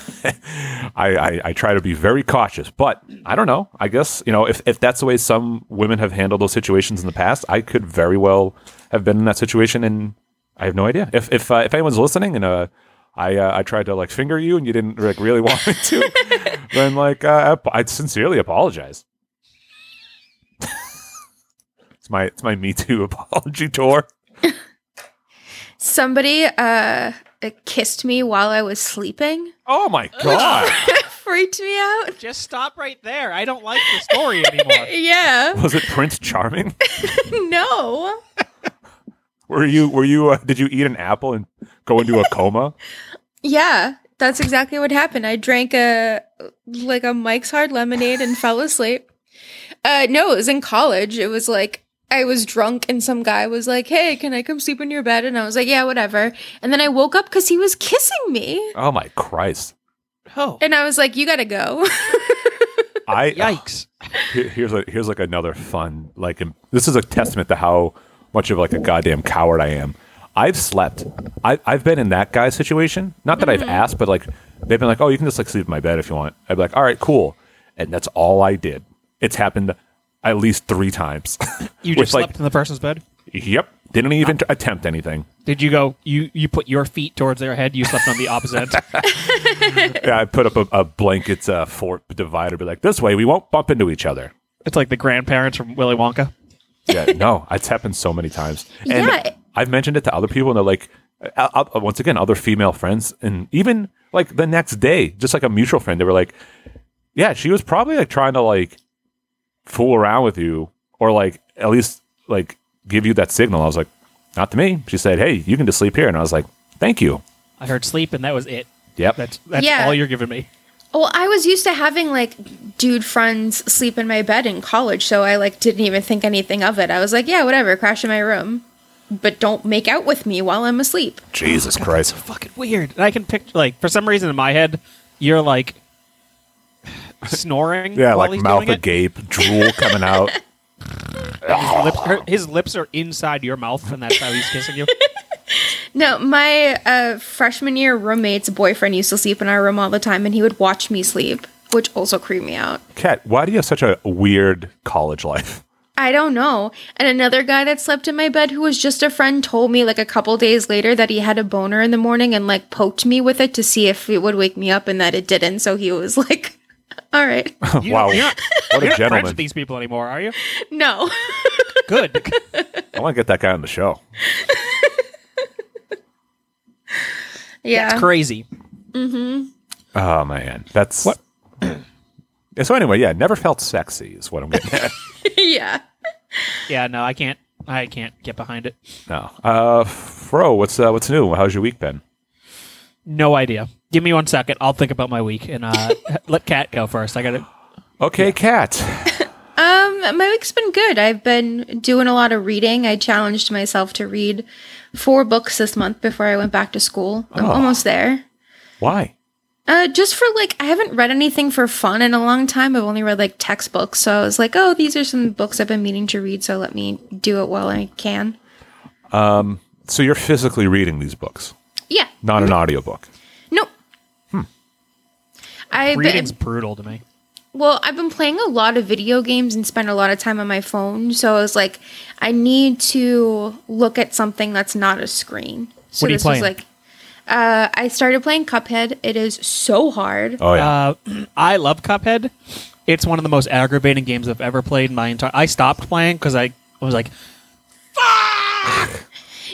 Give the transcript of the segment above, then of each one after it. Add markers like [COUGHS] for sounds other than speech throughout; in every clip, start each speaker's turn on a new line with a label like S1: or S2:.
S1: I, I I try to be very cautious, but I don't know. I guess you know if if that's the way some women have handled those situations in the past, I could very well have been in that situation, and I have no idea. If if uh, if anyone's listening and uh. I, uh, I tried to like finger you and you didn't like really [LAUGHS] want me to. then like uh, I, I sincerely apologize. It's my [LAUGHS] it's my Me Too apology tour.
S2: Somebody uh uh, kissed me while I was sleeping.
S1: Oh my god!
S2: Freaked me out.
S3: Just stop right there. I don't like the story anymore.
S2: Yeah. [LAUGHS]
S1: was it Prince Charming? [LAUGHS]
S2: no.
S1: Were you? Were you? Uh, did you eat an apple and go into a
S3: [LAUGHS]
S1: coma?
S2: Yeah, that's exactly what happened. I drank a like a Mike's Hard Lemonade and fell asleep. Uh no, it was in college. It was like I was drunk and some guy was like, "Hey, can I come sleep in your bed?" And I was like, "Yeah, whatever." And then I woke up cuz he was kissing me.
S1: Oh my Christ!
S3: [LAUGHS] Oh,
S2: And I was like, "You got to go." [LAUGHS]
S1: I
S3: yikes.
S1: Here- here's a, here's like another fun like um, this is a testament to how much of like a goddamn coward I am. I've slept. I, I've been in that guy's situation. Not that
S3: Mm-hmm.
S1: I've asked, but like they've been like, oh, you can just like sleep in my bed if you want. I'd be like, all right, cool, and that's all I did. It's happened at least three times. [LAUGHS]
S3: You
S1: With,
S3: just
S1: like-
S3: slept in the person's bed?
S1: yep, didn't even t- attempt anything.
S3: Did you go? You you put your feet towards their head. You slept on
S1: [LAUGHS]
S3: the opposite end.
S1: Yeah, I put up a, a blanket uh, fort divider, be like, this way we won't bump into each other.
S3: It's like the grandparents from Willy Wonka. [LAUGHS]
S1: yeah, no, it's happened so many times. And
S2: Yeah.
S1: I've mentioned it to other people, and they're like, uh, uh, once again, other female friends, and even like the next day, just like a mutual friend, they were like, yeah, she was probably like trying to like fool around with you, or like at least like give you that signal. I was like, not to me. She said, hey, you can just sleep here, and I was like, thank you.
S3: I heard sleep, and that was it.
S1: Yep.
S3: That's that's
S2: Yeah.
S3: all you're giving me.
S2: well, I was used to having like dude friends sleep in my bed in college, so I like didn't even think anything of it. I was like, "Yeah, whatever, crash in my room, but don't make out with me while I'm asleep."
S1: Jesus Christ.
S3: Fucking weird. And I can picture like for some reason in my head, you're like [SIGHS] snoring.
S1: Yeah,
S3: while
S1: like
S3: he's
S1: mouth
S3: doing it.
S1: agape, drool coming
S3: [LAUGHS]
S1: out.
S3: His lips, her- his lips are inside your mouth, and that's how he's kissing you.
S2: No, my uh, freshman year roommate's boyfriend used to sleep in our room all the time, and he would watch me sleep, which also creeped me out.
S1: Kat, why do you have such a weird college life? [LAUGHS]
S2: I don't know. And another guy that slept in my bed, who was just a friend, told me like a couple days later that he had a boner in the morning and like poked me with it to see if it would wake me up, and that it didn't. So he was [LAUGHS] like, "All right, [LAUGHS]
S3: You-
S1: wow.
S3: You're not,
S1: What a
S3: [LAUGHS] you're not friends with
S1: gentleman.
S3: these people anymore, are you?
S2: no."
S3: Good.
S1: I want to get that guy on the show.
S2: yeah.
S3: Crazy.
S1: Oh man, that's what. [CLEARS THROAT] so anyway, yeah, never felt sexy is what I'm getting
S3: [LAUGHS]
S1: at.
S2: [LAUGHS] yeah.
S3: Yeah. No, I can't. I can't get behind it.
S1: no, uh, Fro, what's uh, what's new? How's your week been?
S3: No idea. Give me one second. I'll think about my week and uh, let Kat go first. I got to
S1: Okay, Kat.
S2: Um, my week's been good. I've been doing a lot of reading. I challenged myself to read four books this month before I went back to school. I'm almost there.
S1: Why?
S2: Uh, just for like, I haven't read anything for fun in a long time. I've only read like textbooks. So I was like, oh, these are some books I've been meaning to read. So let me do it while I can.
S1: So you're physically reading these books,
S2: Yeah.
S1: not an audiobook.
S2: Nope.
S3: Hmm.
S2: I've been,
S3: Reading's brutal to me.
S2: Well, I've been playing a lot of video games and spent a lot of time on my phone, so I was like, I need to look at something that's not a screen. So
S3: What are you
S2: this was
S3: playing?
S2: like uh, I started playing Cuphead. It is so hard.
S1: Oh yeah,
S3: Uh, I love Cuphead. It's one of the most aggravating games I've ever played in my entire. I stopped playing because I was like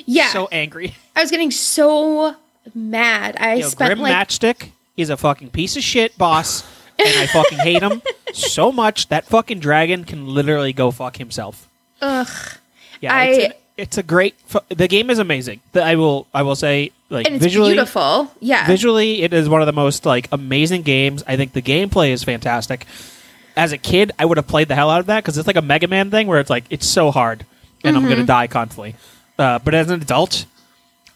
S2: yeah.
S3: so angry. [LAUGHS]
S2: I was getting so mad. I
S3: You know,
S2: spent
S3: Grim
S2: like
S3: Matchstick is a fucking piece of shit boss, and I fucking
S2: [LAUGHS]
S3: hate him so much that fucking dragon can literally go fuck himself.
S2: ugh.
S3: Yeah, it's,
S2: I-
S3: an- it's a great. Fu- the game is amazing. The- I will. I will say like
S2: And it's
S3: visually.
S2: beautiful. Yeah.
S3: Visually, it is one of the most like amazing games. I think the gameplay is fantastic. As a kid, I would have played the hell out of that because it's like a Mega Man thing where it's like it's so hard and I'm
S2: Mm-hmm.
S3: gonna die constantly. Uh, but as an adult,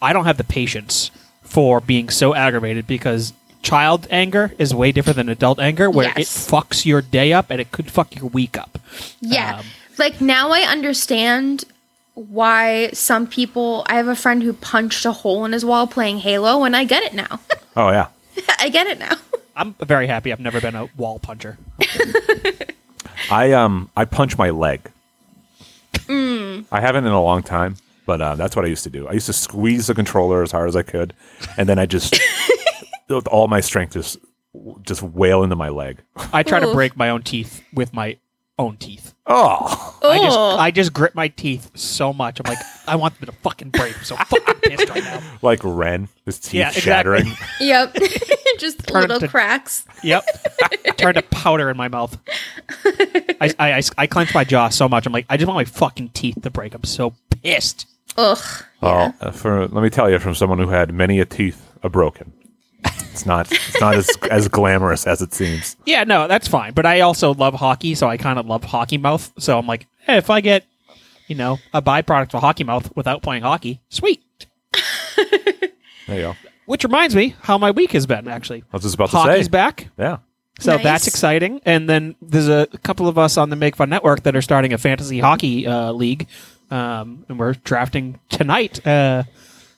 S3: I don't have the patience for being so aggravated because child anger is way different than adult anger where it
S2: Yes.
S3: fucks your day up and it could fuck your week up.
S2: Yeah.
S3: Um,
S2: like now I understand why some people I have a friend who punched a hole in his wall playing Halo and I get it now. [LAUGHS]
S1: oh yeah.
S2: I get it now. [LAUGHS]
S3: I'm very happy I've never been a wall puncher.
S1: I um I punch my leg. I haven't in a long time, but uh, that's what I used to do. I used to squeeze the controller as hard as I could, and then I just with all my strength just just wail into my leg.
S3: I try to
S2: Oof.
S3: break my own teeth with my own teeth.
S1: Oh,
S3: I just
S2: Oh.
S3: I just grit my teeth so much. I'm like, I want them to fucking break. I'm so fucking pissed right now.
S1: like Ren, his teeth
S3: Yeah, exactly.
S1: shattering.
S3: [LAUGHS]
S2: Yep. [LAUGHS] Just
S3: Turn
S2: little
S3: to-
S2: cracks.
S3: Yep. Turned to powder in my mouth. I, I, I, I clenched my jaw so much. I'm like, I just want my fucking teeth to break. I'm so pissed.
S2: Ugh.
S1: Oh, uh, for let me tell you, from someone who had many a teeth a broken, it's not it's not as as glamorous as it seems.
S3: Yeah, no, that's fine. But I also love hockey, so I kind of love hockey mouth. So I'm like, hey, if I get, you know, a byproduct of hockey mouth without playing hockey, sweet.
S1: There you go.
S3: Which reminds me how my week has been, actually.
S1: I was just about to
S3: Hockey's
S1: say.
S3: back.
S1: Yeah.
S3: So
S2: Nice.
S3: that's exciting. And then there's a couple of us on the Make Fun Network that are starting a fantasy hockey uh, league. Um, and we're drafting tonight, uh,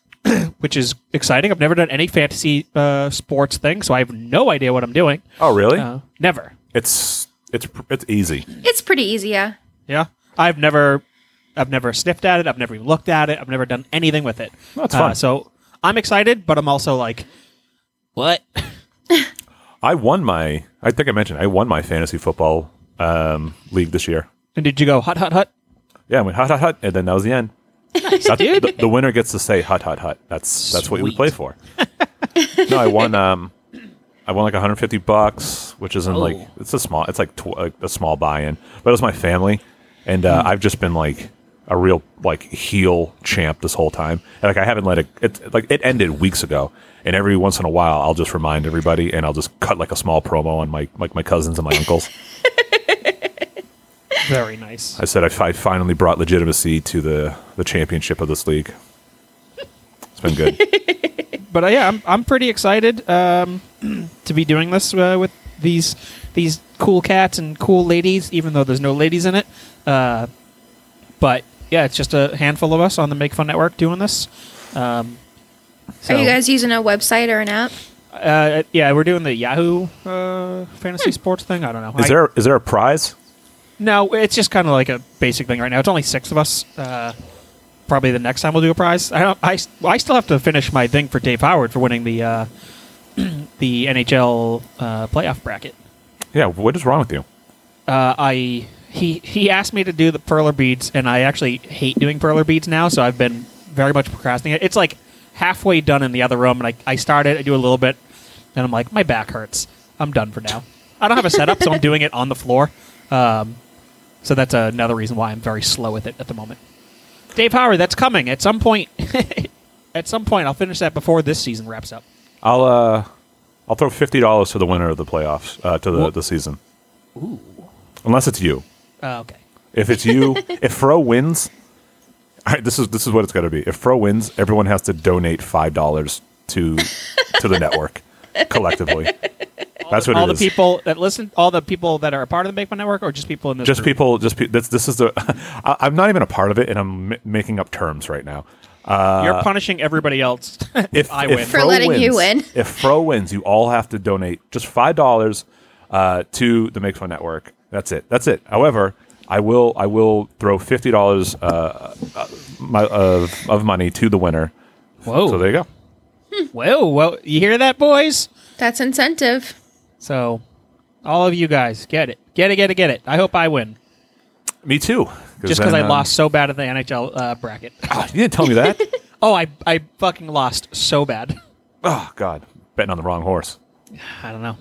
S3: [CLEARS THROAT] which is exciting. I've never done any fantasy uh, sports thing, so I have no idea what I'm doing.
S1: Oh, really?
S3: Uh, never.
S1: It's it's pr- it's easy.
S2: It's pretty easy, yeah.
S3: Yeah. I've never. I've never sniffed at it. I've never even looked at it. I've never done anything with it.
S1: That's fun.
S3: Uh, so I'm excited, but I'm also like, what?
S1: I won my. I think I mentioned I won my fantasy football um, league this year.
S3: [LAUGHS] And did you go hut hut hut?
S1: Yeah, I went hut hut hut, and then that was the end. That's-
S3: dude.
S1: The, the winner gets to say hut hut hut. That's that's what we
S3: Sweet.
S1: play for. no, I won. Um, I won like 150 bucks, which isn't like
S3: Oh.
S1: it's a small. It's like, tw- like a small buy-in, but it was my family, and uh, I've just been like a real like heel champ this whole time. And, like I haven't let it, it. Like it ended weeks ago, and every once in a while I'll just remind everybody, and I'll just cut like a small promo on my like my cousins and my uncles.
S3: Very nice.
S1: I said I fi- finally brought legitimacy to the the championship of this league. It's been
S3: [LAUGHS]
S1: good.
S3: but uh, yeah, I'm, I'm pretty excited um, [CLEARS THROAT] to be doing this uh, with these these cool cats and cool ladies, even though there's no ladies in it. Uh, but yeah, it's just a handful of us on the Make Fun Network doing this. Um, so,
S2: Are you guys using a website or an app?
S3: Uh, yeah, we're doing the Yahoo uh, fantasy
S2: Hmm.
S3: sports thing. I don't know.
S1: Is
S3: I-
S1: there is there a prize?
S3: No, it's just kind of like a basic thing right now. It's only six of us. Uh, probably the next time we'll do a prize. I don't. I, I still have to finish my thing for Dave Howard for winning the uh, [CLEARS THROAT] the NHL uh, playoff bracket.
S1: Yeah, what is wrong with you?
S3: Uh, I he he asked me to do the perler beads, and I actually hate doing perler beads now. So I've been very much procrastinating. It's like halfway done in the other room, and I I started. I do a little bit, and I'm like, my back hurts. I'm done for now. I don't have a setup, so I'm doing it on the floor. Um, so that's another reason why I'm very slow with it at the moment. Dave Howard, that's coming at some point. [LAUGHS] at some point, I'll finish that before this season wraps up.
S1: I'll uh I'll throw fifty dollars to the winner of the playoffs uh, to the,
S3: Well-
S1: the season. Unless it's you.
S3: Uh, okay.
S1: If it's [LAUGHS] you, if Fro wins, all right, this is this is what it's going to be. If Fro wins, everyone has to donate five dollars to to the network collectively. That's what
S3: [LAUGHS] all
S1: it
S3: the
S1: is.
S3: people that listen, all the people that are a part of the Make One Network, or just people in this
S1: just
S3: group?
S1: people just pe- this this is the [LAUGHS] I, i'm not even a part of it and i'm m- making up terms right now uh
S3: You're punishing everybody else. [LAUGHS]
S1: if
S3: I
S1: if
S3: win. For
S1: Fro
S2: letting you
S1: wins-
S2: win.
S1: if fro wins you all have to donate just five dollars uh to the make fun network that's it that's it however i will i will throw fifty dollars uh, uh my of of money to the winner
S3: Whoa.
S1: so there you go
S3: whoa, whoa. You hear that, boys?
S2: That's incentive.
S3: So, all of you guys, get it. Get it, get it, get it. I hope I win.
S1: me too
S3: Just because
S1: then,
S3: I
S1: um,
S3: lost so bad at the NHL uh, bracket.
S1: ah, [LAUGHS] you didn't tell me
S3: [LAUGHS]
S1: that
S3: Oh, I, I fucking lost so bad. [LAUGHS]
S1: oh god betting on the wrong horse
S3: I don't know.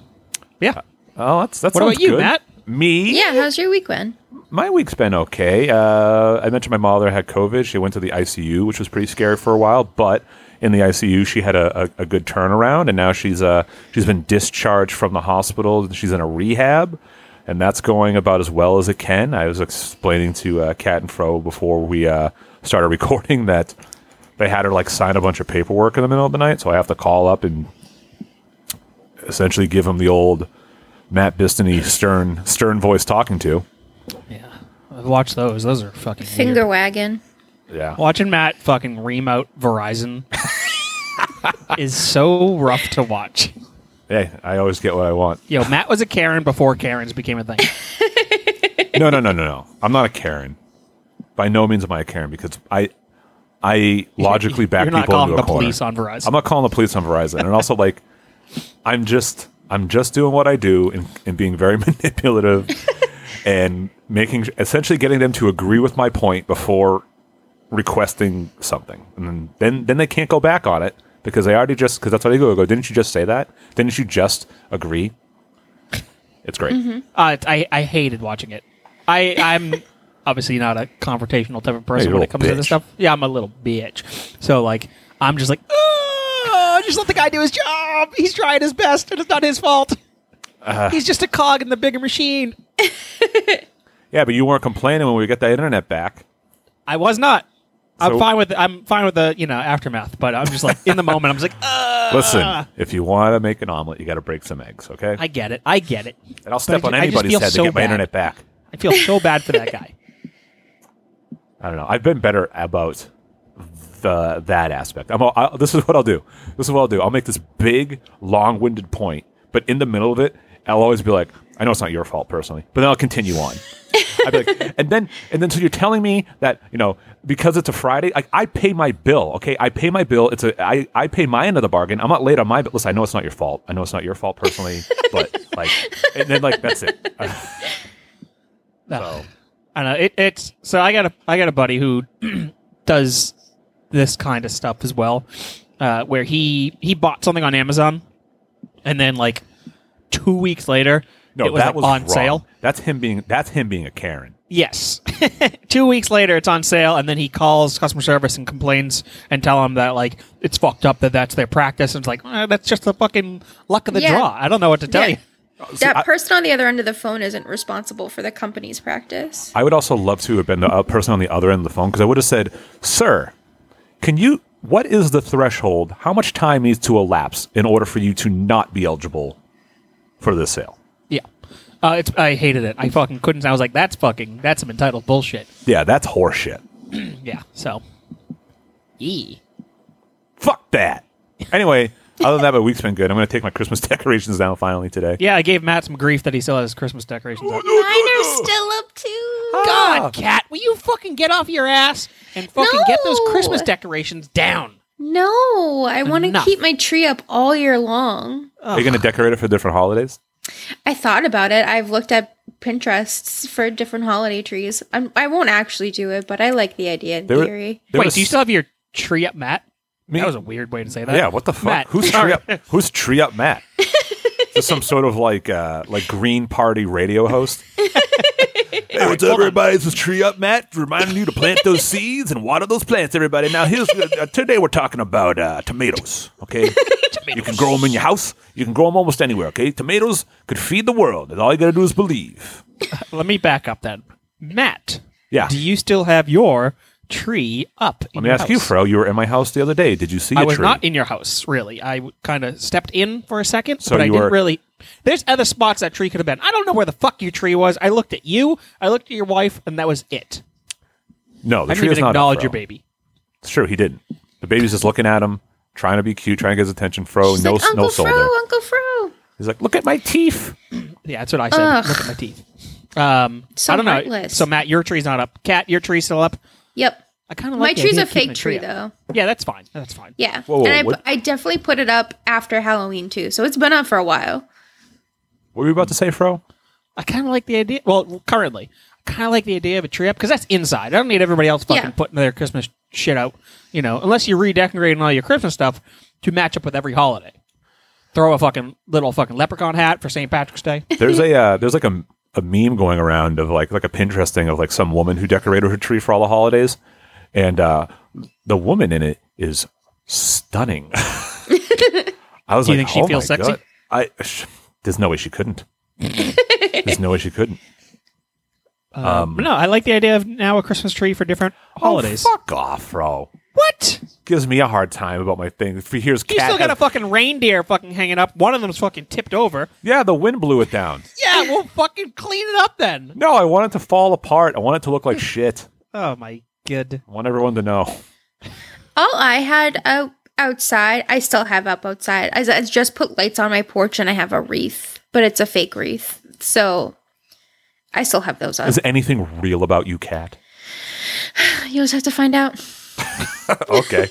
S3: Yeah.
S1: oh that's that's
S3: What about you, Matt?
S1: me
S2: Yeah, how's your week been?
S1: My week's been okay. Uh, I mentioned my mother had COVID. She went to the ICU, which was pretty scary for a while. But in the ICU, she had a, a, a good turnaround, and now she's uh, she's been discharged from the hospital. She's in a rehab, and that's going about as well as it can. I was explaining to uh, Kat and Fro before we uh, started [LAUGHS] recording that they had her like sign a bunch of paperwork in the middle of the night, so I have to call up and essentially give them the old Matt Bistany stern stern voice talking to.
S3: Yeah. Watch those. Those are fucking weird.
S2: Finger wagon.
S1: Yeah.
S3: Watching Matt fucking ream out
S1: [LAUGHS]
S3: Verizon is so rough to watch.
S1: Hey, I always get what I
S3: [LAUGHS]
S1: want.
S3: Yo, Matt was a Karen before Karens became a thing.
S1: No, no, no, no, no. I'm not a Karen. By no means am I a Karen because I, I logically back
S3: You're not
S1: people
S3: calling
S1: into a
S3: the
S1: corner.
S3: police on Verizon.
S1: I'm not calling the police on Verizon, and also like, [LAUGHS]
S3: [LAUGHS]
S1: I'm just, I'm just doing what I do and, and being very [LAUGHS] manipulative and making essentially getting them to agree with my point before requesting something, and then then, then they can't go back on it because they already just because that's how they go. They Go, didn't you just say that? Didn't you just agree? It's great.
S3: Uh, it- I I hated watching it. I
S1: [LAUGHS]
S3: I'm obviously not a confrontational type of person
S1: you're a
S3: when
S1: little
S3: it comes to this
S1: bitch.
S3: stuff. Yeah, I'm a little bitch. So like I'm just like, "Ugh, just let the guy do his job. He's trying his best, and it's not his fault.
S1: Uh-huh.
S3: He's just a cog in the bigger machine.
S1: Yeah, but you weren't complaining when we got that internet back.
S3: I was not. I'm
S1: So-
S3: fine with I'm fine with the you know aftermath, but I'm just like in the moment. I'm just like, Ugh,
S1: Listen, if you want to make an omelet, you got to break some eggs, okay?
S3: I get it. I get it.
S1: and I'll
S3: But I
S1: step
S3: ju-
S1: on
S3: I just
S1: anybody's
S3: feel
S1: head
S3: so
S1: to get my
S3: bad.
S1: internet back.
S3: I feel so bad for that guy.
S1: I don't know. I've been better about the that aspect. I'm. all- I, this is what I'll do. This is what I'll do. I'll make this big, long-winded point, but in the middle of it, I'll always be like, "I know it's not your fault personally," but then I'll continue on. [LAUGHS] I'd be like, and then and then so you're telling me that you know because it's a Friday, like I pay my bill. Okay, I pay my bill. It's a I I pay my end of the bargain. I'm not late on my bill. Listen, I know it's not your fault. I know it's not your fault personally, but like, and then like that's it. [LAUGHS] [SIGHS]
S3: So. I know it, it's so I got a I got a buddy who [CLEARS THROAT] does this kind of stuff as well, uh, where he he bought something on Amazon, and then like two weeks later,
S1: No,
S3: it was,
S1: that
S3: like,
S1: was
S3: on
S1: wrong.
S3: sale.
S1: That's him being that's him being a Karen.
S3: Yes, [LAUGHS] two weeks later, it's on sale, and then he calls customer service and complains and tell them that like it's fucked up that that's their practice, and it's like "Ah, that's just the fucking luck of the
S2: Yeah.
S3: draw. I don't know what to tell
S2: Yeah.
S3: you.
S2: that
S1: I-
S2: person on the other end of the phone isn't responsible for the company's practice.
S1: I would also love to have been the uh, person on the other end of the phone because I would have said, "Sir, can you? What is the threshold? How much time needs to elapse in order for you to not be eligible for this sale?"
S3: Yeah, uh, it's I hated it. I fucking couldn't. I was like, that's fucking that's some entitled bullshit.
S1: Yeah, that's horseshit.
S3: Yeah, so. Yee.
S1: Fuck that. Anyway, other than that, my week's been good. I'm going to take my Christmas [LAUGHS] decorations down finally today.
S3: Yeah, I gave Matt some grief that he still has his Christmas decorations up.
S2: Mine are still up too.
S3: God, Cat, will you fucking get off your ass and fucking get those
S2: No.
S3: Christmas decorations down?
S2: No, I want to
S3: Enough.
S2: keep my tree up all year long.
S1: Are you going to decorate it for different holidays?
S2: I thought about it. I've looked at Pinterests for different holiday trees. I'm, I won't actually do it, but I like the idea in
S1: There were-
S2: theory.
S1: There
S3: Wait,
S1: was-
S3: do you still have your tree up, Matt?
S1: Me-
S3: That was a weird way to say that.
S1: Yeah, what the fuck?
S3: Uh, Matt,
S1: Who's tree
S3: sorry. [LAUGHS]
S1: up? Who's tree up, Matt? Just some sort of like uh, like Green Party radio host. hey, what's up, everybody? This is Tree Up, Matt. Reminding you to plant
S3: [LAUGHS]
S1: those seeds and water those plants, everybody. Now, here's uh, today we're talking about uh, tomatoes.
S3: [LAUGHS]
S1: Okay, you can grow them in your house. You can grow them almost anywhere. Okay, tomatoes could feed the world, and all you got to do is believe.
S3: Let me back up then. Matt,
S1: Yeah.
S3: do you still have your tree up?
S1: Let me ask you, Fro. You were in my house the other day. Did you see a
S3: I was
S1: tree?
S3: not in your house, really. I kind of stepped in for a second,
S1: So
S3: but I
S1: you
S3: didn't
S1: were-
S3: really. There's other spots that tree could have been. I don't know where the fuck your tree was. I looked at you, I looked at your wife, and that was it.
S1: no, the
S3: e- I
S1: tree
S3: didn't
S1: is
S3: even
S1: not up,
S3: acknowledge
S1: Fro.
S3: your baby.
S1: It's true. He didn't. The baby's just looking at him, trying to be cute, trying to get his attention. Fro,
S2: She's
S1: no,
S2: like, Uncle
S1: no soul
S2: Fro,
S1: there.
S2: Uncle Fro.
S1: He's like, look at my teeth.
S3: Yeah, that's what I said.
S2: Ugh.
S3: Look at my teeth. Um,
S2: So
S3: I don't know.
S2: heartless.
S3: So Matt, your tree's not up. Cat, your tree's still up.
S2: Yep.
S3: I kind of
S2: My
S3: like the
S2: tree's
S3: idea
S2: a
S3: of keeping
S2: fake
S3: the
S2: tree,
S3: up.
S2: though.
S3: Yeah, that's fine. That's fine.
S2: Yeah.
S1: Whoa,
S2: and I,
S1: what-
S2: I definitely put it up after Halloween, too. So it's been up for a while.
S1: What were you about to say,
S2: [LAUGHS]
S1: Fro?
S3: I kind of like the idea. Well, currently, I kind of like the idea of a tree up because that's inside. I don't need everybody else fucking
S2: Yeah.
S3: putting their Christmas shit out. You know, unless you're redecorating all your Christmas stuff to match up with every holiday. Throw a fucking little fucking leprechaun hat for St. Patrick's Day.
S1: There's a uh, there's like a, a meme going around of like like a Pinterest thing of like some woman who decorated her tree for all the holidays, and uh, the woman in it is stunning. [LAUGHS] I was
S3: Do you
S1: like,
S3: think she
S1: "Oh
S3: feels
S1: my
S3: sexy?"
S1: God." I sh- there's no way she couldn't. there's no way she couldn't.
S3: um, no, I like the idea of now a Christmas tree for different [LAUGHS] holidays.
S1: Oh, fuck off, Fro.
S3: What?
S1: Gives me a hard time about my thing. If he hears
S3: You
S1: cat
S3: still got
S1: has-
S3: a fucking reindeer fucking hanging up. One of them's fucking tipped over.
S1: yeah, the wind blew it down.
S3: Yeah, we'll fucking clean it up then.
S1: No, I want it to fall apart. I want it to look like shit.
S3: Oh my good.
S1: I want everyone to know.
S2: All I had out outside, I still have up outside. I, I just put lights on my porch and I have a wreath, but it's a fake wreath. So I still have those up.
S1: Is anything real about you, cat?
S2: you always have to find out.
S1: Okay.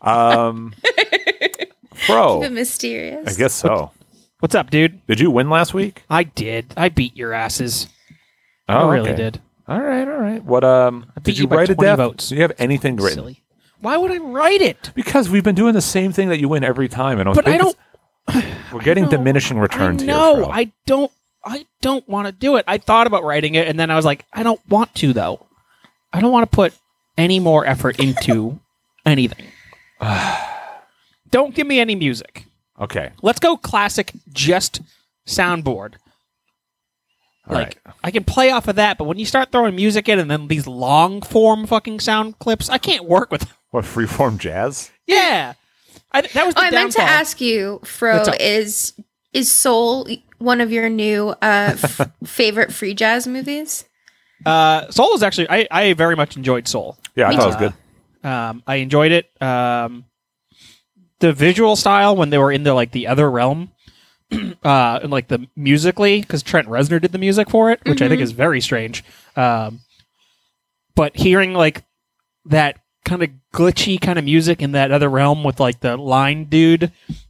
S1: um, bro,
S2: But mysterious.
S1: I guess so.
S3: What's up, dude?
S1: Did you win last week?
S3: I did. I beat your asses.
S1: Oh,
S3: I really
S1: okay.
S3: did.
S1: All right, all right. What um?
S3: I beat
S1: Did
S3: you
S1: you
S3: by
S1: write a
S3: 20
S1: death?
S3: votes.
S1: Do you have anything written?
S3: Silly. Why would I write it?
S1: Because we've been doing the same thing that you win every time, and I was
S3: But I
S1: thinking- We're getting
S3: know.
S1: diminishing returns
S3: I know.
S1: here. Fro.
S3: I don't. I don't want to do it. I thought about writing it, and then I was like, I don't want to though. I don't want to put any more
S1: [LAUGHS]
S3: effort into
S1: [SIGHS]
S3: anything. don't give me any music.
S1: okay,
S3: Let's go classic, just soundboard.
S1: all right.
S3: like I can play off of that, but when you start throwing music in and then these long form fucking sound clips, I can't work with. [LAUGHS]
S1: What freeform jazz?
S3: Yeah, I, that was. The
S2: Oh, I meant to
S3: downfall.
S2: ask you, Fro,
S3: What's up?
S2: is is Soul one of your new uh,
S3: [LAUGHS]
S2: f- favorite free jazz movies?
S3: Uh, Soul is actually. I, I very much enjoyed Soul.
S1: Yeah, I
S2: Me
S1: thought it
S2: too.
S1: was good.
S3: Um, I enjoyed it. Um, the visual style when they were in the like the other realm, [CLEARS THROAT] uh, and like the musically because Trent Reznor did the music for it, which I think
S2: Mhm.
S3: is very strange. Um, but hearing like that kind of glitchy kind of music in that other realm with like the line dude,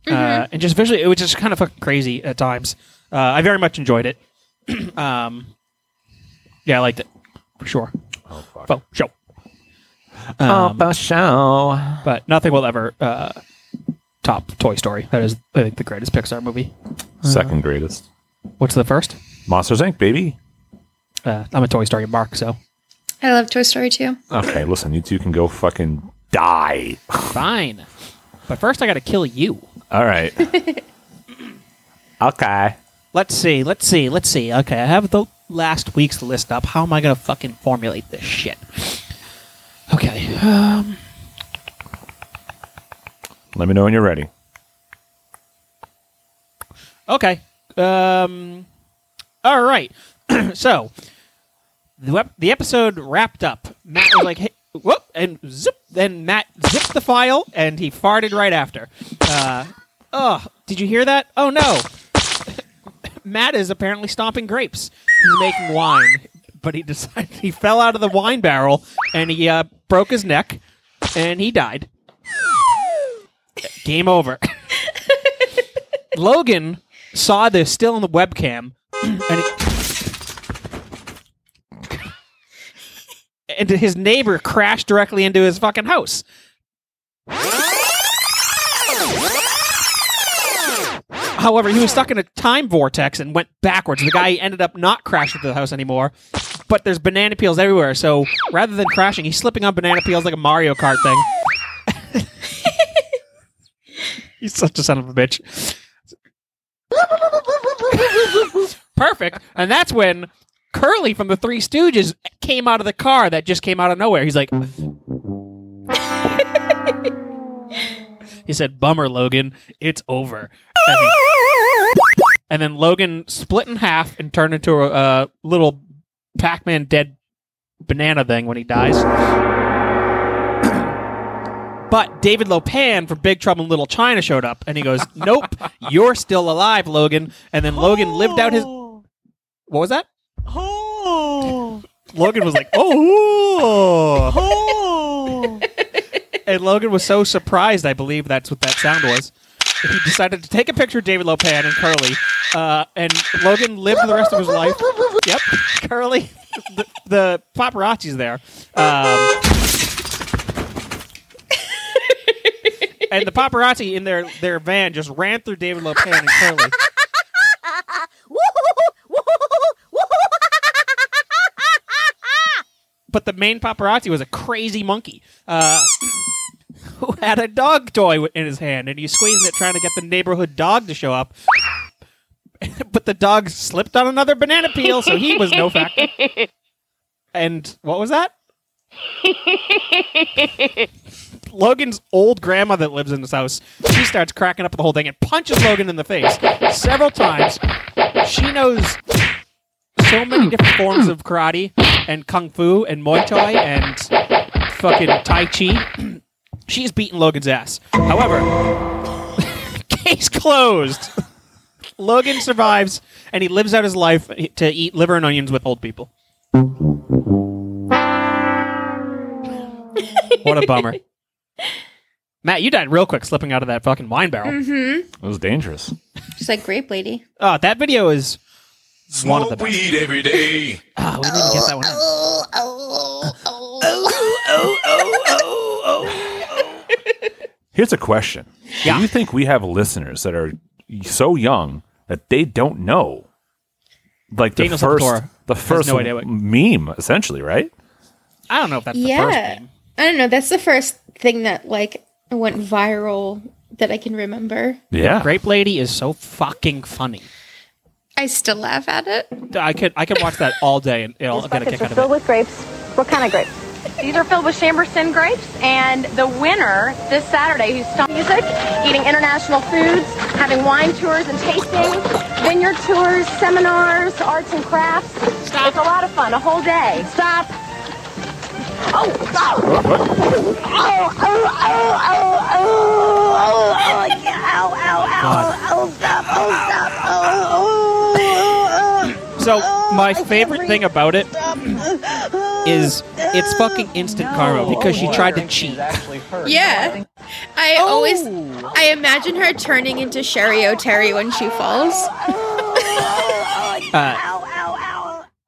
S3: uh,
S2: Mhm.
S3: and just visually, it was just kind of fucking crazy at times. Uh, I very much enjoyed it. [CLEARS THROAT] um, yeah, I liked it for sure.
S1: Oh fuck.
S3: For sure. Um,
S1: show.
S3: but nothing will ever uh, top Toy Story. That is, I think, the greatest Pixar movie.
S1: Second greatest.
S3: What's the first?
S1: Monsters Inc. Baby.
S3: Uh, I'm a Toy Story mark, so
S2: I love Toy Story too.
S1: Okay, listen, you two can go fucking die.
S3: fine. But first, I got to kill you.
S1: All
S3: [LAUGHS]
S1: right. okay.
S3: Let's see. Let's see. Let's see. Okay, I have the last week's list up. How am I gonna fucking formulate this shit? Okay. Um,
S1: Let me know when you're ready.
S3: okay. Um. All right. [CLEARS THROAT] so the wep- the episode wrapped up. Matt was like, "Hey." Whoop, and zip. Then Matt zipped the file, and he farted right after. Uh, oh, did you hear that? Oh no! [LAUGHS] Matt is apparently stomping grapes. He's making wine, but he decided he fell out of the wine barrel and he uh, broke his neck, and he died. Game over. [LAUGHS] Logan saw this still on the webcam, and he- and his neighbor crashed directly into his fucking house. However, he was stuck in a time vortex and went backwards. The guy ended up not crashing into the house anymore, but there's banana peels everywhere. So rather than crashing, he's slipping on banana peels like a Mario Kart thing. [LAUGHS] he's such a son of a bitch. Perfect. And that's when Curly from the Three Stooges came out of the car that just came out of nowhere. He's like, [LAUGHS] he said, "Bummer, Logan, it's over." And, he- and then Logan split in half and turned into a uh, little Pac-Man dead banana thing when he dies. [COUGHS] But David Lopan from Big Trouble in Little China showed up, and he goes, "Nope, you're still alive, Logan." And then Logan lived out his. What was that?
S4: Oh,
S3: Logan was like, "Oh!"
S4: oh.
S3: And Logan was so surprised, I believe that's what that sound was. He decided to take a picture of David Lopan and Curly. Uh, and Logan lived the rest of his life. Yep. Curly, the, the paparazzi's there. Um, and the paparazzi in their, their van just ran through David Lopan and Curly. But the main paparazzi was a crazy monkey. Uh, [CLEARS THROAT] who had a dog toy wi- in his hand and he's squeezing it trying to get the neighborhood dog to show up. [LAUGHS] but the dog slipped on another banana peel, so he was no factor. And what was that? Logan's old grandma that lives in this house, she starts cracking up the whole thing and punches Logan in the face several times. She knows so [CLEARS THROAT] many different forms of karate and kung fu and muay thai and fucking tai chi [CLEARS THROAT] She's beaten Logan's ass. However, [LAUGHS] case closed. Logan survives, and he lives out his life to eat liver and onions with old people. what a [LAUGHS] bummer. Mm-hmm. Matt, you died real quick slipping out of that fucking wine barrel.
S1: It was dangerous.
S2: She's like grape lady.
S3: Oh, that video is one of the best.
S5: weed every day.
S3: Oh, we didn't get that one. in.
S1: Here's a question.
S3: Yeah.
S1: Do you think we have listeners that are so young that they don't know like the
S3: Daniel
S1: first
S3: Sepultura
S1: the
S3: has
S1: first
S3: no idea what-
S1: meme essentially, right?
S3: I don't know if that's the first
S2: Yeah.
S3: name.
S2: I don't know. That's the first thing that like went viral that I can remember.
S1: Yeah.
S3: Grape Lady is so fucking funny.
S2: I still laugh at it.
S3: I could I could watch that all day and it'll get a
S6: Buckets
S3: kick
S6: are
S3: out of
S6: filled
S3: it.
S6: with grapes. What kind of grapes? These are filled with Chamberson grapes, and the winner this Saturday, who's talking music, eating international foods, having wine tours and tasting, vineyard tours, seminars, arts and crafts. Stop. It's a lot of fun, a whole day. Stop. Oh, oh, oh, oh, oh, oh, oh, oh, oh, yeah, ow, ow, ow, oh, stop, oh, stop, oh, oh, oh, oh.
S3: So my favorite thing about it is it's fucking instant karma because she tried to cheat.
S2: Yeah. I always
S3: Oh.
S2: I imagine her turning into Sherry O'Terry when she falls.
S3: [LAUGHS] Uh,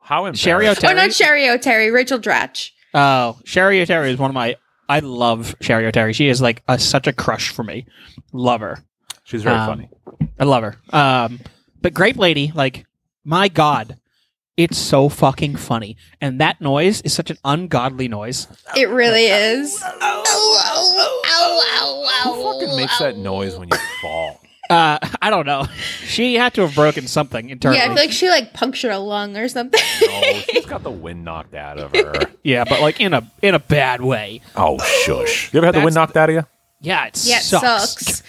S1: How
S3: Sherry
S1: embarrassing.
S2: Oh,
S3: O'Terry.
S2: not Sherry O'Terry, Rachel Dratch.
S3: Oh, Sherry O'Terry is one of my. I love Sherry O'Terry. She is like a, such a crush for me. Love her.
S1: She's very
S3: Um,
S1: funny.
S3: I love her. Um, but Grape Lady, like, my God, it's so fucking funny. And that noise is such an ungodly noise.
S2: It really is. oh,
S1: Who fucking makes that noise when you
S3: [LAUGHS]
S1: fall?
S3: Uh, I don't know. She had to have broken something internally.
S2: Yeah, I feel like she like punctured a lung or [LAUGHS] something.
S1: Oh, she's got the wind knocked out of her.
S3: yeah, but like in a in a bad way.
S1: Oh, shush. You ever had the wind
S3: That's-
S1: knocked out of you?
S3: Yeah, it
S2: yeah, it
S3: sucks.
S2: sucks.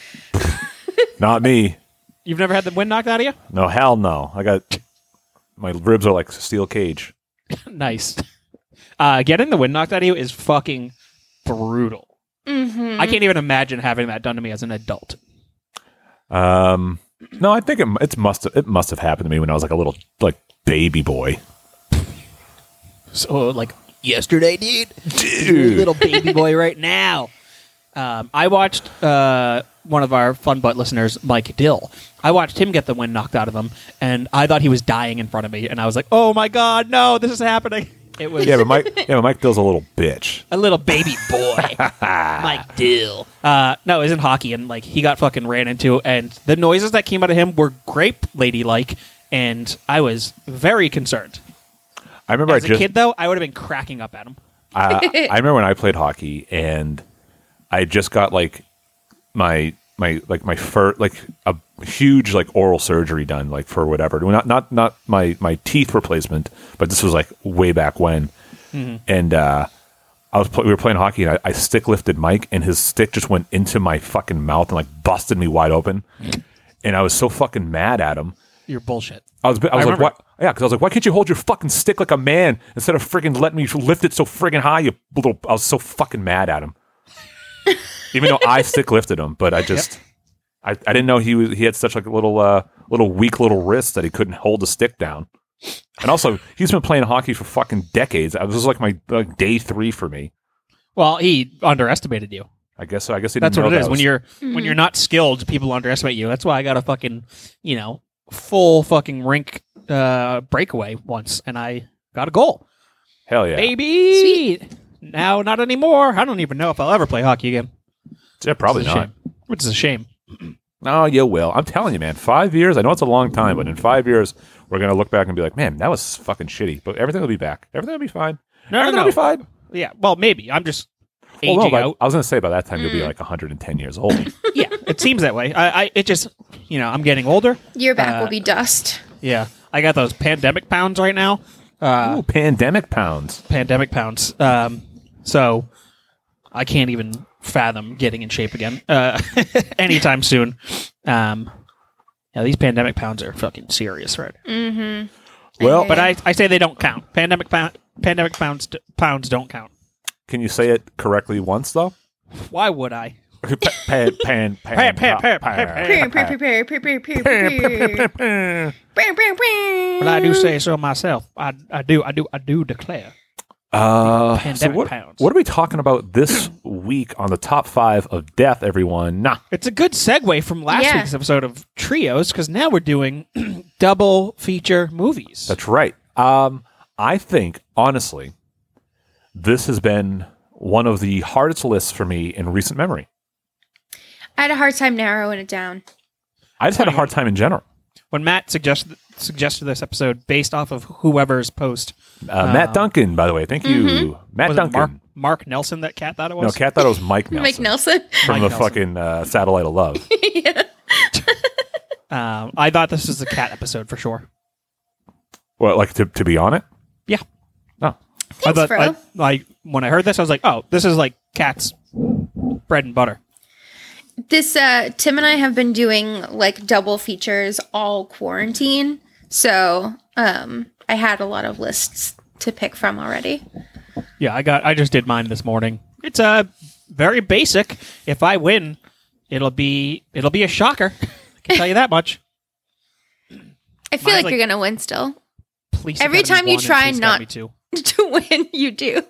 S1: Not me.
S3: You've never had the wind knocked out of you? [LAUGHS]
S1: No, hell no. I got my ribs are like steel cage.
S3: nice. Uh, getting the wind knocked out of you is fucking brutal.
S2: Mm-hmm.
S3: I can't even imagine having that done to me as an adult.
S1: Um, no, I think it it's must it must have happened to me when I was like a little like baby boy.
S3: So like yesterday, dude, dude. little baby boy, right now. Um, I watched uh, one of our fun butt listeners, Mike Dill. I watched him get the wind knocked out of him, and I thought he was dying in front of me, and I was like, "Oh my god, no, this is happening!" It was
S1: Yeah, but Mike, yeah, but Mike Dill's a little bitch.
S3: [LAUGHS] a little baby
S1: [LAUGHS]
S3: boy, Mike Dill. Uh, no, it was in hockey, and like he got fucking ran into, and the noises that came out of him were grape lady like, and I was very concerned.
S1: I remember
S3: As
S1: I
S3: a
S1: just
S3: kid, though, I would have been cracking up at him.
S1: Uh, I, I remember when I played hockey and I just got like my my like my fur like a huge like oral surgery done like for whatever not not not my my teeth replacement but this was like way back when and uh I was pl- we were playing hockey and I, I stick lifted Mike and his stick just went into my fucking mouth and like busted me wide open and I was so fucking mad at him
S3: You're bullshit.
S1: I was, I was like,
S3: remember.
S1: what? Yeah, because I was like, why can't you hold your fucking stick like a man instead of friggin' letting me lift it so friggin' high? You little. I was so fucking mad at him,
S3: [LAUGHS]
S1: even though I stick lifted him, but I just, I, I didn't know he was he had such like a little uh little weak little wrist that he couldn't hold the stick down, and also he's been playing hockey for fucking decades. I- This was like my like day three for me.
S3: Well, he underestimated you.
S1: I guess I guess he didn't
S3: That's
S1: know
S3: what it
S1: that
S3: is. When
S1: was-
S3: you're when you're not skilled, people underestimate you. That's why I got a fucking you know full fucking rink uh, breakaway once, and I got a goal.
S1: hell yeah,
S3: Baby, now not anymore. I don't even know if I'll ever play hockey again.
S1: yeah probably
S3: It's a
S1: not.
S3: shame. Which is a shame.
S1: Oh, you will. I'm telling you, man. Five years. I know it's a long time, but in five years, we're gonna look back and be like, man, that was fucking shitty. But everything will be back. Everything will be fine.
S3: No, no,
S1: everything
S3: no.
S1: will be fine.
S3: Yeah. Well, maybe I'm just
S1: Oh, Well,
S3: aging
S1: no, but
S3: out. Mm.
S1: I was gonna say by that time you'll be like 110 years old.
S3: [COUGHS] yeah, it seems that way. I, I it just you know I'm getting older.
S2: Your back
S3: Uh,
S2: will be dust.
S3: Yeah, I got those pandemic pounds right now. Uh,
S1: Ooh, pandemic pounds.
S3: pandemic pounds. Um, so I can't even fathom getting in shape again uh, [LAUGHS] anytime soon. Um, yeah, these pandemic pounds are fucking serious, right?
S1: Well,
S3: But I, I say they don't count. Pandemic pound, pandemic pounds, d- pounds don't count.
S1: can you say it correctly once though? [LAUGHS]
S3: Why would I?
S1: Pan, pan, pan,
S3: [LAUGHS] Pan, pan,
S2: [LAUGHS]
S3: pan,
S2: Pew, pew, pew, pew, pew, pew, [LAUGHS] pew, pew.
S1: pan.
S2: Pew, pew, pew.
S3: But I do say so myself. I, I do, I do, I do declare.
S1: Uh, so
S3: Pandemic
S1: what,
S3: pounds.
S1: what are we talking about this week on the top five of death? Everyone, nah.
S3: It's a good segue from last
S2: Yeah.
S3: week's episode of trios because now we're doing [CLEARS THROAT] double feature movies.
S1: That's right. Um, I think honestly, this has been one of the hardest lists for me in recent memory.
S2: I had a hard time narrowing it down.
S1: I just had a hard time in general.
S3: when Matt suggested suggested this episode based off of whoever's post.
S1: Uh, Matt Duncan, by the way, thank you, Matt
S3: mm-hmm. was it
S1: Duncan.
S3: Mark Mark Nelson that cat thought it
S1: no,
S3: was?
S1: Cat thought it was Mike Nelson
S2: Mike Nelson. [LAUGHS]
S1: from
S3: Mike
S1: the
S3: Nelson.
S1: fucking uh, Satellite of
S3: [LAUGHS]
S1: Love.
S3: Um, I thought this was a cat episode for sure.
S1: well, like to, to be on it.
S3: Yeah.
S1: Oh,
S3: I
S2: Thanks,
S3: thought,
S2: bro.
S3: I- like when I heard this, I was like, "Oh, this is like cats bread and butter."
S2: this uh Tim and I have been doing like double features all quarantine. So, um I had a lot of lists to pick from already.
S3: Yeah, I got. I just did mine this morning. It's uh, very basic. If I win, it'll be it'll be a shocker. I can tell you that much.
S2: I feel
S3: Mine's
S2: like,
S3: like-
S2: you're going to win still. [LAUGHS]
S3: Please.
S2: Every
S3: gotta be
S2: time you
S3: one and
S2: try
S3: please gotta
S2: not-
S3: be two.
S2: to win, you do.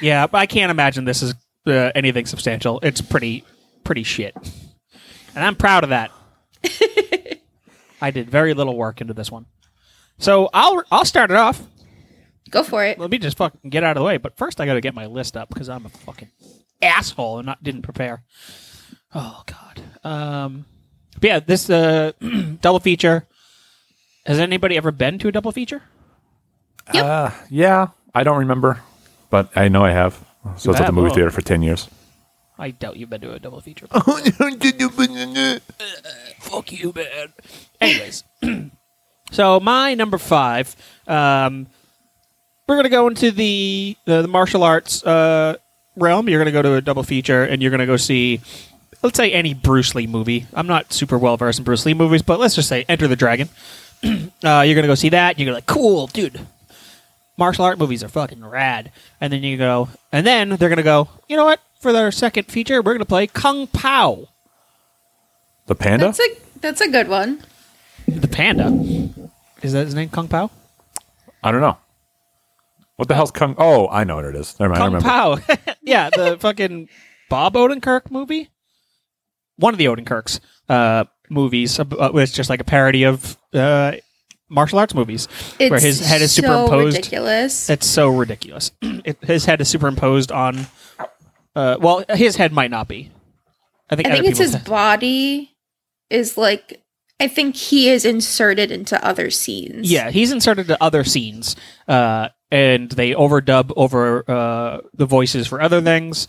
S3: Yeah, but I can't imagine this is uh, anything substantial. It's pretty pretty shit, and I'm proud of that. I did very little work into this one, so I'll I'll start it off.
S2: Go for it.
S3: Let me just fucking get out of the way. But first, I got to get my list up because I'm a fucking asshole and not didn't prepare. Oh god. Um. but yeah, this uh [CLEARS THROAT] double feature. Has anybody ever been to a double feature?
S2: Yep.
S1: Uh, yeah, I don't remember, but I know I have. So it's at the
S3: have?
S1: movie
S3: Oh.
S1: theater for ten years.
S3: I doubt you've been to a double feature.
S1: That's
S3: [LAUGHS] fuck you, man. Anyways, [CLEARS THROAT] so my number five, um, we're gonna go into the the, the martial arts uh, realm. You're gonna go to a double feature, and you're gonna go see, let's say, any Bruce Lee movie. I'm not super well versed in Bruce Lee movies, but let's just say Enter the Dragon. [CLEARS THROAT] uh, you're gonna go see that. You're gonna like, cool, dude. Martial art movies are fucking rad. And then you go, and then they're gonna go. You know what? For their second feature, we're gonna play Kung Pao.
S1: the panda.
S2: That's a that's a good one.
S3: The panda. Is that his name? Kung Pao?
S1: I don't know. What the hell's Kung? Oh, I know what it is. Never mind. I
S3: Kung
S1: remember.
S3: Pao. [LAUGHS] yeah,
S1: [LAUGHS]
S3: the fucking Bob Odenkirk movie. One of the Odenkirks uh, movies. ab- Uh, it's just like a parody of uh, martial arts movies
S2: It's
S3: where his head is
S2: so
S3: superimposed.
S2: ridiculous.
S3: It's so ridiculous. [CLEARS THROAT] it, his head is superimposed on. Uh, well, his head might not be. I think,
S2: I
S3: other
S2: think it's
S3: people's
S2: his body is like I think he is inserted into other scenes.
S3: Yeah, he's inserted to other scenes, uh, and they overdub over uh, the voices for other things.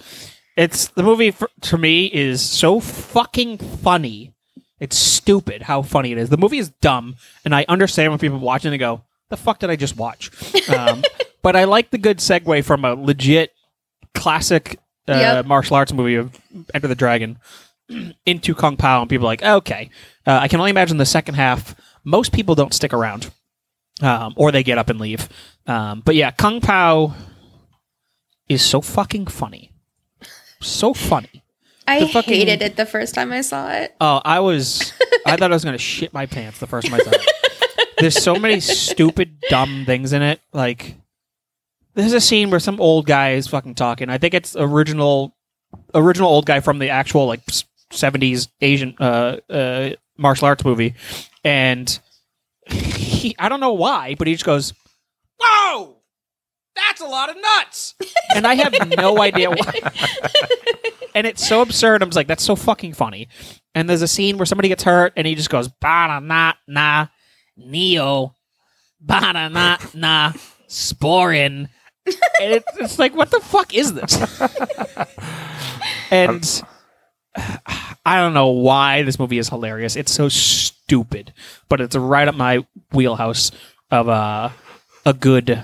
S3: It's the movie for, to me is so fucking funny. It's stupid how funny it is. The movie is dumb, and I understand when people watch it and go, "The fuck did I just watch?" Um, but I like the good segue from a legit classic uh,
S2: Yep.
S3: martial arts movie of Enter the Dragon [CLEARS THROAT] into Kung Pao, and people are like, okay. Uh, I can only imagine the second half. Most people don't stick around, um, or they get up and leave. Um, but yeah, Kung Pao is so fucking funny, so funny.
S2: I
S3: the fucking-
S2: hated it the first time I saw
S3: [LAUGHS]
S2: it.
S3: Oh, I was, I thought I was gonna shit my pants the first time I saw it. There's so many stupid, dumb things in it. Like, there's a scene where some old guy is fucking talking. I think it's original, original old guy from the actual like s- '70s Asian uh, uh, martial arts movie, and he, I don't know why, but he just goes, "Whoa, that's a lot of nuts," and I have no idea why and it's so absurd. I'm just like, that's so fucking funny. And there's a scene where somebody gets hurt, and he just goes, "Bada na na, Neo, bada na na, Sporin," and it's, it's like, what the fuck is this? and I don't know why this movie is hilarious. It's so stupid, but it's right up my wheelhouse of uh, a good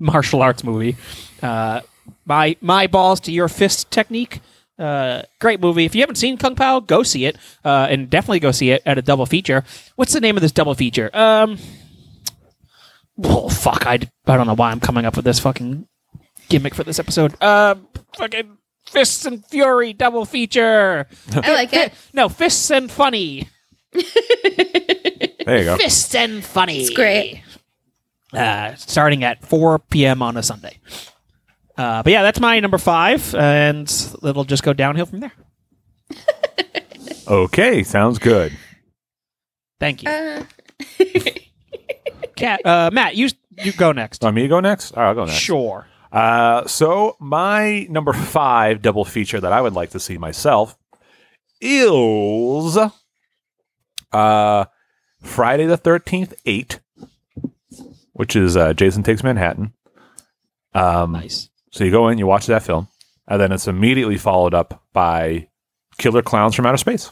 S3: martial arts movie. Uh, my my balls to your fist technique. Uh, great movie. If you haven't seen Kung Pao, go see it, uh, and definitely go see it at a double feature. What's the name of this double feature? Um, oh fuck, I, d- I don't know why I'm coming up with this fucking gimmick for this episode. Uh, fucking fists and fury double feature.
S2: I like it.
S3: No, fists and funny.
S1: There you go.
S3: Fists and funny. It's
S2: great.
S3: Uh, starting at 4 p.m. on a Sunday. Uh, but yeah, that's my number five, and it'll just go downhill from there. [LAUGHS]
S1: Okay, sounds good.
S3: Thank you,
S2: Uh, [LAUGHS]
S3: Cat. Uh, Matt, you you go next.
S1: Want me to go next? All right, I'll go next.
S3: Sure.
S1: Uh, so my number five double feature that I would like to see myself is uh, Friday the Thirteenth Eight, which is uh, Jason Takes Manhattan. Um,
S3: Nice.
S1: so you go in, you watch that film, and then it's immediately followed up by Killer Clowns from Outer Space.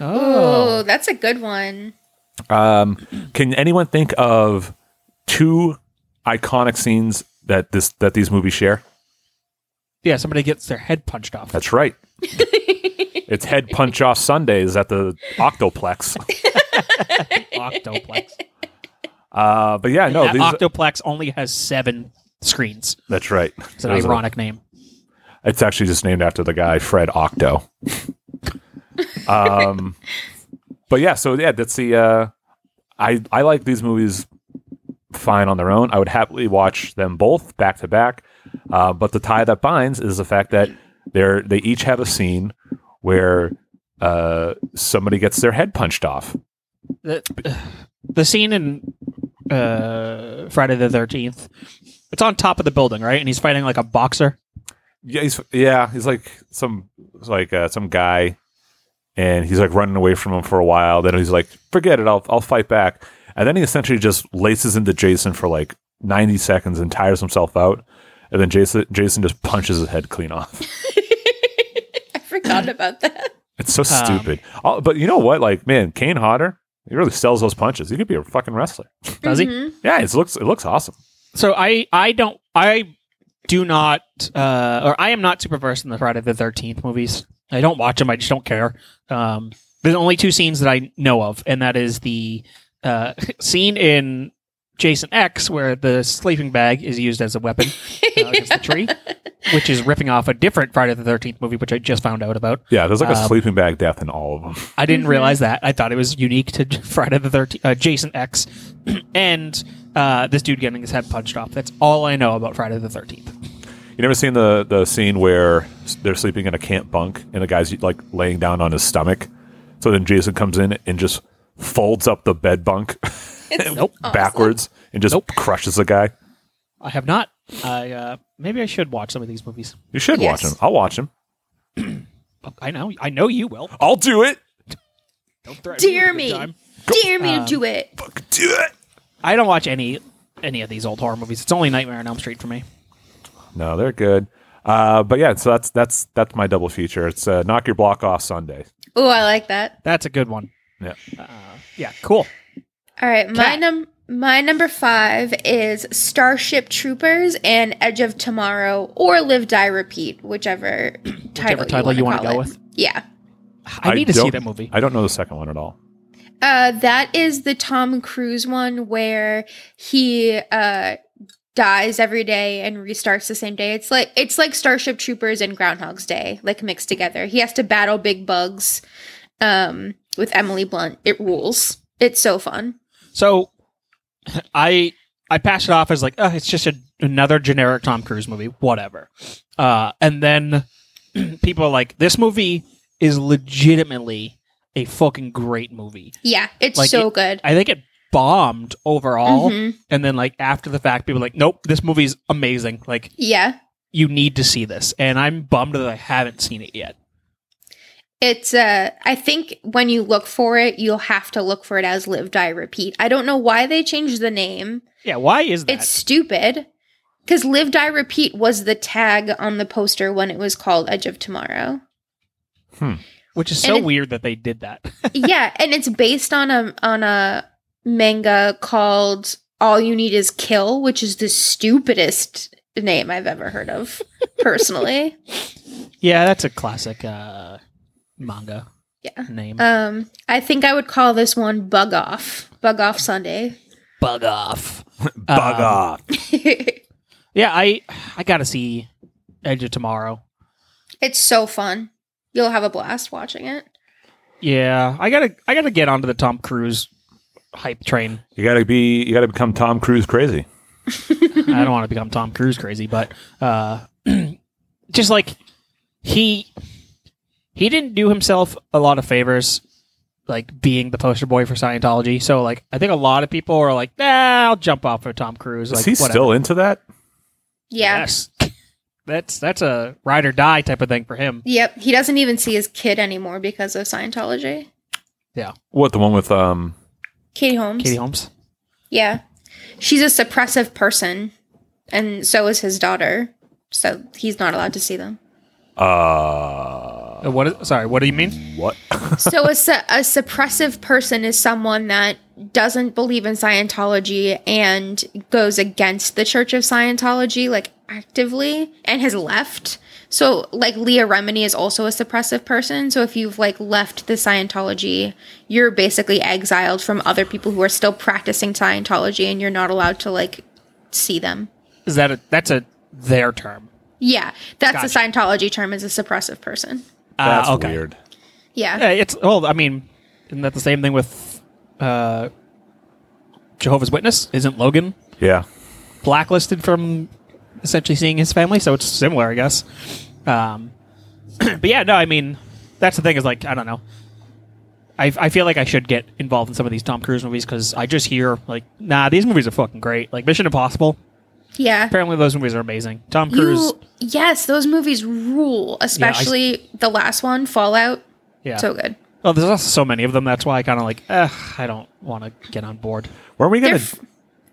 S3: Oh,
S2: oh, that's a good one.
S1: Um, can anyone think of two iconic scenes that this that these movies share?
S3: yeah. Somebody gets their head punched off.
S1: That's
S3: [LAUGHS]
S1: right. it's Head Punch Off Sundays at the Octoplex.
S3: Octoplex.
S1: Uh, but yeah, no,
S3: That
S1: these,
S3: Octoplex only has seven screens.
S1: that's right.
S3: It's an
S1: Those are-
S3: ironic name.
S1: It's actually just named after the guy Fred
S3: [LAUGHS]
S1: Octo. um, but yeah, so yeah, that's the. Uh, I I like these movies fine on their own. I would happily watch them both back to back. Uh, but the tie that binds is the fact that they're they each have a scene where uh, somebody gets their head punched off.
S3: the, [SIGHS] the scene in uh, Friday the Thirteenth. It's on top of the building, right? And he's fighting like a boxer.
S1: Yeah, he's yeah, he's like some like uh, some guy, and he's like running away from him for a while. Then he's like, "Forget it, I'll I'll fight back." And then he essentially just laces into Jason for like ninety seconds and tires himself out, and then Jason Jason just punches his head clean off. [LAUGHS]
S2: I
S3: [CLEARS THROAT]
S2: forgot about that.
S1: It's so stupid. Oh, but you know what? Like, man, Kane Hodder, he really sells those punches. He could be a fucking wrestler.
S3: Does
S2: Mm-hmm.
S3: he?
S1: Yeah, it looks it looks awesome.
S3: So I, I don't, I do not, uh, or I am not super versed in the Friday the Thirteenth movies. I don't watch them. I just don't care. Um, there's only two scenes that I know of, and that is the uh, [LAUGHS] scene in Jason X where the sleeping bag is used as a weapon uh, against the tree, which is ripping off a different Friday the Thirteenth movie, which I just found out about.
S1: Yeah, there's like a
S3: Um,
S1: sleeping bag death in all of them.
S3: I didn't realize that. I thought it was unique to [LAUGHS] Friday the 13th, uh, Jason X, [CLEARS THROAT] and uh, this dude getting his head punched off. That's all I know about Friday the 13th.
S1: You never seen the the scene where s- they're sleeping in a camp bunk and the guy's like laying down on his stomach. So then Jason comes in and just folds up the bed bunk [LAUGHS]
S3: Nope.
S2: Oh,
S1: backwards and just
S3: Nope.
S1: crushes the guy.
S3: I have not. I uh, Maybe I should watch some of these movies.
S1: You should watch
S2: Yes.
S1: him. I'll watch him.
S3: I know. I know you will.
S1: I'll do it.
S3: Don't threaten
S2: Dear
S3: with a
S2: me.
S3: good time.
S2: Dare me to do it.
S1: Fucking do it.
S3: I don't watch any any of these old horror movies. It's only Nightmare on Elm Street for me.
S1: No, they're good. Uh, but yeah, so that's that's that's my double feature. It's uh, knock your block off Sunday.
S2: Oh, I like that.
S3: That's a good one. Uh,
S1: Yeah.
S3: Yeah, cool.
S2: All right, my
S3: Cat.
S2: num my number five is Starship Troopers and Edge of Tomorrow or Live Die Repeat,
S3: [CLEARS THROAT]
S2: whichever title,
S3: title you wanna
S2: want to
S3: go with.
S2: Yeah,
S3: I, need to see
S1: don't-
S3: that movie.
S1: I don't know the second one at all.
S2: uh, that is the Tom Cruise one where he uh, dies every day and restarts the same day. It's like it's like Starship Troopers and Groundhog's Day, like mixed together. He has to battle big bugs um, with Emily Blunt. It rules. It's so fun.
S3: So, I I passed it off as like, oh, it's just a, another generic Tom Cruise movie, whatever. Uh, and then [CLEARS THROAT] people are like, this movie is legitimately a fucking great movie.
S2: Yeah, it's
S3: Like,
S2: so
S3: it-
S2: good.
S3: I think it bombed overall,
S2: Mhm.
S3: and then like after the fact, people are like, nope, this movie's amazing. Like
S2: Yeah.
S3: you need to see this, and I'm bummed that I haven't seen it yet.
S2: It's uh I think when you look for it, you'll have to look for it as Live Die Repeat. I don't know why they changed the name.
S3: Yeah, why is that?
S2: It's stupid. Cuz Live Die Repeat was the tag on the poster when it was called Edge of Tomorrow.
S3: Which is so
S2: and it-
S3: weird that they did that.
S2: yeah, and it's based on a on a manga called All You Need Is Kill, which is the stupidest name I've ever heard of personally.
S3: [LAUGHS] yeah, that's a classic uh, manga
S2: Yeah.
S3: name.
S2: Um I think I would call this one Bug Off. Bug Off Sunday. [LAUGHS]
S3: Bug off.
S1: Bug
S3: Um,
S1: off.
S3: Yeah, I I gotta see Edge of Tomorrow.
S2: It's so fun. You'll have a blast watching it.
S3: Yeah, I gotta I gotta get onto the Tom Cruise hype train.
S1: You gotta be. You gotta become Tom Cruise crazy.
S3: I don't want to become Tom Cruise crazy, but uh, [CLEARS THROAT] just like he he didn't do himself a lot of favors like being the poster boy for Scientology. So like I think a lot of people are like, nah, I'll jump off of Tom Cruise. Like,
S1: Is he
S3: whatever.
S1: still into that?
S2: Yeah.
S3: Yes. That's that's a ride or die type of thing for him.
S2: Yep. He doesn't even see his kid anymore because of Scientology.
S1: What the one with um?
S2: Katie Holmes.
S3: Katie Holmes.
S2: Yeah. She's a suppressive person, and so is his daughter. So he's not allowed to see them.
S1: Uh,
S3: Uh, What is, sorry, what do you mean?
S1: what? [LAUGHS]
S2: so a, su- a suppressive person is someone that doesn't believe in Scientology and goes against the Church of Scientology like actively and has left. So like Leah Remini is also a suppressive person. So if you've like left the Scientology, you're basically exiled from other people who are still practicing Scientology and you're not allowed to like see them.
S3: Is that a that's a their term?
S2: Yeah, that's
S3: Gotcha.
S2: the Scientology term is a suppressive person.
S1: That's
S3: uh, okay.
S1: weird.
S2: Yeah.
S3: Yeah, it's well, I mean, isn't that the same thing with uh, Jehovah's Witness? Isn't Logan
S1: Yeah.
S3: blacklisted from essentially seeing his family? So it's similar, I guess. Um, [CLEARS THROAT] but yeah, no, I mean, that's the thing is like I don't know. I, I feel like I should get involved in some of these Tom Cruise movies because I just hear like, nah, these movies are fucking great. Like Mission Impossible,
S2: Yeah.
S3: apparently those movies are amazing. Tom Cruise,
S2: You yes, those movies rule, especially the last one, Fallout.
S3: yeah.
S2: So good.
S3: Oh, there's also so many of them. That's why I kind of like, eh, I don't want to get on board.
S1: Weren't we
S2: They're
S1: gonna?
S2: f-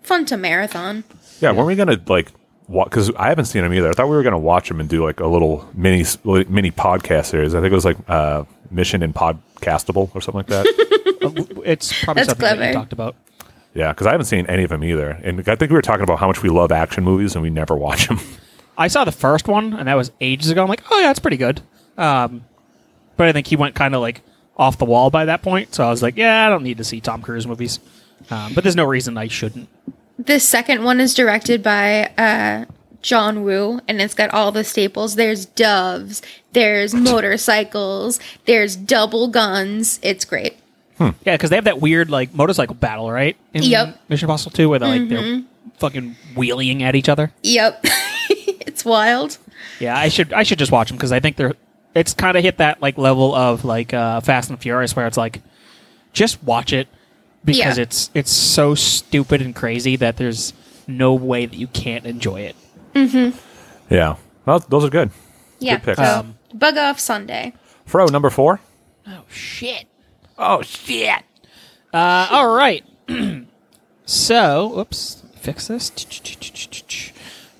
S2: fun to marathon.
S1: yeah, weren't we gonna like? Because I haven't seen him either. I thought we were gonna watch him and do like a little mini mini podcast series. I think it was like uh Mission and Podcastable or something like that.
S3: Uh, w- it's probably
S2: That's
S3: something that
S2: clever.
S3: you talked about.
S1: yeah, because I haven't seen any of them either. And I think we were talking about how much we love action movies and we never watch them.
S3: I saw the first one, and that was ages ago. I'm like, oh yeah, it's pretty good. Um, but I think he went kind of like off the wall by that point. So I was like, yeah, I don't need to see Tom Cruise movies. Um, but there's no reason I shouldn't.
S2: The second one is directed by uh, John Woo, and it's got all the staples. There's doves, there's motorcycles, there's double guns. It's great.
S3: Yeah, because they have that weird like motorcycle battle, right? In
S2: Yep. Mm-hmm.
S3: Mission Impossible Two, where they're like they're fucking wheeling at each other.
S2: Yep, [LAUGHS] it's wild.
S3: Yeah, I should I should just watch them because I think they're it's kind of hit that like level of like uh, Fast and Furious where it's like just watch it because
S2: Yeah.
S3: it's it's so stupid and crazy that there's no way that you can't enjoy it.
S1: [LAUGHS] yeah, well, those are good.
S2: Yeah.
S1: pick.
S2: So,
S3: Um,
S2: bug off Sunday.
S1: Fro number four.
S3: Shit.
S1: Oh shit!
S3: Uh, all right. [CLEARS THROAT] so, oops, fix this.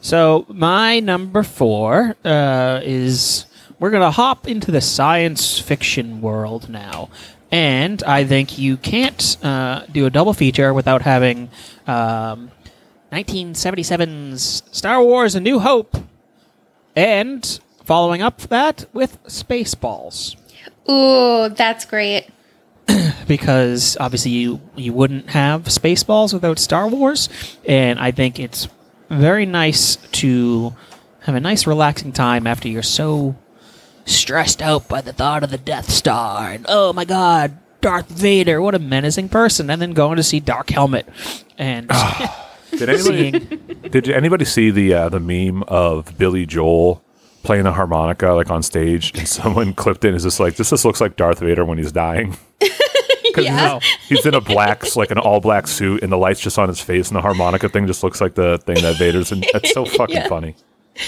S3: So my number four uh, is we're gonna hop into the science fiction world now, and I think you can't uh, do a double feature without having um, 1977's Star Wars: A New Hope, and following up that with Spaceballs.
S2: Ooh, that's great.
S3: because obviously you you wouldn't have Spaceballs without Star Wars, and I think it's very nice to have a nice relaxing time after you're so stressed out by the thought of the Death Star and oh my god, Darth Vader, what a menacing person, and then going to see Dark Helmet and
S1: Did anybody
S3: seeing
S1: Did anybody see the uh, the meme of Billy Joel playing the harmonica like on stage, and [LAUGHS] someone clipped it? and Is just like this? This looks like Darth Vader when he's dying.
S3: yeah.
S1: He's in a black, s- like an all black suit, and the lights just on his face, and the harmonica thing just looks like the thing that Vader's in. That's so fucking funny.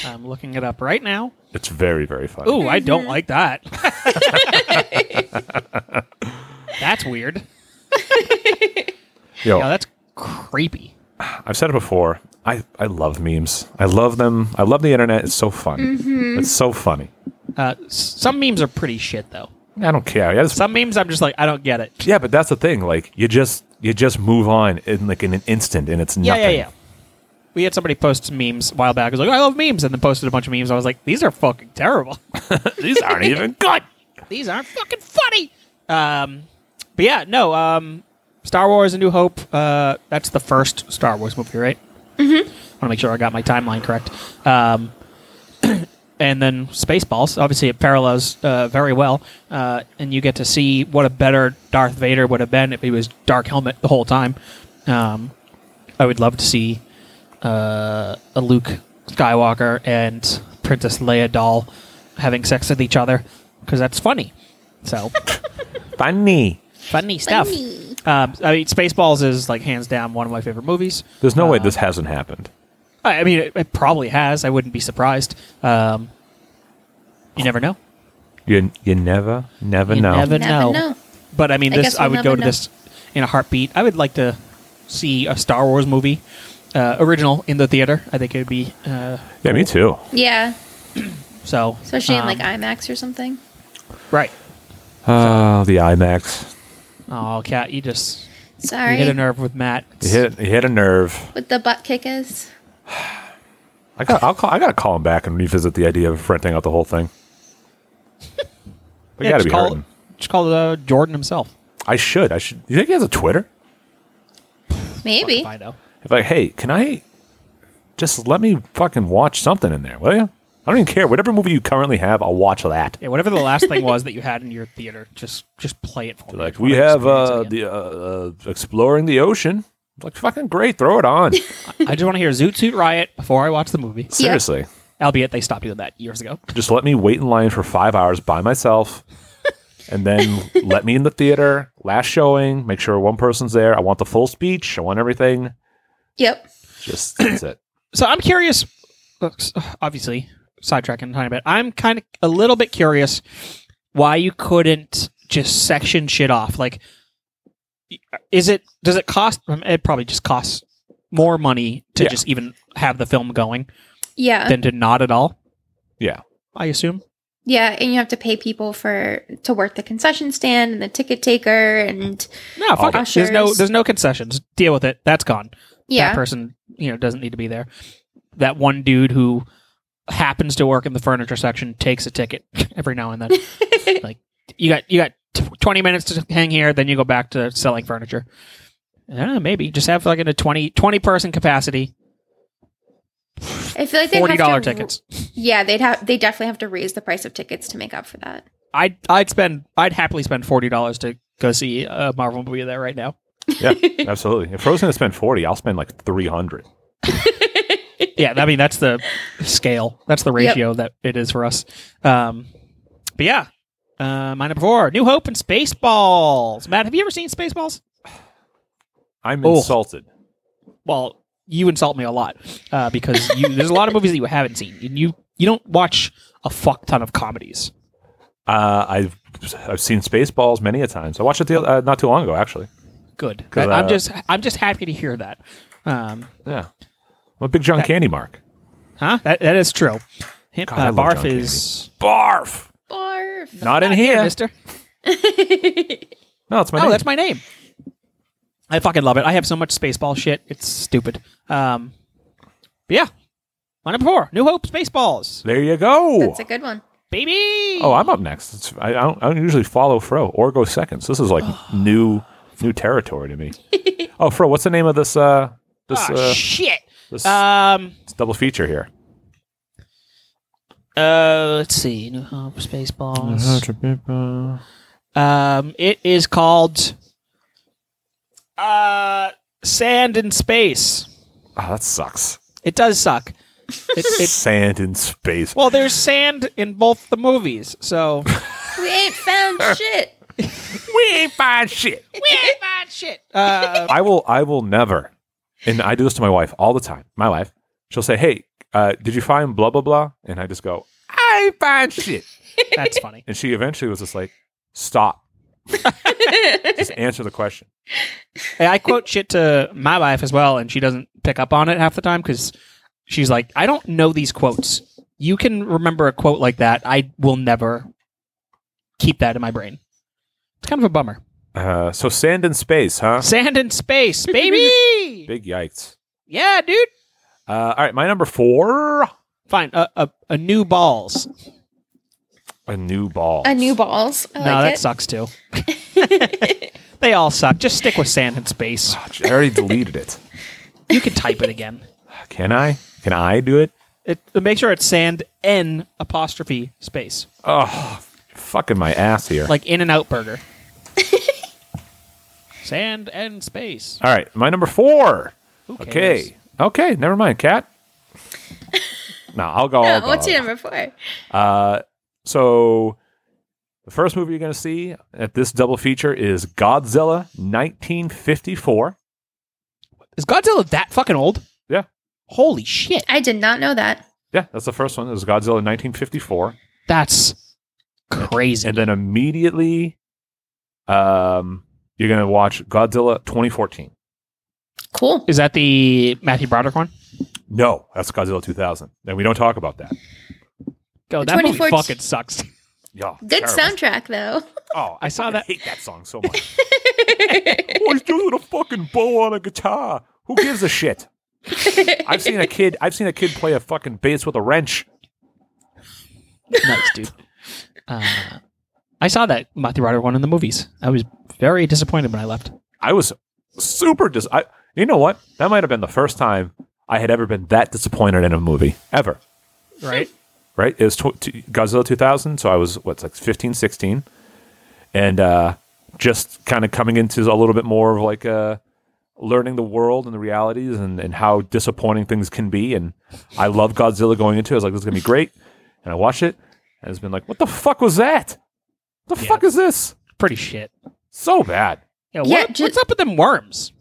S3: I'm looking it up right now.
S1: It's very very funny.
S3: Ooh, I don't like that. [LAUGHS] That's weird.
S1: Yo,
S3: Yeah, that's creepy.
S1: I've said it before. I I love memes. I love them. I love the internet. It's so fun. It's so funny.
S3: Uh, s- some memes are pretty shit though.
S1: I don't care. I just
S3: Some memes I'm just like I don't get it.
S1: Yeah, but that's the thing. Like you just you just move on in like in an instant, and it's
S3: Yeah,
S1: nothing.
S3: yeah, yeah. We had somebody post some memes a while back. I was like, I love memes, and then posted a bunch of memes. I was like, these are fucking terrible.
S1: These [LAUGHS] aren't
S3: [LAUGHS]
S1: even good.
S3: these aren't fucking funny. Um, but yeah, no. Um, Star Wars: A New Hope. Uh, that's the first Star Wars movie, right? Mm-hmm. I want to make sure I got my timeline correct. Um, [CLEARS THROAT] and then Spaceballs. Obviously, it parallels uh, very well, uh, and you get to see what a better Darth Vader would have been if he was Dark Helmet the whole time. Um, I would love to see uh, a Luke Skywalker and Princess Leia doll
S2: [LAUGHS]
S3: having sex with each other because that's funny. So
S1: Funny.
S3: Funny stuff. Um, I mean, Spaceballs is like hands down one of my favorite movies.
S1: There's no
S3: Uh-huh.
S1: way this hasn't happened.
S3: I, I mean, it, it probably has. I wouldn't be surprised. Um, you never know.
S1: You you never never
S3: You
S1: know.
S3: never
S2: Never
S3: know.
S2: know.
S3: But I mean,
S2: I
S3: this
S2: guess
S3: I
S2: we'll
S3: would go
S2: never
S3: to
S2: know.
S3: this in a heartbeat. I would like to see a Star Wars movie, uh, original in the theater. I think it would be uh,
S1: yeah, me too.
S2: Yeah,
S3: so.
S2: especially
S3: um,
S2: in like IMAX or something.
S3: right.
S1: Oh, the IMAX.
S3: Oh, cat, you just you
S2: Sorry,
S3: hit a nerve with Matt.
S1: You hit you hit a nerve.
S2: with the butt kickers.
S1: I got I'll call, I got to call him back and revisit the idea of renting out the whole thing. We got to
S3: Yeah, just
S1: be
S3: call-
S1: hurting.
S3: Just call uh, Jordan himself.
S1: I should. I should. You think he has a Twitter?
S2: Maybe.
S3: I know.
S1: If like, hey, can I just let me fucking watch something in there, will you? I don't even care. Whatever movie you currently have, I'll watch that.
S3: Yeah, whatever the last thing was that you had in your theater, just just play it for me. I
S1: Like
S3: just wanna
S1: we have
S3: experience it
S1: uh,
S3: again.
S1: the uh, uh, exploring the ocean. Like fucking great. Throw it
S3: [LAUGHS]
S1: on.
S3: I just want to hear Zoot Suit Riot before I watch the movie.
S1: Seriously.
S3: Albeit they stopped doing that years ago.
S1: Just let me wait in line for five hours by myself. And
S3: [LAUGHS]
S1: then let me in the theater, last showing, make sure one person's there. I want the full speech. I want everything.
S2: Yep.
S3: [COUGHS]
S1: Just that's it.
S3: So I'm curious. looks- Obviously, sidetracking a tiny bit. I'm kind of a little bit curious why you couldn't just section shit off. Like, is it does it cost? It probably just costs more money to
S1: Yeah.
S3: just even have the film going
S2: Yeah.
S3: than to not at all.
S1: Yeah.
S3: I assume.
S2: Yeah, and you have to pay people for to work the concession stand and the ticket taker and
S3: No, fuck it. There's no
S2: Ushers.
S3: there's no concessions. Deal with it. That's gone.
S2: yeah.
S3: that person you know doesn't need to be there that one dude who happens to work in the furniture section takes a ticket [LAUGHS] every
S2: [LAUGHS]
S3: now and then like you got you got t- 20 minutes to hang here then you go back to selling furniture I don't know, maybe just have like in a 20 20 person capacity
S2: I feel like they
S3: $40
S2: have to,
S3: tickets
S2: Yeah, they'd have they definitely have to raise the price of tickets to make up for that.
S3: i'd i'd spend i'd happily spend $40 to go see a marvel movie there right now
S1: Yeah, absolutely. If Frozen to spend forty, I'll spend like three hundred.
S3: yeah, I mean that's the scale. That's the ratio that it is for us. Um, but yeah, uh, my number four: New Hope and Spaceballs. Matt, have you ever seen Spaceballs?
S1: I'm
S3: Oh.
S1: insulted.
S3: Well, you insult me a lot uh, because you, there's a lot of movies that you haven't seen, and you you don't watch a fuck ton of comedies.
S1: Uh, I've I've seen Spaceballs many a times. I watched it the, uh, not too long ago, actually.
S3: Good.
S1: 'Cause,
S3: I- I'm
S1: uh,
S3: just I'm just happy to hear that. Um,
S1: Yeah, I'm a big John Candy mark.
S3: huh? That that is true. Him,
S1: God, I
S3: uh,
S1: love John
S3: Barf
S1: Candy.
S3: is
S1: Barf.
S2: Barf.
S1: Not in here.
S3: Mister.
S1: No, it's my
S3: Oh,
S1: name.
S3: that's my name. I fucking love it. I have so much Spaceball shit. It's stupid. Um, but yeah. My number four, New Hope, Spaceballs,
S1: there you go.
S2: That's a good one.
S3: baby.
S1: oh, I'm up next. It's, I, I, don't, I don't usually follow Fro or go seconds. This is like new new territory to me. oh, Fro, what's the name of this uh this
S3: Ah,
S1: uh,
S3: shit.
S1: this
S3: Um,
S1: double feature here?
S3: uh, let's see, New Hope, Spaceballs. Um, it is called uh Sand in Space.
S1: Oh, that sucks.
S3: It does suck. It,
S1: [LAUGHS]
S3: it,
S1: Sand in space.
S3: well, there's sand in both the movies, so
S2: We ain't
S3: [LAUGHS]
S2: found shit.
S1: we ain't find shit. [LAUGHS]
S3: shit. Uh,
S1: I will. I will never. And I do this to my wife all the time. My wife, she'll say, "Hey, uh, did you find blah blah blah?" And I just go, "I ain't find shit."
S3: that's funny.
S1: And she eventually was just like, "Stop." just answer the question.
S3: Hey, I quote shit to my wife as well, and she doesn't pick up on it half the time because she's like, I don't know these quotes. You can remember a quote like that. I will never keep that in my brain. It's kind of a bummer.
S1: Uh, so sand in space, huh?
S3: Sand in
S2: [LAUGHS]
S3: space, baby.
S1: Big yikes.
S3: yeah, dude.
S1: Uh, all right, my number four,
S3: Fine. A, a, a new balls.
S1: a new ball.
S2: A new balls. I
S3: no,
S2: like
S3: that
S2: it.
S3: sucks
S2: [LAUGHS]
S3: too. they all suck. Just stick with sand in space.
S1: Ah, I already deleted it.
S3: You can type it again.
S1: Can I? Can I do it?
S3: It, make sure it's sand n apostrophe space,
S1: Oh, fucking my ass here.
S3: like In and Out Burger. sand and space.
S1: all right, my number four.
S3: cares?
S1: Okay. Okay. Never mind,
S2: [LAUGHS]
S1: Cat. no, I'll go. I'll
S2: No,
S1: go,
S2: what's
S1: I'll
S2: your
S1: go.
S2: number four?
S1: So The first movie you're going to see at this double feature is Godzilla 1954.
S3: Is Godzilla that fucking old?
S1: Yeah.
S3: Holy shit.
S2: I did not know that.
S1: Yeah, that's the first one. It was Godzilla 1954.
S3: That's crazy.
S1: and then immediately um you're gonna watch godzilla 2014
S2: Cool.
S3: Is that the Matthew Broderick one?
S1: no that's godzilla 2000 and we don't talk about that
S3: Go, that movie
S2: 2014
S3: fucking sucks. [LAUGHS]
S1: yeah
S2: Good
S1: terrible.
S2: soundtrack though. [LAUGHS]
S1: oh
S3: I saw
S1: fucking
S3: that-
S1: hate that song so [LAUGHS] much oh he's doing a fucking bow on a guitar who gives a shit i've seen a kid i've seen a kid play a fucking bass with a wrench
S3: nice, dude. Uh, I saw that Matthew Broderick one in the movies. I was very disappointed when I left.
S1: i was super dis I, you know what that might have been the first time i had ever been that disappointed in a movie ever
S3: Right?
S1: right? It was tw- t- Godzilla 2000, so I was what's like 15, 16, and uh, just kind of coming into a little bit more of like uh, learning the world and the realities and, and how disappointing things can be. And I love Godzilla going into. it. I was like, this is gonna be great, and I watched it, and it's been like, what the fuck was that? The
S3: Yeah.
S1: fuck is this?
S3: Pretty shit.
S1: So bad,
S3: Yeah,
S2: Yeah,
S3: what,
S2: ju-
S3: what's up with them worms?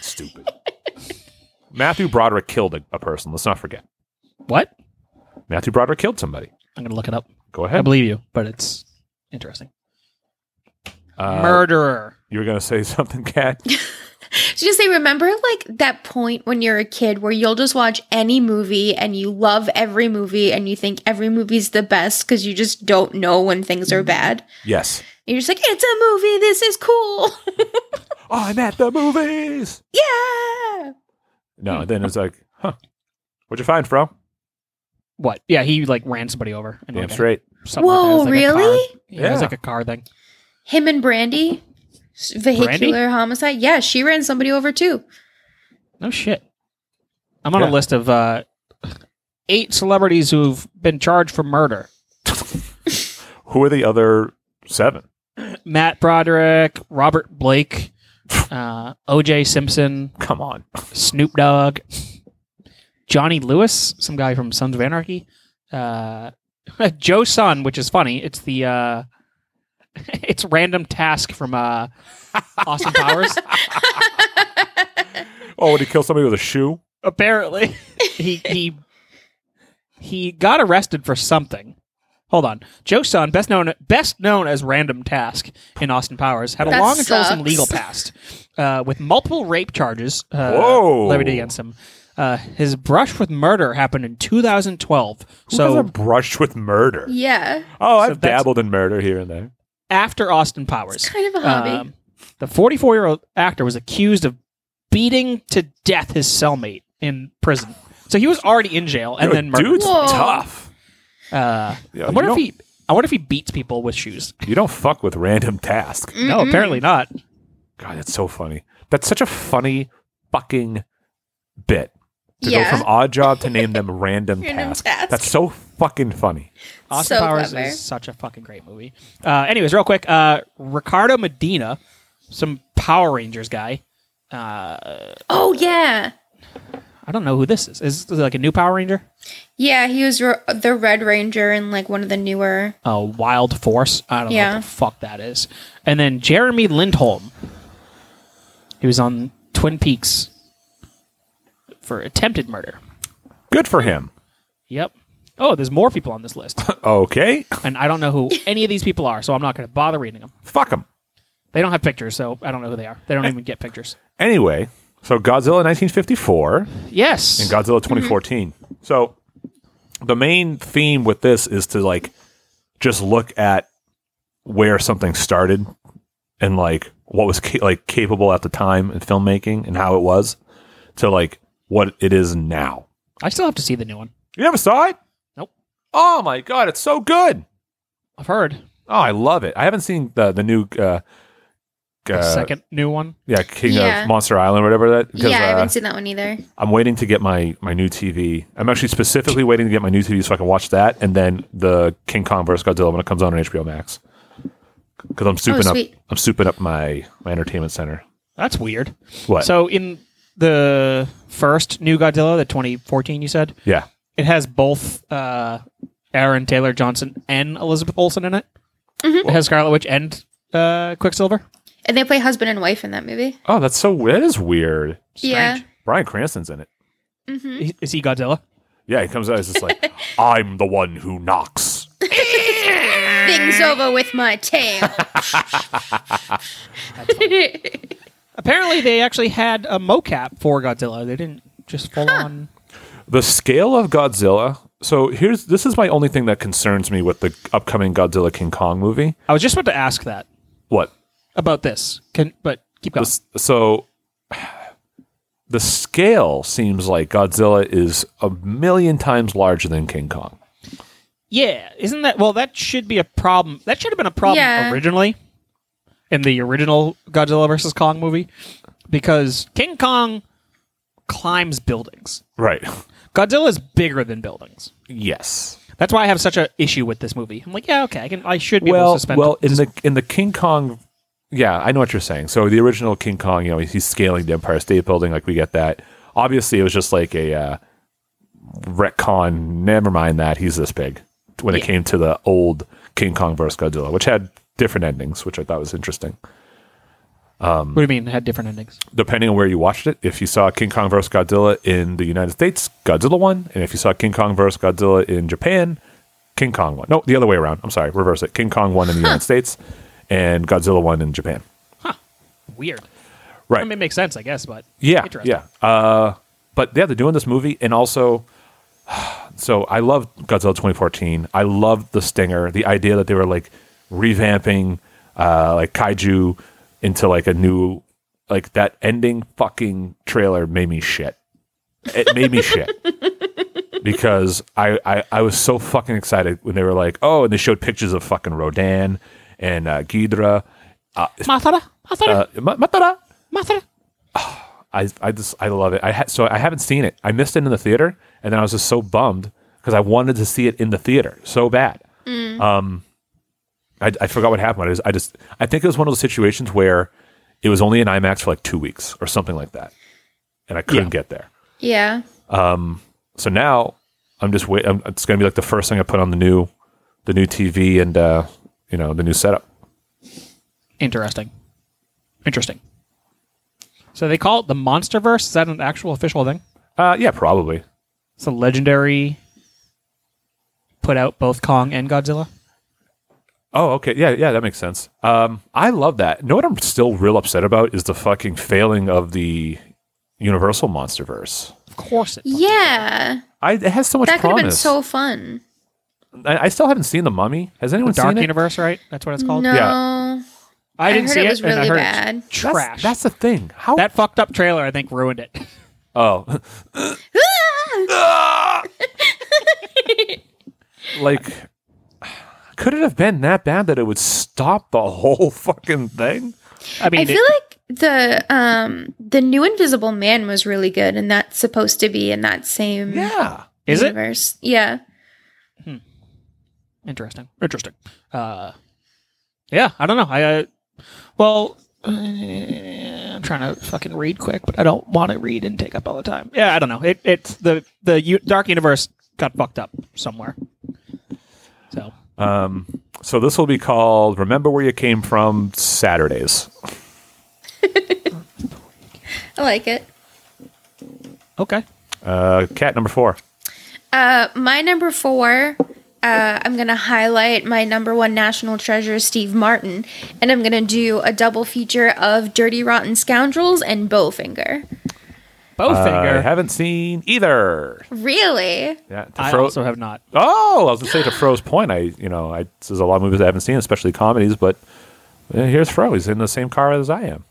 S1: stupid. [LAUGHS] Matthew Broderick killed a, a person. Let's not forget.
S3: What?
S1: Matthew Broderick killed somebody.
S3: I'm going to look it up.
S1: Go
S3: I
S1: ahead.
S3: believe you, but it's interesting.
S1: Uh,
S3: Murderer.
S1: you were gonna say [LAUGHS] something,
S3: [LAUGHS]
S1: Kat?
S2: So just say, remember like that point when you're a kid where you'll just watch any movie and you love every movie and you think every movie's the best because you just don't know when things are bad.
S1: yes.
S2: And you're just like, it's a movie. This is cool. [LAUGHS]
S1: I'm at the movies.
S2: yeah.
S1: No, then it's like, huh, what'd you find, Fro?
S3: What? Yeah, he like ran somebody over. And,
S1: Damn
S3: like, a-
S1: straight.
S3: something like that. It
S2: Whoa,
S3: was, like, a car.
S2: really?
S3: Yeah, It was
S1: Yeah.
S3: like a car thing.
S2: Him and Brandy, s- vehicular homicide. Yeah, she ran somebody over too.
S3: No shit. I'm on
S1: Yeah.
S3: a list of uh, eight celebrities who've been charged for murder.
S1: Who are the other seven?
S3: Matt Broderick, Robert Blake, uh, O.J. Simpson,
S1: Come on.
S3: Snoop Dogg, Johnny Lewis, some guy from Sons of Anarchy, uh, [LAUGHS] Joe Sun, which is funny. It's the uh, [LAUGHS] it's random task from
S1: [LAUGHS]
S3: uh, Austin Powers.
S1: Oh, would he kill somebody with a shoe?
S3: Apparently, [LAUGHS] he he he got arrested for something. Hold on, Joe Sun, best known best known as Random Task in Austin Powers, had a
S2: That
S3: long and troublesome
S2: sucks.
S3: legal past uh, with multiple rape charges uh,
S1: Whoa.
S3: levied against him. Uh, his brush with murder happened in 2012.
S1: Who
S3: so
S1: doesn't brush with murder?
S2: Yeah.
S1: Oh,
S3: So
S1: I've
S3: that's-
S1: dabbled in murder here and there.
S3: after Austin Powers,
S2: kind of a hobby.
S3: um, the 44 year old actor was accused of beating to death his cellmate in prison. So he was already in jail and
S1: Yo,
S3: then murdered.
S1: dude's
S2: Whoa.
S1: tough.
S3: Uh,
S1: Yeah,
S3: I
S1: you
S3: wonder if
S1: don't-
S3: he. I wonder if he beats people with shoes.
S1: You don't fuck with random task.
S3: No, apparently not.
S1: God, that's so funny. That's such a funny fucking bit. To
S2: Yeah.
S1: go from odd job to
S2: [LAUGHS]
S1: name them random,
S2: Random
S1: task.
S2: task.
S1: That's so fucking funny.
S3: Austin
S2: So
S3: Powers
S2: clever.
S3: is such a fucking great movie. Uh, anyways, real quick, uh, Ricardo Medina, some Power Rangers guy.
S2: oh yeah.
S3: I don't know who this is. Is this like a new Power Ranger?
S2: Yeah, he was re- the Red Ranger in like one of the newer.
S3: uh, Wild Force. I don't know
S2: Yeah.
S3: what the fuck that is. And then Jeremy Lindholm. He was on Twin Peaks for attempted murder.
S1: Good for him.
S3: Yep. Oh, there's more people on
S2: [LAUGHS]
S3: this list.
S1: Okay.
S3: and I don't know who any of these people are, so I'm not going to bother reading them.
S1: Fuck him.
S3: They don't have pictures, so I don't know who they are. They
S1: Eh.
S3: don't even get pictures.
S1: Anyway, so Godzilla 1954
S3: Yes.
S2: Mm-hmm.
S1: and Godzilla 2014. So the main theme with this is to like just look at where something started and like what was ca- like capable at the time in filmmaking and how it was to like what it is now.
S3: I still have to see the new one.
S1: You never saw it?
S3: Nope.
S1: Oh my god, it's so good.
S3: I've heard.
S1: Oh, I love it. I haven't seen the the new uh,
S3: The
S1: uh,
S3: second new one.
S1: yeah, King
S2: Yeah.
S1: of Monster Island, or whatever that. 'cause,
S2: Yeah, I
S1: uh,
S2: haven't seen that one either.
S1: I'm waiting to get my my new TV. I'm actually specifically waiting to get my new TV so I can watch that and then the King Kong vs Godzilla when it comes on on HBO Max. Because I'm souping up,
S2: sweet.
S1: I'm souping up my my entertainment center.
S3: That's weird.
S1: What?
S3: So in the first new Godzilla, the 2014, you said?
S1: yeah,
S3: It has both uh, Aaron Taylor Johnson and Elizabeth Olsen in it. It has Scarlet Witch and uh, Quicksilver.
S2: And they play husband and wife in that movie.
S1: Oh, that's so that is weird.
S2: Yeah.
S1: Brian Cranston's in it.
S3: He- Is he Godzilla?
S1: Yeah, he comes out. He's just like, I'm the one who knocks.
S2: Things
S3: Eh.
S2: over with my
S3: [LAUGHS]
S2: tail.
S3: Apparently, they actually had a mocap for Godzilla. They didn't just full on.
S1: The scale of Godzilla. So here's this is my only thing that concerns me with the upcoming Godzilla King Kong movie.
S3: I was just about to ask that
S1: What?
S3: about this. Can but keep going.
S1: The s- so [SIGHS] the scale seems like Godzilla is a million times larger than King Kong.
S3: Yeah, isn't that well? That should be a problem. That should have been a problem
S2: Yeah.
S3: originally in the original Godzilla versus Kong movie because King Kong climbs buildings.
S1: Right.
S3: Godzilla is bigger than buildings.
S1: Yes.
S3: That's why I have such an issue with this movie. I'm like, yeah, okay, I can, I should be able to
S1: Well,
S3: suspend.
S1: well, in
S3: dis-
S1: the in the King Kong, yeah, I know what you're saying. So the original King Kong, you know, he's scaling the Empire State Building, like we get that. Obviously, it was just like a uh, retcon. Never mind that he's this big. When it came to the old King Kong versus Godzilla, which had different endings, which I thought was interesting.
S3: what do you mean it had different endings?
S1: Depending on where you watched it, if you saw King Kong versus Godzilla in the United States, Godzilla won, and if you saw King Kong versus Godzilla in Japan, King Kong won. No, the other way around. I'm sorry, reverse it. King Kong
S3: [LAUGHS]
S1: won in the United States, and Godzilla won in Japan.
S3: Weird.
S1: Right.
S3: I mean, it makes sense, I guess, but
S1: Yeah,
S3: Interesting.
S1: yeah. Uh, but yeah, they're doing this movie, and also, [SIGHS] so I love Godzilla 2014. I love the stinger. The idea that they were like revamping, uh, like kaiju into like a new, like that ending fucking trailer made me shit. It made me shit because I, I I was so fucking excited when they were like, oh, and they showed pictures of fucking Rodan and uh, Ghidra,
S3: Mathara, Mathara,
S1: uh, Ma- Matara.
S3: Mathara.
S1: I, I just I love it. I ha- so I haven't seen it. I missed it in the theater, and then I was just so bummed because I wanted to see it in the theater so bad. Um, I, I forgot what happened. I just, I just I think it was one of those situations where it was only in IMAX for like two weeks or something like that, and I couldn't get there.
S2: yeah.
S1: So now I'm just wait. I'm, it's going to be like the first thing I put on the new the new TV and uh, you know the new setup.
S3: Interesting. Interesting. So they call it the MonsterVerse. Is that an actual official thing?
S1: Uh, yeah, probably.
S3: So legendary put out both Kong and Godzilla.
S1: Oh, okay. Yeah, yeah, that makes sense. Um, I love that. You know what I'm still real upset about is the fucking failing of the Universal MonsterVerse.
S3: Of course, it.
S2: Yeah.
S1: I it has so much
S2: That could have been
S1: promise.
S2: so fun.
S1: I, I still haven't seen the Mummy. Has
S3: the
S1: anyone
S3: Dark
S1: seen it?
S3: Universe, right? That's what it's called.
S2: No.
S3: I didn't
S2: heard
S3: see
S2: it
S3: it.
S2: was
S3: and I
S2: really [LAUGHS]
S3: heard
S2: bad.
S3: It's
S1: That's,
S3: trash.
S1: That's the thing. How?
S3: that fucked up trailer. I think ruined it.
S1: [LAUGHS] oh, like, could it have been that bad that it would stop the [LAUGHS] whole fucking thing?
S3: I mean,
S2: I feel
S3: it-
S2: like the um the new Invisible Man was really good, and that's supposed to be in that same
S1: Yeah.
S3: is it
S2: universe. Yeah,
S3: interesting? Interesting. Uh, yeah, I don't know. I uh, well, uh, I'm trying to fucking read quick, but I don't want to read and take up all the time. Yeah, I don't know. It it's the the U- Dark Universe got fucked up somewhere. So
S1: Um. So this will be called "Remember Where You Came From" Saturdays.
S2: I like it.
S3: okay.
S1: Uh, cat number four.
S2: Uh, my number four, uh, I'm going to highlight my number one national treasure, Steve Martin, and I'm going to do a double feature of Dirty Rotten Scoundrels and Bowfinger.
S1: I
S3: Bowfinger.
S1: haven't seen either.
S2: Really?
S1: Yeah, to
S3: I
S1: Fro-
S3: also have not.
S1: oh, I was gonna say to Fro's point. I, you know, I there's a lot of movies I haven't seen, especially comedies. But eh, here's Fro. He's in the same car as I am.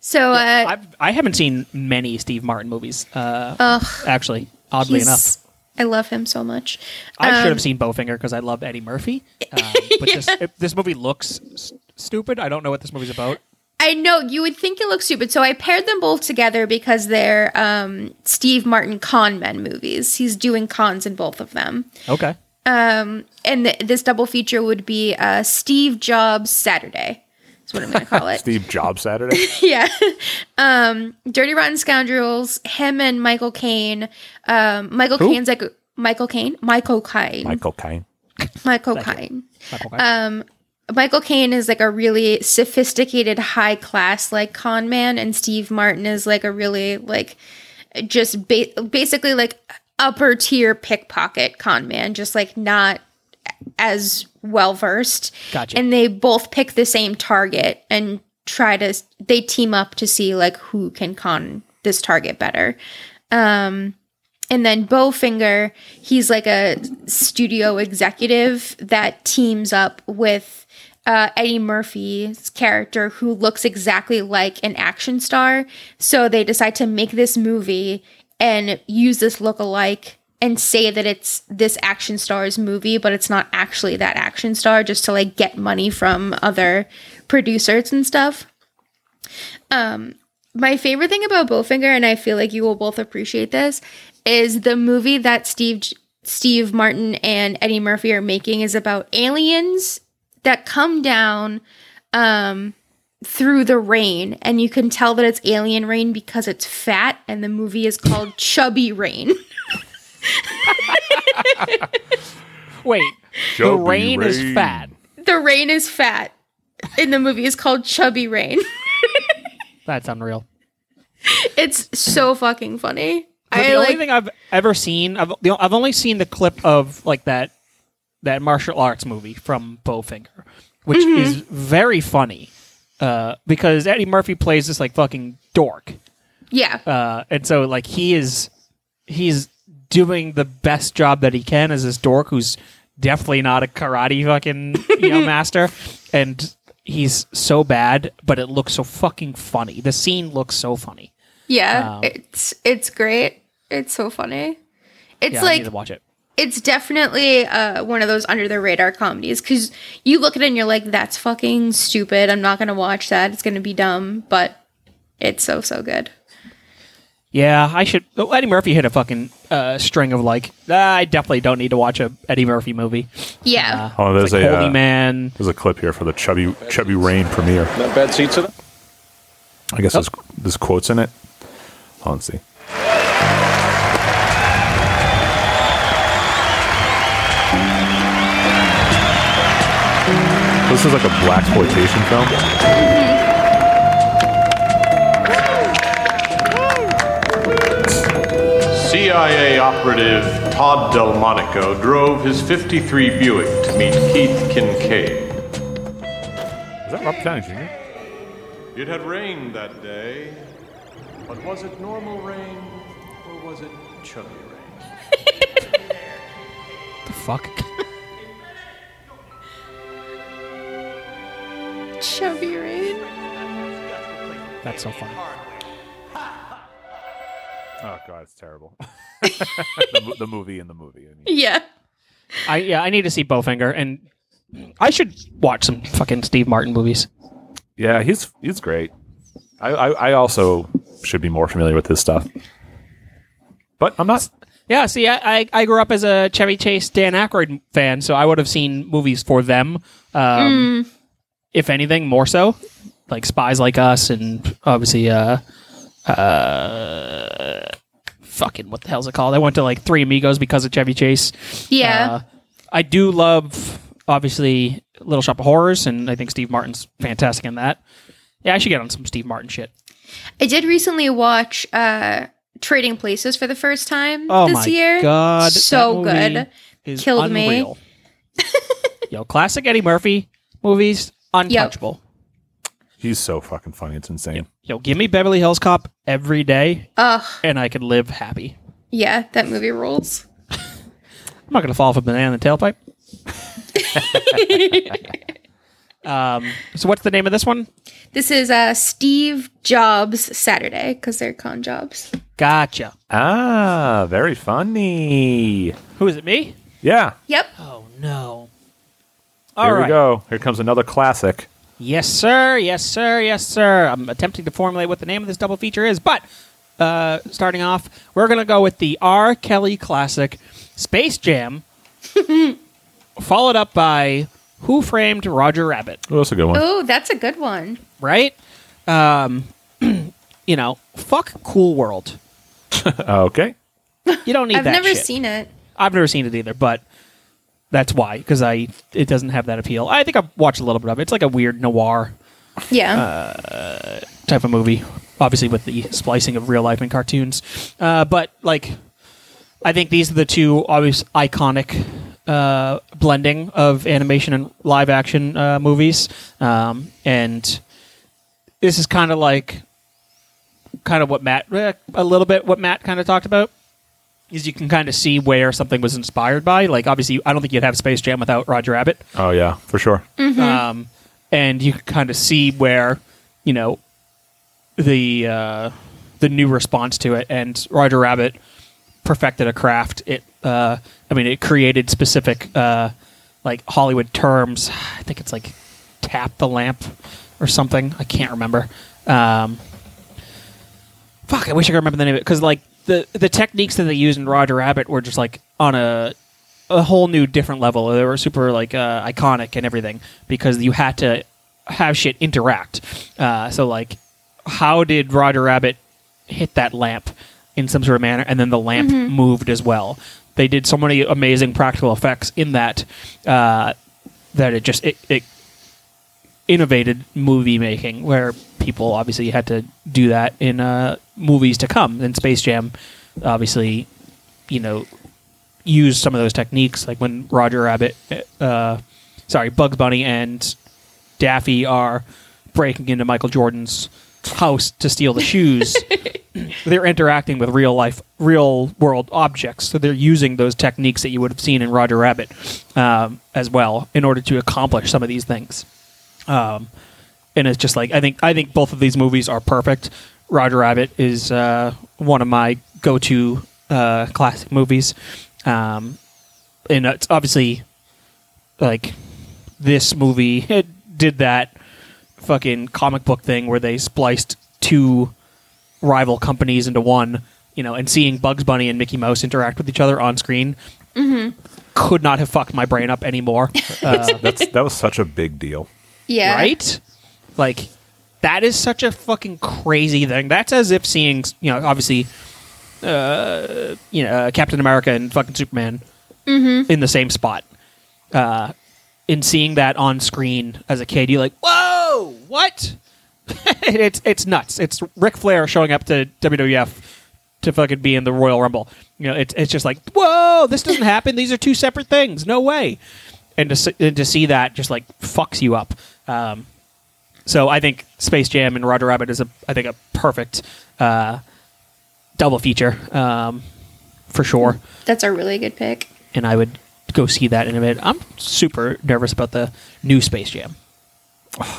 S2: So, uh,
S3: I've, I haven't seen many Steve Martin movies. Uh,
S2: ugh,
S3: actually, oddly enough,
S2: he's- um, I love him so much.
S3: I should have seen Bowfinger because I love
S2: [LAUGHS]
S3: Eddie Murphy. Um, but this, it, this movie looks s- stupid. I don't know what this movie's about.
S2: I know you would think it looks stupid, so I paired them both together because they're um, Steve Martin con men movies. He's doing cons in both of them.
S3: Okay.
S2: and th- this double feature would be uh, Steve Jobs Saturday. Is what I'm going to call
S3: [LAUGHS]
S2: it. [LAUGHS]
S1: Steve Jobs Saturday.
S2: yeah. Um, Dirty Rotten Scoundrels. Him and Michael Caine. Um, Michael Caine's like Michael Caine. Michael Caine.
S1: [LAUGHS] Michael Caine.
S2: Michael Caine.
S3: Michael Caine.
S2: Um, Michael Caine is like a really sophisticated, high class like con man, and Steve Martin is like a really like just ba- basically like upper tier pickpocket con man, just like not as well versed.
S3: Gotcha.
S2: And they both pick the same target and try to they team up to see like who can con this target better. Um and then Bowfinger, he's like a studio executive that teams up with uh, Eddie Murphy's character, who looks exactly like an action star. So they decide to make this movie and use this lookalike and say that it's this action star's movie, but it's not actually that action star, just to like get money from other producers and stuff my favorite thing about Bowfinger, and I feel like you will both appreciate this, is the movie that Steve Steve Martin and Eddie Murphy are making is about aliens that come down um, through the rain, and you can tell that it's alien rain because it's fat, and the movie is called [LAUGHS] Chubby Rain.
S3: Wait, the
S1: Chubby
S3: rain, is
S1: rain.
S3: fat.
S2: the rain is fat, and the movie is called Chubby Rain.
S3: That's unreal.
S2: it's so fucking funny.
S3: But
S2: I
S3: the
S2: like
S3: only thing I've ever seen, I've the, I've only seen the clip of like that that martial arts movie from Bowfinger, which
S2: Mm-hmm.
S3: is very funny uh, because Eddie Murphy plays this like fucking dork,
S2: yeah.
S3: uh, and so like he is he's doing the best job that he can as this dork who's definitely not a karate fucking
S2: [LAUGHS]
S3: you know master, and he's so bad, but it looks so fucking funny. The scene looks so funny.
S2: Yeah,
S3: Um,
S2: it's it's great. It's so funny. It's
S3: Yeah, I need
S2: like
S3: to watch it.
S2: it's definitely uh, one of those under the radar comedies because you look at it and you're like, "That's fucking stupid. I'm not gonna watch that. It's gonna be dumb." But it's so so good.
S3: Yeah, I should. Oh, Eddie Murphy hit a fucking uh, string of like, "Ah, I definitely don't need to watch a Eddie Murphy movie.
S2: Yeah,
S1: Oh,
S3: It's
S1: there's
S3: like,
S1: a
S3: Holy
S1: uh,
S3: man.
S1: there's a clip here for the chubby chubby rain premiere.
S5: Not bad seats in it.
S1: I guess there's, there's quotes in it. Hold on, let's see. This is like a black exploitation film.
S7: CIA operative Todd Delmonico drove his 53 Buick to meet Keith Kincaid.
S1: Is that Rob Downey Jr.?
S7: It had rained that day, but was it normal rain or was it chubby rain?
S3: The fuck? [LAUGHS]
S2: chubby rain.
S3: That's so funny.
S1: Oh god, it's
S3: [LAUGHS]
S1: terrible. the, mo- the movie in the movie. I mean,
S2: Yeah,
S3: I yeah, I need to see Bowfinger, and I should watch some fucking Steve Martin movies.
S1: yeah, he's he's great. I, I I also should be more familiar with his stuff, but I'm not.
S3: Yeah, see, I, I, I grew up as a Chevy Chase, Dan Aykroyd fan, so I would have seen movies for them. Um, If anything, more so, like Spies Like Us, and obviously, uh, uh, fucking what the hell's it called? I went to like Three Amigos because of Chevy Chase.
S2: yeah.
S3: Uh, I do love obviously Little Shop of Horrors, and I think Steve Martin's fantastic in that. Yeah, I should get on some Steve Martin shit.
S2: I did recently watch uh, Trading Places for the first time
S3: Oh
S2: this
S3: my
S2: year.
S3: god,
S2: so
S3: that movie
S2: good.
S3: is
S2: Killed me.
S3: unreal. [LAUGHS] Yo, classic Eddie Murphy movies, untouchable.
S1: He's so fucking funny. It's insane.
S3: Yo, give me Beverly Hills Cop every day,
S2: Ugh,
S3: and I could live happy.
S2: yeah, that movie rules.
S3: I'm not gonna fall off a banana in the tailpipe. um, so what's the name of this one?
S2: This is uh, Steve Jobs Saturday because they're con jobs.
S3: Gotcha.
S1: Ah, very funny.
S3: Who is it? Me?
S1: Yeah.
S2: Yep.
S3: Oh no.
S1: Here
S3: All
S1: we
S3: right.
S1: go. Here comes another classic.
S3: Yes, sir. Yes, sir. Yes, sir. I'm attempting to formulate what the name of this double feature is, but uh, starting off, we're going to go with the R. Kelly classic
S2: [LAUGHS]
S3: Space Jam, followed up by Who Framed Roger Rabbit,
S1: Oh, that's a good one.
S2: Oh, that's a good one.
S3: right? Um, [CLEARS THROAT] you know, fuck Cool World.
S1: Okay.
S3: You don't need
S2: I've
S3: that
S2: never
S3: shit.
S2: seen it.
S3: I've never seen it either, but That's why, because I it doesn't have that appeal. I think I've watched a little bit of it. It's like a weird noir
S2: Yeah.
S3: Uh, type of movie, obviously with the splicing of real life and cartoons. Uh, but like, I think these are the two obvious iconic uh, blending of animation and live action uh, movies, um, and this is kind of like kind of what Matt eh, a little bit what Matt kind of talked about is you can kind of see where something was inspired by. Like obviously, I don't think you'd have Space Jam without Roger Rabbit
S1: Oh yeah, for sure.
S3: um, and you can kind of see where you know the uh, the new response to it. And Roger Rabbit perfected a craft. It, uh, I mean, it created specific uh, like Hollywood terms. I think it's like tap the lamp or something. I can't remember. Um, fuck, I wish I could remember the name of it because like the the techniques that they used in Roger Rabbit were just like on a a whole new different level. They were super like uh, iconic and everything because you had to have shit interact. Uh, so like, how did Roger Rabbit hit that lamp in some sort of manner, and then the lamp moved as well? They did so many amazing practical effects in that uh, that it just it, it innovated movie making where people obviously had to do that in uh, movies to come. And Space Jam, obviously, you know, used some of those techniques, like when Roger Rabbit, uh, sorry, Bugs Bunny and Daffy are breaking into Michael Jordan's house to steal the shoes. they're interacting with real life, real world objects, so they're using those techniques that you would have seen in Roger Rabbit um, as well in order to accomplish some of these things. Um, and it's just like I think I think both of these movies are perfect. Roger Rabbit is uh, one of my go-to uh, classic movies, um, and it's obviously like this movie [LAUGHS] it did that fucking comic book thing where they spliced two rival companies into one. You know, and seeing Bugs Bunny and Mickey Mouse interact with each other on screen could not have fucked my brain up anymore.
S1: That's that was such a big deal.
S2: yeah.
S3: right? Like that is such a fucking crazy thing. That's as if seeing, you know, obviously, uh, you know, Captain America and fucking Superman in the same spot. Uh, and seeing that on screen as a kid, you're like, whoa, what? [LAUGHS] it's it's nuts. It's Ric Flair showing up to WWF to fucking be in the Royal Rumble. You know, it's it's just like, whoa, this doesn't happen. These are two separate things. No way. And to s- and to see that just like fucks you up. Um, so I think Space Jam and Roger Rabbit is a I think a perfect uh, double feature um, for sure.
S2: That's a really good pick.
S3: And I would go see that in a minute. I'm super nervous about the new Space Jam.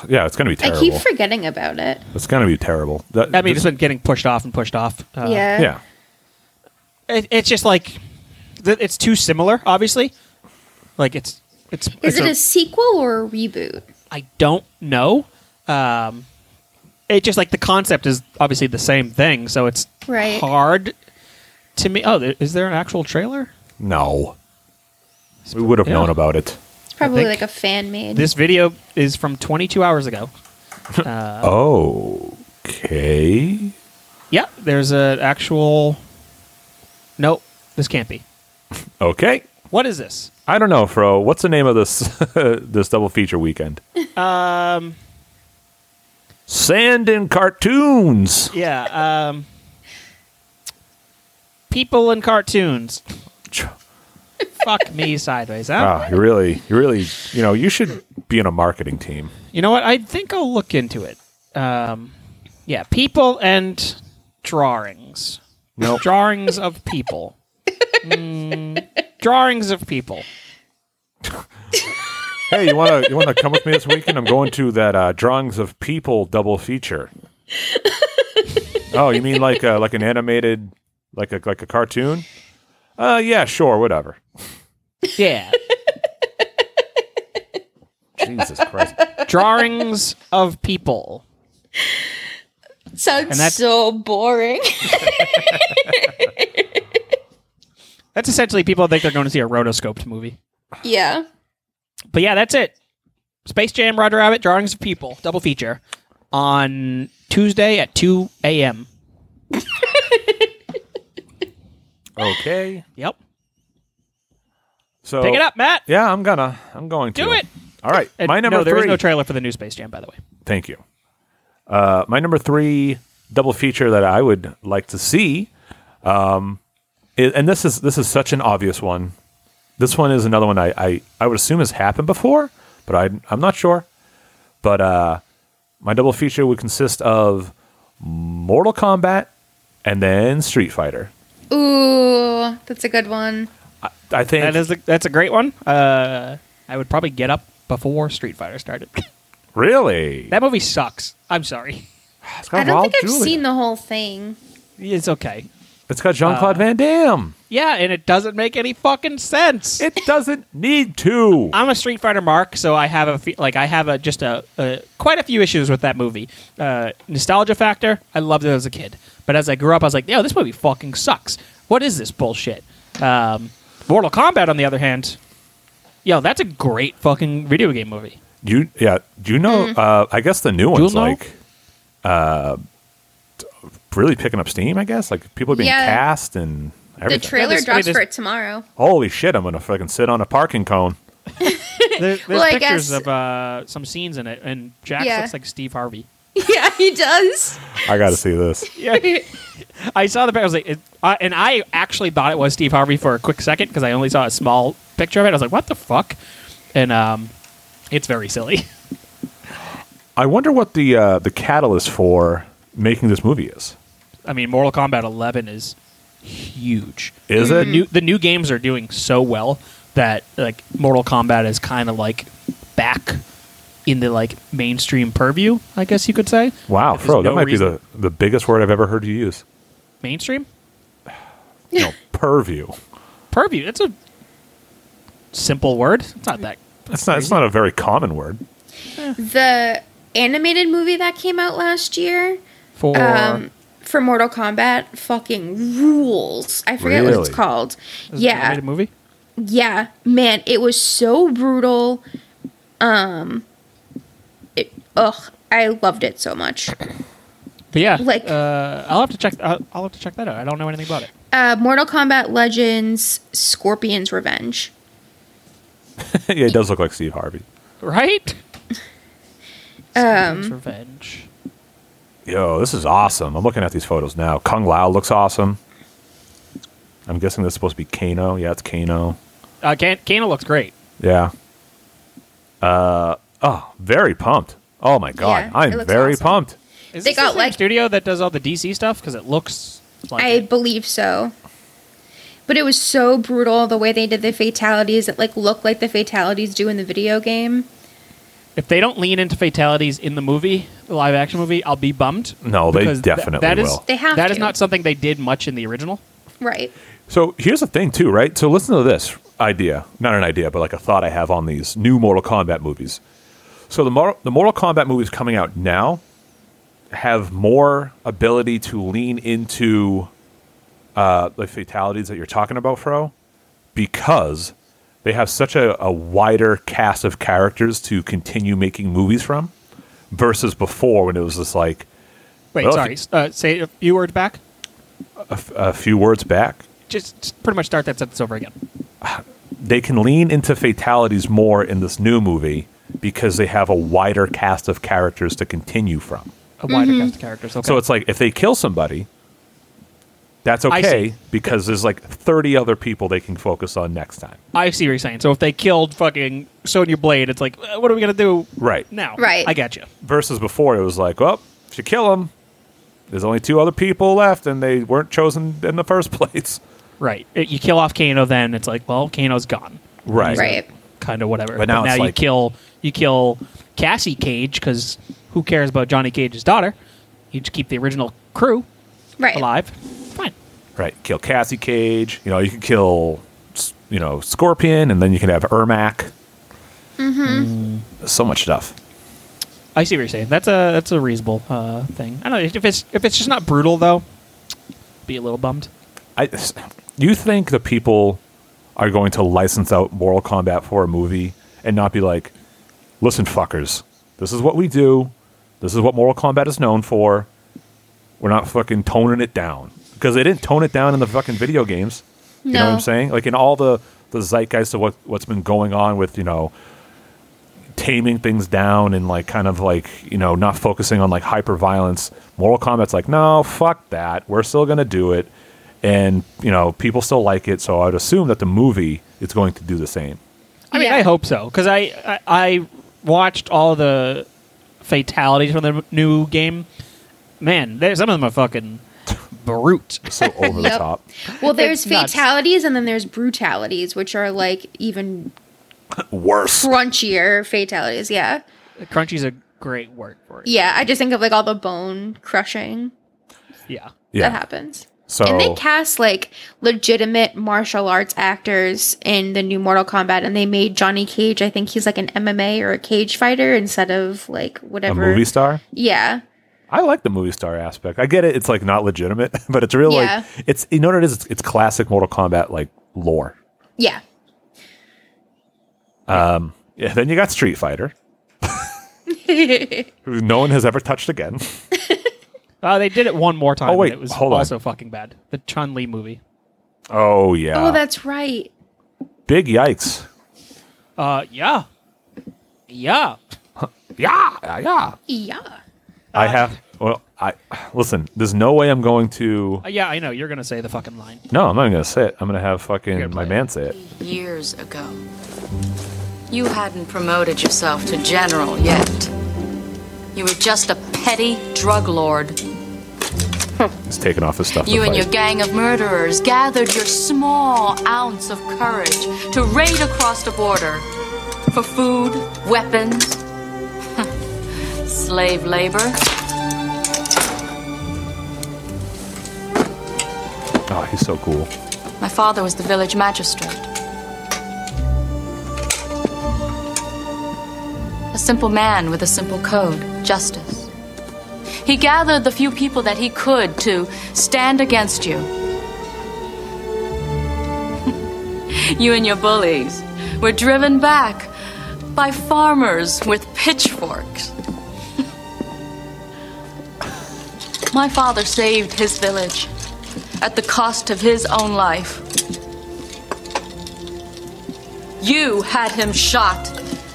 S1: Yeah, it's gonna be
S2: I keep
S1: terrible.
S2: forgetting about it.
S1: it's gonna be terrible. That-
S3: I mean,
S1: this-
S3: it's been getting pushed off and pushed off. Uh,
S2: yeah.
S1: yeah.
S3: it, it's just like th- it's too similar. Obviously, like it's it's.
S2: Is
S3: it's
S2: it a sequel or a reboot?
S3: I don't know. Um, it just like the concept is obviously the same thing, so it's
S2: Right.
S3: hard to me. Oh, there- is there an actual trailer?
S1: No. We would have
S3: Yeah.
S1: known about it.
S2: It's probably
S3: think
S2: like a fan made.
S3: This video is from 22 hours ago.
S1: okay.
S3: Yeah, there's an actual. Nope, this can't be.
S1: Okay.
S3: What is this?
S1: I don't know, Fro. What's the name of this [LAUGHS] this double feature weekend? Um Sand and cartoons.
S3: Yeah, um, people in cartoons. Fuck [LAUGHS] me sideways. Huh?
S1: Ah, you really, you really, you know, you should be in a marketing team.
S3: You know what? I think I'll look into it. Um, yeah, people and drawings. No drawings of people. [LAUGHS] Mm, drawings of people.
S1: Hey, you wanna you wanna come with me this weekend? I'm going to that uh, drawings of people double feature. Oh, you mean like uh, like an animated, like a like a cartoon? Uh, yeah, sure, whatever.
S3: Yeah,
S1: Jesus Christ.
S3: drawings of people.
S2: sounds
S3: that's-
S2: so boring. [LAUGHS]
S3: That's essentially people think they're going to see a rotoscoped movie.
S2: yeah.
S3: But yeah, that's it. Space Jam, Roger Rabbit, drawings of people, double feature on Tuesday at two a.m.
S1: Okay.
S3: Yep.
S1: So
S3: Pick it up, Matt.
S1: Yeah, I'm gonna. I'm going to
S3: Do it.
S1: All right.
S3: And
S1: my number
S3: no, there is
S1: three.
S3: no trailer for the new Space Jam, by the way.
S1: Thank you. Uh, my number three double feature that I would like to see, um, i- and this is this is such an obvious one. This one is another one I I, I would assume has happened before, but I I'm not sure. But uh, my double feature would consist of Mortal Kombat and then Street Fighter.
S2: Ooh, that's a good one.
S1: I think
S3: That is a, that's a great one. Uh, I would probably get up before Street Fighter started. [LAUGHS]
S1: really.
S3: that movie sucks. I'm sorry.
S1: It's got
S2: I don't
S1: Raul
S2: think I've
S1: Julia.
S2: seen the whole thing.
S3: It's okay.
S1: It's got Jean
S3: Uh,
S1: Claude Van Damme.
S3: Yeah, and it doesn't make any fucking sense.
S1: It doesn't need to.
S3: I'm a Street Fighter mark, so I have a fe- like I have a just a, a quite a few issues with that movie. Uh, nostalgia factor, I loved it as a kid, but as I grew up, I was like, yo, this movie fucking sucks. What is this bullshit? Um, Mortal Kombat, on the other hand, yo, that's a great fucking video game movie.
S1: You yeah. Do you know? Uh, I guess the new one's
S3: know?
S1: like, uh, t- really picking up steam. I guess like people are being
S2: Yeah.
S1: cast and
S2: The
S1: everything.
S2: trailer
S3: this-
S2: drops
S3: wait,
S2: for
S3: this-
S2: it tomorrow. [LAUGHS]
S1: Holy shit! I'm gonna fucking sit on a parking cone.
S3: There, there's
S2: Well, I
S3: pictures
S2: guess-
S3: of uh, some scenes in it, and Jack
S2: Yeah.
S3: looks like Steve Harvey.
S2: yeah, he does.
S1: I got to see this.
S3: Yeah. I saw the picture. I was like, it, I and I actually thought it was Steve Harvey for a quick second because I only saw a small picture of it. I was like, what the fuck? And um, it's very silly. [LAUGHS]
S1: I wonder what the uh, the catalyst for making this movie is.
S3: I mean, Mortal Kombat 11 is huge.
S1: Is
S3: the
S1: it?
S3: new the new games are doing so well that like Mortal Kombat is kind of like back in the like mainstream purview, I guess you could say.
S1: Wow,
S3: There's
S1: Fro, that
S3: no
S1: might
S3: reason-
S1: be the the biggest word I've ever heard you use.
S3: mainstream
S1: No purview.
S3: purview. It's a simple word. It's not that
S1: It's not. It's not a very common word. [LAUGHS]
S2: The animated movie that came out last year
S3: for
S2: um, for Mortal Kombat fucking rules. I forget what
S1: Really?
S2: it's called.
S3: is it an
S2: yeah.
S3: animated movie.
S2: Yeah, man, it was so brutal. Um, it, ugh, I loved it so much.
S3: But yeah,
S2: Like-
S3: uh, I'll have to check. I'll, I'll have to check that out. I don't know anything about it.
S2: Uh, Mortal Kombat Legends: Scorpion's Revenge.
S1: yeah, it does look like Steve Harvey.
S3: [LAUGHS] Right? Um, revenge.
S1: Yo, this is awesome. I'm looking at these photos now. Kung Lao looks awesome. I'm guessing this is supposed to be Kano. Yeah, it's Kano.
S3: Uh, Can- Kana looks great.
S1: Yeah. Uh oh, very pumped. Oh my god,
S2: Yeah, it
S1: I'm
S2: looks
S1: very
S2: awesome.
S1: pumped.
S3: Is
S2: They
S3: this the
S2: got,
S3: same
S2: like-
S3: studio that does all the DC stuff because it looks like
S2: I
S3: it.
S2: believe so. But it was so brutal the way they did the fatalities. It like looked like the fatalities do in the video game.
S3: if they don't lean into fatalities in the movie, the live action movie, I'll be bummed.
S1: No, they
S3: because tha-
S1: definitely
S3: that is-
S1: will.
S2: They have
S3: that is
S2: to.
S3: not something they did much in the original.
S2: Right.
S1: So here's the thing, too, right? So listen to this idea. Not an idea, but like a thought I have on these new Mortal Kombat movies. So the, Mor- the Mortal Kombat movies coming out now have more ability to lean into uh, the fatalities that you're talking about, Fro, because they have such a, a wider cast of characters to continue making movies from versus before when it was just like
S3: Wait,
S1: Well, if
S3: sorry.
S1: you-
S3: s- Uh, say a few words back.
S1: a few words back.
S3: Just just pretty much start that sentence over again.
S1: they can lean into fatalities more in this new movie because they have a wider cast of characters to continue from.
S3: A wider
S2: Mm-hmm.
S3: cast of characters. Okay.
S1: So it's like if they kill somebody, that's
S3: I see.
S1: okay because there's like 30 other people they can focus on next time.
S3: I see what you're saying. So if they killed fucking Sonya Blade, it's like, uh, what are we gonna do
S1: Right.
S3: now?
S2: Right.
S3: I got you.
S1: Versus before, it was like, well, if you kill them, there's only two other people left and they weren't chosen in the first [LAUGHS] place.
S3: Right. Uh, You kill off Kano, then it's like, well, Kano's gone.
S1: Right.
S2: Right.
S3: Kind of whatever.
S1: But now it's
S3: you
S1: like-
S3: kill you kill Cassie Cage because who cares about Johnny Cage's daughter? You just keep the original crew
S2: Right.
S3: alive. Fine.
S1: Right. Kill Cassie Cage. You know, you can kill, s- you know, Scorpion and then you can have Ermac. Mm-hmm. So much stuff.
S3: I see what you're saying. That's a that's a reasonable uh, thing. I don't know if it's if it's just not brutal though. Be a little bummed.
S1: I, you think the people are going to license out Mortal Kombat for a movie and not be like, listen, fuckers, this is what we do. This is what Mortal Kombat is known for. We're not fucking toning it down. Because they didn't tone it down in the fucking video games. You know what
S2: No.
S1: I'm saying? Like in all the the zeitgeist of what what's been going on with you know taming things down and like kind of like you know not focusing on like hyper violence. Mortal Kombat's like no fuck that we're still gonna do it, and you know people still like it, so I'd assume that the movie is going to do the same.
S3: I mean,
S2: Yeah.
S3: I hope so because I, I I watched all the fatalities from the new game. Man, there, some of them are fucking brute.
S2: [LAUGHS]
S1: So over the
S2: Yep.
S1: top.
S2: Well, there's
S3: It's nuts.
S2: fatalities and then there's brutalities, which are like even
S1: Worse.
S2: crunchier fatalities. Yeah.
S3: Crunchy's a great word for it.
S2: Yeah. I just think of like all the bone crushing
S3: Yeah.
S1: Yeah.
S2: that happens.
S1: So
S2: And they cast like legitimate martial arts actors in the new Mortal Kombat, and they made Johnny Cage. I think he's like an MMA or a cage fighter instead of like
S1: a
S2: whatever.
S1: movie star.
S2: Yeah,
S1: I like the movie star aspect. I get it. It's like not legitimate, [LAUGHS] but it's real.
S2: Yeah.
S1: Like it's you know what it is. It's, it's classic Mortal Kombat like lore.
S2: yeah. [LAUGHS]
S1: Um, yeah. Then you got Street Fighter, who no one has ever touched again.
S3: Uh, they did it one more time.
S1: Oh,
S3: and
S1: wait,
S3: it was
S1: hold on.
S3: also fucking bad. The Chun Li movie.
S1: Oh yeah.
S2: oh, that's right.
S1: Big yikes.
S3: Uh, yeah, yeah.
S1: [LAUGHS] Yeah. Yeah. yeah.
S2: Yeah.
S1: I have. Well, I listen. There's no way I'm going to.
S3: Uh, yeah, I know you're gonna say the fucking line.
S1: No, I'm not even gonna say it. I'm gonna have fucking
S3: You're gonna
S1: my
S3: play
S1: man say it.
S8: years ago. You hadn't promoted yourself to general yet. You were just a petty drug lord.
S1: He's taking off his stuff. to
S8: You and
S1: fight.
S8: your gang of murderers gathered your small ounce of courage to raid across the border for food, weapons, [LAUGHS] slave labor.
S1: Oh, he's so cool.
S8: My father was the village magistrate. A simple man with a simple code justice. He gathered the few people that he could to stand against you. [LAUGHS] you and your bullies were driven back by farmers with pitchforks. [LAUGHS] My father saved his village at the cost of his own life. You had him shot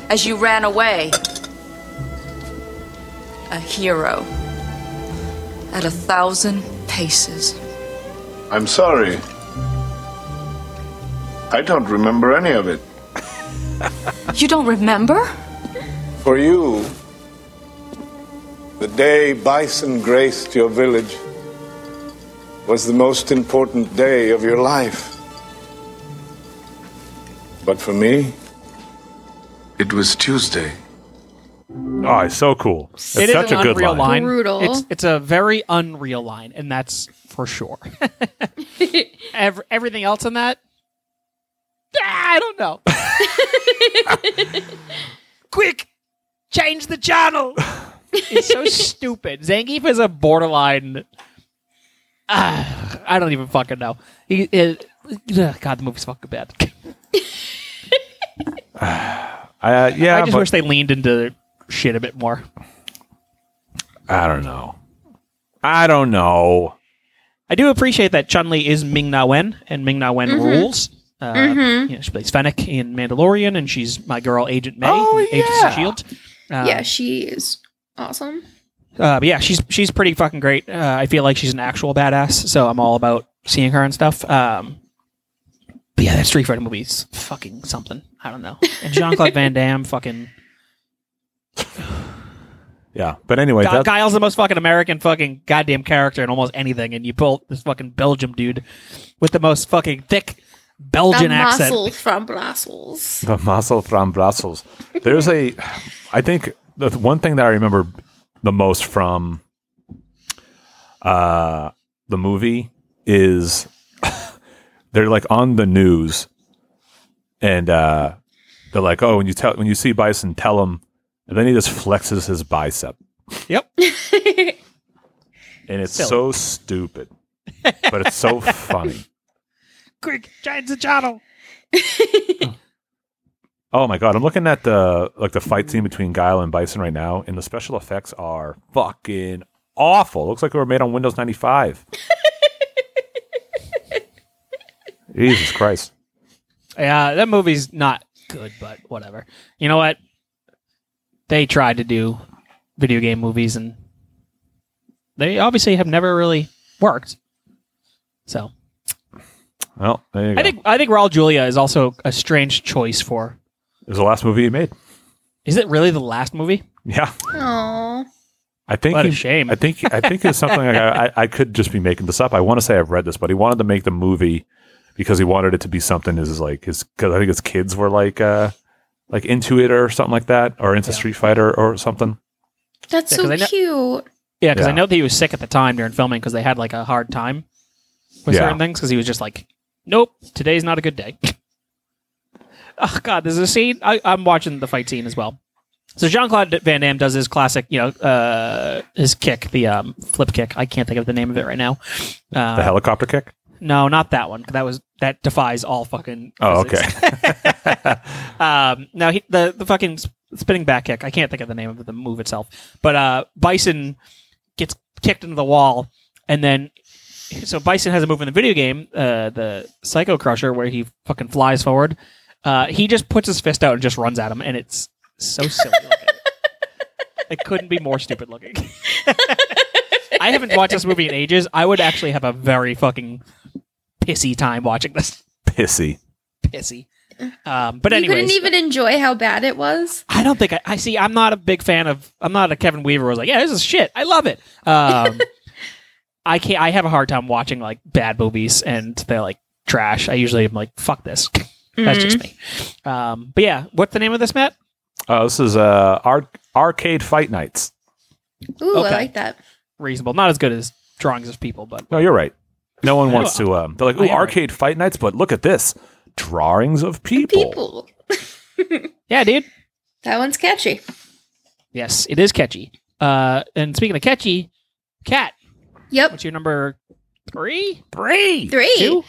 S8: as you ran away. A hero at a thousand paces.
S9: I'm sorry. I don't remember any of it.
S8: You don't remember?
S9: For you, the day bison graced your village was the most important day of your life. But for me, it was Tuesday.
S1: Oh, he's so cool. It's
S3: It is
S1: such
S3: an
S1: a good
S3: unreal
S1: line.
S3: line.
S2: Brutal.
S3: It's it's a very unreal line, and that's for sure. Ev- everything else in that, Ah, I don't know. Quick, change the channel. It's so stupid. Zangief is a borderline. Ah, I don't even fucking know. He, it, ugh, God, the movie's fucking bad.
S1: Uh, yeah,
S3: I just
S1: but
S3: wish they leaned into shit a bit more.
S1: I don't know. I don't know.
S3: I do appreciate that Chun Li is Ming Na Wen, and Ming Na Wen
S2: Mm-hmm.
S3: rules. Uh, you know, she plays Fennec in Mandalorian, and she's my girl Agent May,
S1: Oh,
S3: in Agents
S1: yeah.
S3: of Shield. Uh,
S2: yeah, she is awesome.
S3: uh, but yeah, she's she's pretty fucking great. Uh, I feel like she's an actual badass, so I'm all about seeing her and stuff. Um, but yeah, that Street Fighter movie is fucking something. I don't know. And Jean Claude Van Damme, fucking
S1: Yeah, but anyway,
S3: Guy-
S1: that,
S3: Guile's the most fucking American fucking goddamn character in almost anything, and you pull this fucking Belgium dude with the most fucking thick Belgian
S2: the
S3: accent.
S2: muscle from Brussels.
S1: the muscle from Brussels. There's a, I think the th- one thing that I remember the most from, uh, the movie is [LAUGHS] they're like on the news, and uh, they're like, oh, when you tell when you see Bison, tell him, and then he just flexes his bicep,
S3: Yep.
S1: and it's
S3: Silly.
S1: so stupid, but it's so funny.
S3: Quick, change the channel.
S1: Oh my god, I'm looking at the like the fight scene between Guile and Bison right now, and the special effects are fucking awful. Looks like they were made on Windows
S3: [LAUGHS]
S1: 95. Jesus Christ.
S3: Yeah, that movie's not good, but whatever. You know what? They tried to do video game movies, and they obviously have never really worked. So
S1: Well, there you go.
S3: I think I think Raul Julia is also a strange choice for.
S1: it was the last movie he made.
S3: Is it really the last movie?
S1: Yeah,
S2: Aww.
S1: I think
S3: What a
S1: he-
S3: shame.
S1: I think I think it's something like I, I- I could just be making this up. I want to say I've read this, but he wanted to make the movie because he wanted it to be something his like his because I think his kids were like uh like into it or something like that or into Street Fighter or something.
S2: That's
S3: Yeah, 'cause
S2: so
S3: I know-
S2: cute.
S3: Yeah, because I
S1: Yeah.
S3: know that he was sick at the time during filming because they had like a hard time with
S1: Yeah.
S3: certain things because he was just like, nope, today's not a good day. [LAUGHS] oh god, there's a scene. I, I'm watching the fight scene as well. So Jean Claude Van Damme does his classic, you know, uh, his kick, the um, flip kick. I can't think of the name of it right now.
S1: The
S3: Uh,
S1: helicopter kick.
S3: no, not that one. 'cause That was that defies all fucking.
S1: Oh,
S3: physics.
S1: okay.
S3: [LAUGHS] Um, now he, the the fucking s- spinning back kick. I can't think of the name of the move itself, but uh, Bison gets kicked into the wall, and then so Bison has a move in the video game, uh, the Psycho Crusher, where he fucking flies forward. Uh, he just puts his fist out and just runs at him, and it's so silly. looking. it couldn't be more stupid looking. [LAUGHS] I haven't watched this movie in ages. I would actually have a very fucking pissy time watching this. [LAUGHS]
S1: Pissy.
S3: Pissy. Um, but anyways,
S2: you couldn't even enjoy how bad it was.
S3: I don't think I, I see. I'm not a big fan of. I'm not a Kevin Weaver. Was like, yeah, this is shit. I love it.
S2: [LAUGHS]
S3: Um, I can't. I have a hard time watching like bad movies and they're like trash. I usually am like, fuck this. [LAUGHS] That's just me.
S2: Mm-hmm.
S3: Um, but yeah, what's the name of this, Matt?
S1: Uh, this is uh ar- arcade fight nights.
S2: Ooh,
S3: Okay.
S2: I like that.
S3: Reasonable. Not as good as drawings of people, but
S1: No, you're right. No one
S3: No,
S1: wants to. Um, they're like,
S3: I
S1: "Ooh,
S3: am right.
S1: arcade fight nights," but look at this drawings of people.
S2: People.
S3: yeah, dude.
S2: That one's catchy.
S3: Yes, it is catchy. Uh, and speaking of catchy, cat.
S2: Yep.
S3: What's your number? Three,
S1: Three,
S2: Three.
S3: two,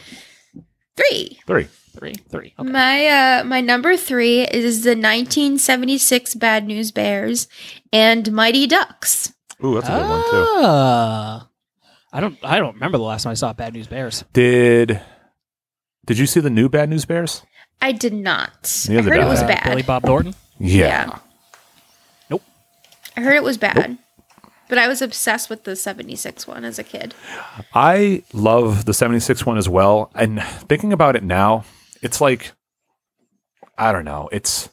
S2: Three.
S1: three.
S3: three, three. Okay.
S2: My uh my number three is the 1976 Bad News Bears and Mighty Ducks.
S1: Ooh, that's a good one too.
S3: Ah. I don't. I don't remember the last time I saw Bad News Bears.
S1: Did Did you see the new Bad News Bears?
S2: I did not. I
S1: Neither
S2: heard
S1: did
S2: it was
S1: I.
S2: bad.
S3: Uh, Billy Bob Thornton. Nope.
S2: I heard it was bad. But I was obsessed with the 76 one as a kid.
S1: I love the 76 one as well. And thinking about it now, it's like, I don't know. It's,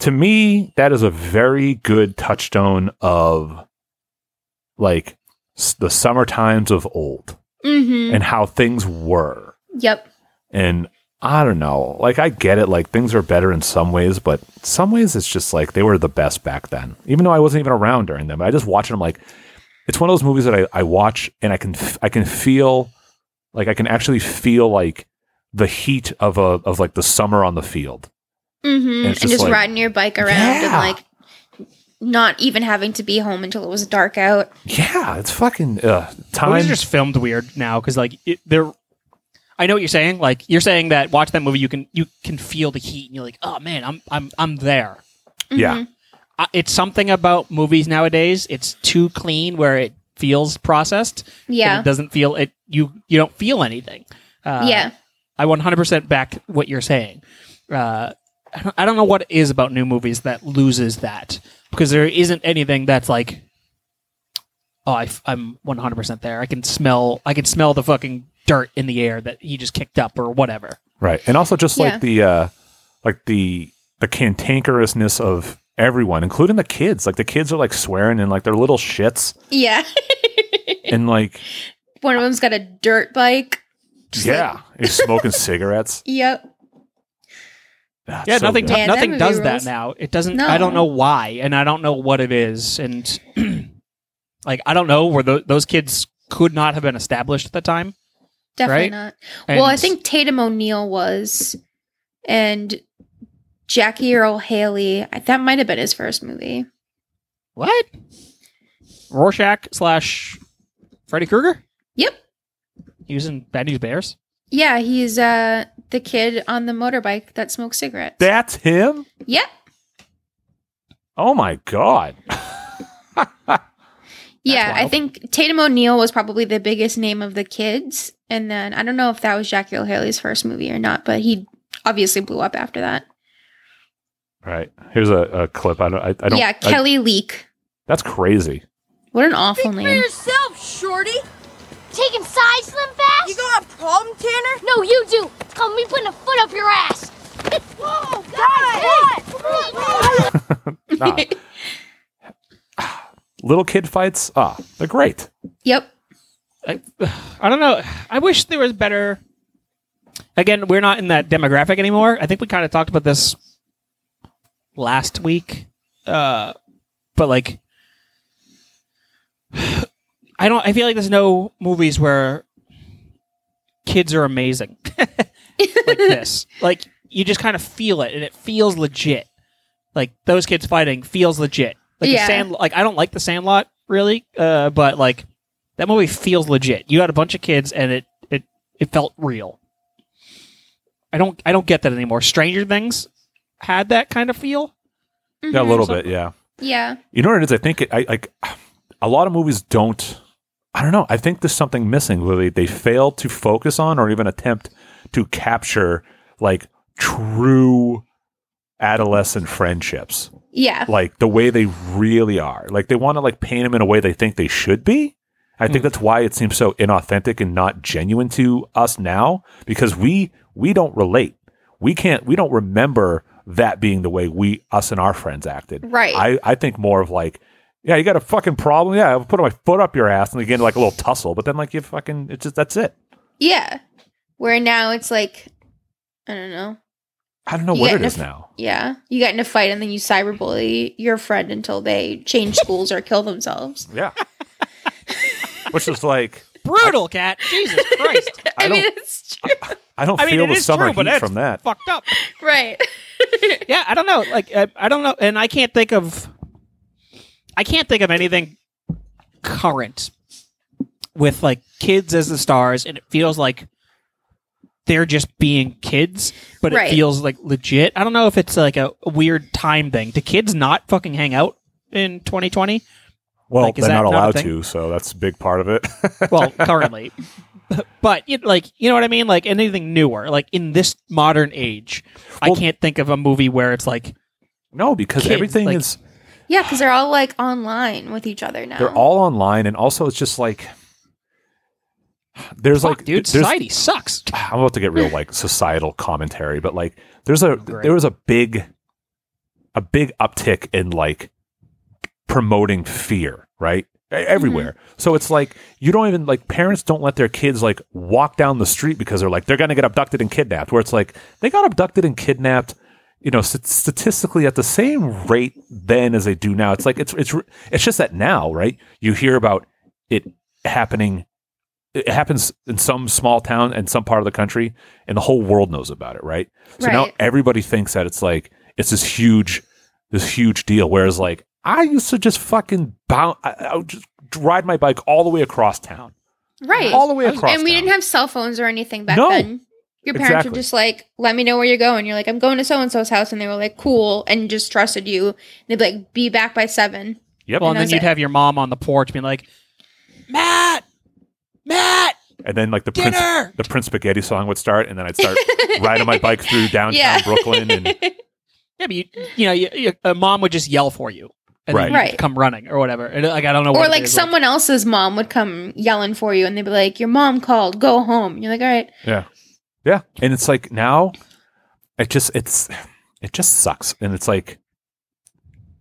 S1: to me, that is a very good touchstone of like s- the summer times of old
S2: Mm-hmm.
S1: and how things were.
S2: Yep.
S1: And I don't know. Like, I get it. Like, things are better in some ways, but some ways it's just like they were the best back then. Even though I wasn't even around during them, I just watch them. Like, it's one of those movies that I, I watch and I can f- I can feel like I can actually feel like the heat of a of like the summer on the field.
S2: Mm-hmm.
S1: And
S2: And
S1: it's
S2: just,
S1: just like-
S2: riding your bike around and
S1: Yeah.
S2: like not even having to be home until it was dark out.
S1: Yeah, it's fucking uh, time.
S3: Movies are just filmed weird now because like it, they're. I know what you're saying. Like you're saying that watch that movie, you can you can feel the heat, and you're like, oh man, I'm I'm I'm there.
S2: Mm-hmm.
S1: Yeah,
S3: I, it's something about movies nowadays. It's too clean where it feels processed. and
S2: Yeah.
S3: it doesn't feel it. You you don't feel anything. Uh,
S2: yeah.
S3: I 100% back what you're saying. Uh, I don't- I don't know what it is about new movies that loses that because there isn't anything that's like, oh, I, am 100% there. I can smell, I can smell the fucking dirt in the air that he just kicked up or whatever.
S1: right. And also just
S2: Yeah.
S1: like the uh, like the the cantankerousness of everyone, including the kids. Like the kids are like swearing and like they're little shits
S2: Yeah. [LAUGHS]
S1: and like
S2: One of them's got a dirt bike. Just like-
S1: Yeah, he's
S2: [LAUGHS]
S1: smoking cigarettes.
S2: Yep.
S1: Ah,
S3: Yeah,
S1: so
S3: nothing,
S1: good.
S2: Yeah, that
S3: nothing
S2: movie
S3: does
S2: rules.
S3: that now. It doesn't. I don't
S2: No.
S3: know why, and I don't know what it is, and [CLEARS THROAT] like I don't know where tho- those kids could not have been established at the time.
S2: Definitely
S3: Right?
S2: not. well, I
S3: and-
S2: think Tatum O'Neill was, and Jackie Earl Haley. I- That might have been his first movie.
S3: What? Rorschach slash Freddy Krueger?
S2: Yep.
S3: Using Bad News Bears?
S2: Yeah, he's uh the kid on the motorbike that smokes cigarettes.
S1: That's him?
S2: yep.
S1: Oh my god.
S2: yeah, I
S3: wild.
S2: think Tatum O'Neal was probably the biggest name of the kids, and then I don't know if that was Jackie O'Haley's first movie or not, but he obviously blew up after that.
S1: All right. Here's a, a clip. I don't. I, I don't.
S2: yeah,
S1: I-
S2: Kelly Leak.
S1: that's crazy.
S2: What an awful name.
S10: yourself, shorty. Taking sides, Slim Fast? You got a problem, Tanner? No, you do. It's called me putting a foot up your ass. [LAUGHS] Whoa, guys!
S1: Ah. Little kid fights. Ah, they're great.
S2: Yep.
S3: I, I don't know. I wish there was better. Again, we're not in that demographic anymore. I think we kind of talked about this last week, uh, but like, [SIGHS] I don't. I feel like there's no movies where kids are amazing [LAUGHS] like this. Like you just kind of feel it, and it feels legit. Like those kids fighting feels legit. Like
S2: Yeah.
S3: the sand. Like I don't like the Sandlot really, uh, but like that movie feels legit. You had a bunch of kids, and it it it felt real. I don't I don't get that anymore. Stranger Things had that kind of feel.
S1: Yeah,
S2: Mm-hmm.
S1: a little bit. Yeah.
S2: Yeah.
S1: You know what it is? I think it, I like a lot of movies don't. I don't know. I think there's something missing where they, they fail to focus on or even attempt to capture like true adolescent friendships,
S2: Yeah.
S1: like the way they really are. Like they want to like paint them in a way they think they should be. I
S3: Hmm.
S1: think that's why it seems so inauthentic and not genuine to us now because we we don't relate. We can't. We don't remember that being the way we us and our friends acted.
S2: Right.
S1: I I think more of like, yeah, you got a fucking problem. Yeah, I'll put my foot up your ass and they get into like a little tussle, but then like you fucking it's just that's it.
S2: Yeah. Where now it's like, I don't know.
S1: I don't know
S2: You
S1: what
S2: get
S1: it
S2: in a
S1: is
S2: f-
S3: [LAUGHS]
S1: now.
S2: Yeah. You get in a fight and then you cyberbully your friend until they
S1: [LAUGHS]
S2: change schools or kill themselves.
S1: Yeah. Which is like
S3: Brutal cat. Jesus Christ.
S2: I,
S1: I
S2: mean,
S1: don't-
S2: it's
S1: I don't
S3: I mean,
S1: feel
S3: it
S1: the
S3: is
S1: summer
S3: true, but
S1: heat
S3: that's
S1: from that.
S3: fucked up.
S1: [LAUGHS]
S2: right.
S3: yeah, I don't know. Like I, I don't know, and I can't think of. I can't think of anything current with like kids as the stars, and it feels like they're just being kids, but
S2: Right.
S3: it feels like legit. I don't know if it's like a, a weird time thing. Do kids not fucking hang out in 2020?
S1: Well,
S3: Like, is
S1: they're
S3: that
S1: not
S3: not a
S1: allowed
S3: thing?
S1: to, so that's a big part of it. [LAUGHS]
S3: Well, currently, but you like you know what I mean. Like anything newer, like in this modern age,
S1: Well-
S3: I can't think of a movie where it's like
S1: no, because
S3: Kids,
S1: everything
S3: like-
S1: is
S2: Yeah, because they're all like online with each other now.
S1: they're all online and also it's just like there's
S3: fuck,
S1: like
S3: dude,
S1: there's,
S3: society sucks.
S1: I'm about to get real like societal commentary, but like there's a
S3: Great.
S1: there was a big a big uptick in like promoting fear, right? E- Everywhere. So it's like you don't even like parents don't let their kids like walk down the street because they're like they're going to get abducted and kidnapped. Where it's like they got abducted and kidnapped, you know, st- statistically at the same rate then as they do now. It's like it's it's r- it's just that now, right? You hear about it happening it happens in some small town and some part of the country and the whole world knows about it right so now
S2: Right.
S1: everybody thinks that it's like it's this huge this huge deal whereas like i used to just fucking bound i, I would just ride my bike all the way across town
S2: right.
S1: all the way across
S2: and we
S1: town.
S2: didn't have cell phones or anything back
S1: No.
S2: then. Your parents were
S1: Exactly.
S2: just like, "Let me know where you're going." You're like, "I'm going to so and so's house," and they were like, "Cool," and just trusted you. And they'd be like, "Be back by seven.
S1: yep
S3: [LAUGHS] Well, and
S2: And
S3: then
S2: that's
S3: you'd
S2: it.
S3: have your mom on the porch being like, Matt, Matt,
S1: and then like the
S3: Dinner!
S1: prince the prince spaghetti song would start and then i'd start riding my bike through downtown
S2: Yeah.
S1: brooklyn and
S3: yeah, but you, you know, you, you, a mom would just yell for you, and
S1: Right.
S3: then you'd
S2: Right.
S3: come running or whatever. And, like I don't know, what
S2: or
S3: it
S2: like
S3: is,
S2: someone else's mom would come yelling for you, and they'd be like, "Your mom called. Go home." You're like, "All right,
S1: Yeah. Yeah. And it's like now it just it's it just sucks. And it's like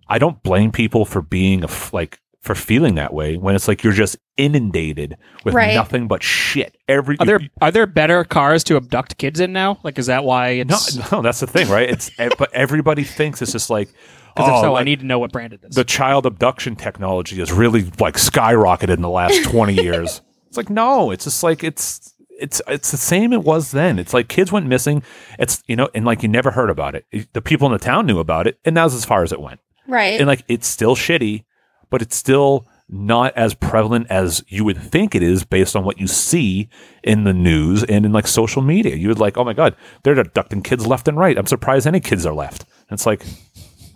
S1: I don't blame people for being a f- like for feeling that way when it's like you're just inundated with
S2: Right.
S1: nothing but shit. Every
S3: Are there are there better cars to abduct kids in now? Like, is that why
S1: no,
S3: it's?
S1: no, that's the thing, right? It's e- but everybody thinks it's just like
S3: Because
S1: oh,
S3: if so, I
S1: like,
S3: need to know what brand it is.
S1: the child abduction technology has really like skyrocketed in the last 20 years. It's like no, it's just like it's it's it's the same it was then. It's like kids went missing. It's you know, and like you never heard about it. It- The people in the town knew about it, and that was as far as it went.
S2: right,
S1: And like it's still shitty, but it's still not as prevalent as you would think it is based on what you see in the news and in like social media. You would like, oh my god, they're abducting kids left and right. I'm surprised any kids are left. And it's like,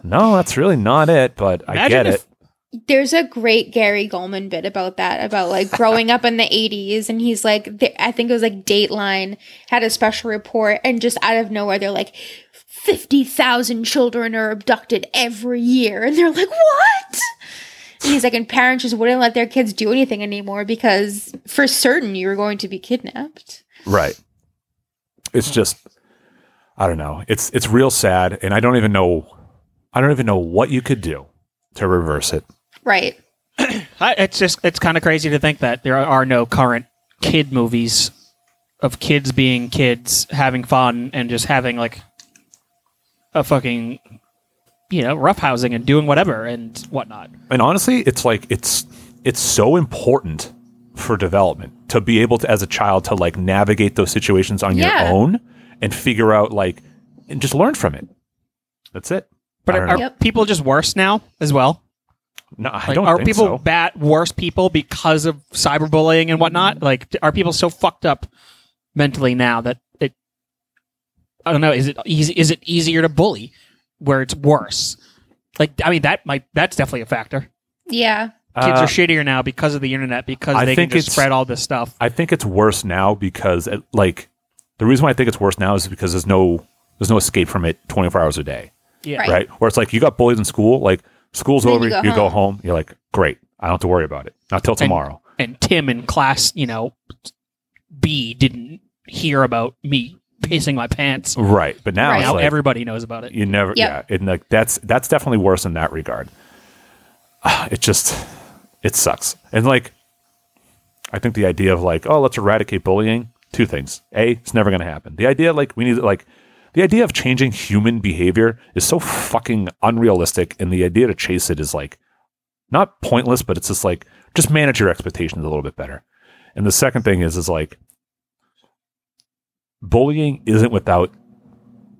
S1: no, that's really not it. But I
S3: Imagine
S1: get
S3: if-
S1: it.
S2: There's a great Gary Goldman bit about that, about like growing up in the 80s. And he's like, th- I think it was like Dateline had a special report, and just out of nowhere, they're like, 50,000 children are abducted every year. And they're like, what? And he's like, and parents just wouldn't let their kids do anything anymore because for certain you were going to be kidnapped.
S1: Right. It's just I don't know. It's it's real sad and I don't even know I don't even know what you could do to reverse it.
S2: Right.
S3: I- it's just it's kind of crazy to think that there are no current kid movies of kids being kids having fun and just having like a fucking you know roughhousing and doing whatever and whatnot
S1: And honestly, it's like it's it's so important for development to be able to as a child to like navigate those situations on
S3: Yeah.
S1: your own and figure out like and just learn from it. That's it.
S3: but
S1: I
S3: are,
S1: don't know.
S3: are people just worse now as well
S1: no i
S3: like,
S1: don't
S3: are
S1: think
S3: people
S1: so.
S3: bad worse people because of cyberbullying and
S1: Mm-hmm.
S3: whatnot like d- are people so fucked up mentally now that it i don't know is it easy is it easier to bully where it's worse like i mean that might that's definitely a factor
S2: Yeah.
S3: kids
S1: Uh,
S3: are shittier now because of the internet because
S1: I
S3: they
S1: think
S3: can just
S1: it's-
S3: spread all this stuff
S1: I think it's worse now because it, like the reason why I think it's worse now is because there's no there's no escape from it 24 hours a day.
S3: Yeah.
S1: Right.
S3: Right.
S1: Where it's like you got bullied in school, like school's
S3: Then
S1: over,
S3: you
S1: you,
S3: go
S1: go, home, you're like, great, I don't have to worry about it. Not till tomorrow.
S3: and tim in class you know b didn't hear about me pissing my pants
S1: right. But now
S3: Right.
S1: it's
S3: Now
S1: like,
S3: everybody knows about it
S1: You never,
S3: Yep.
S1: yeah. And like that's that's definitely worse in that regard. Ah, It just it sucks. And like, I think the idea of like, oh, let's eradicate bullying. Two things: a, it's never going to happen. The idea, like, we need like the idea of changing human behavior is so fucking unrealistic, and the idea to chase it is like not pointless, but it's just like just manage your expectations a little bit better. And the second thing is is like bullying isn't without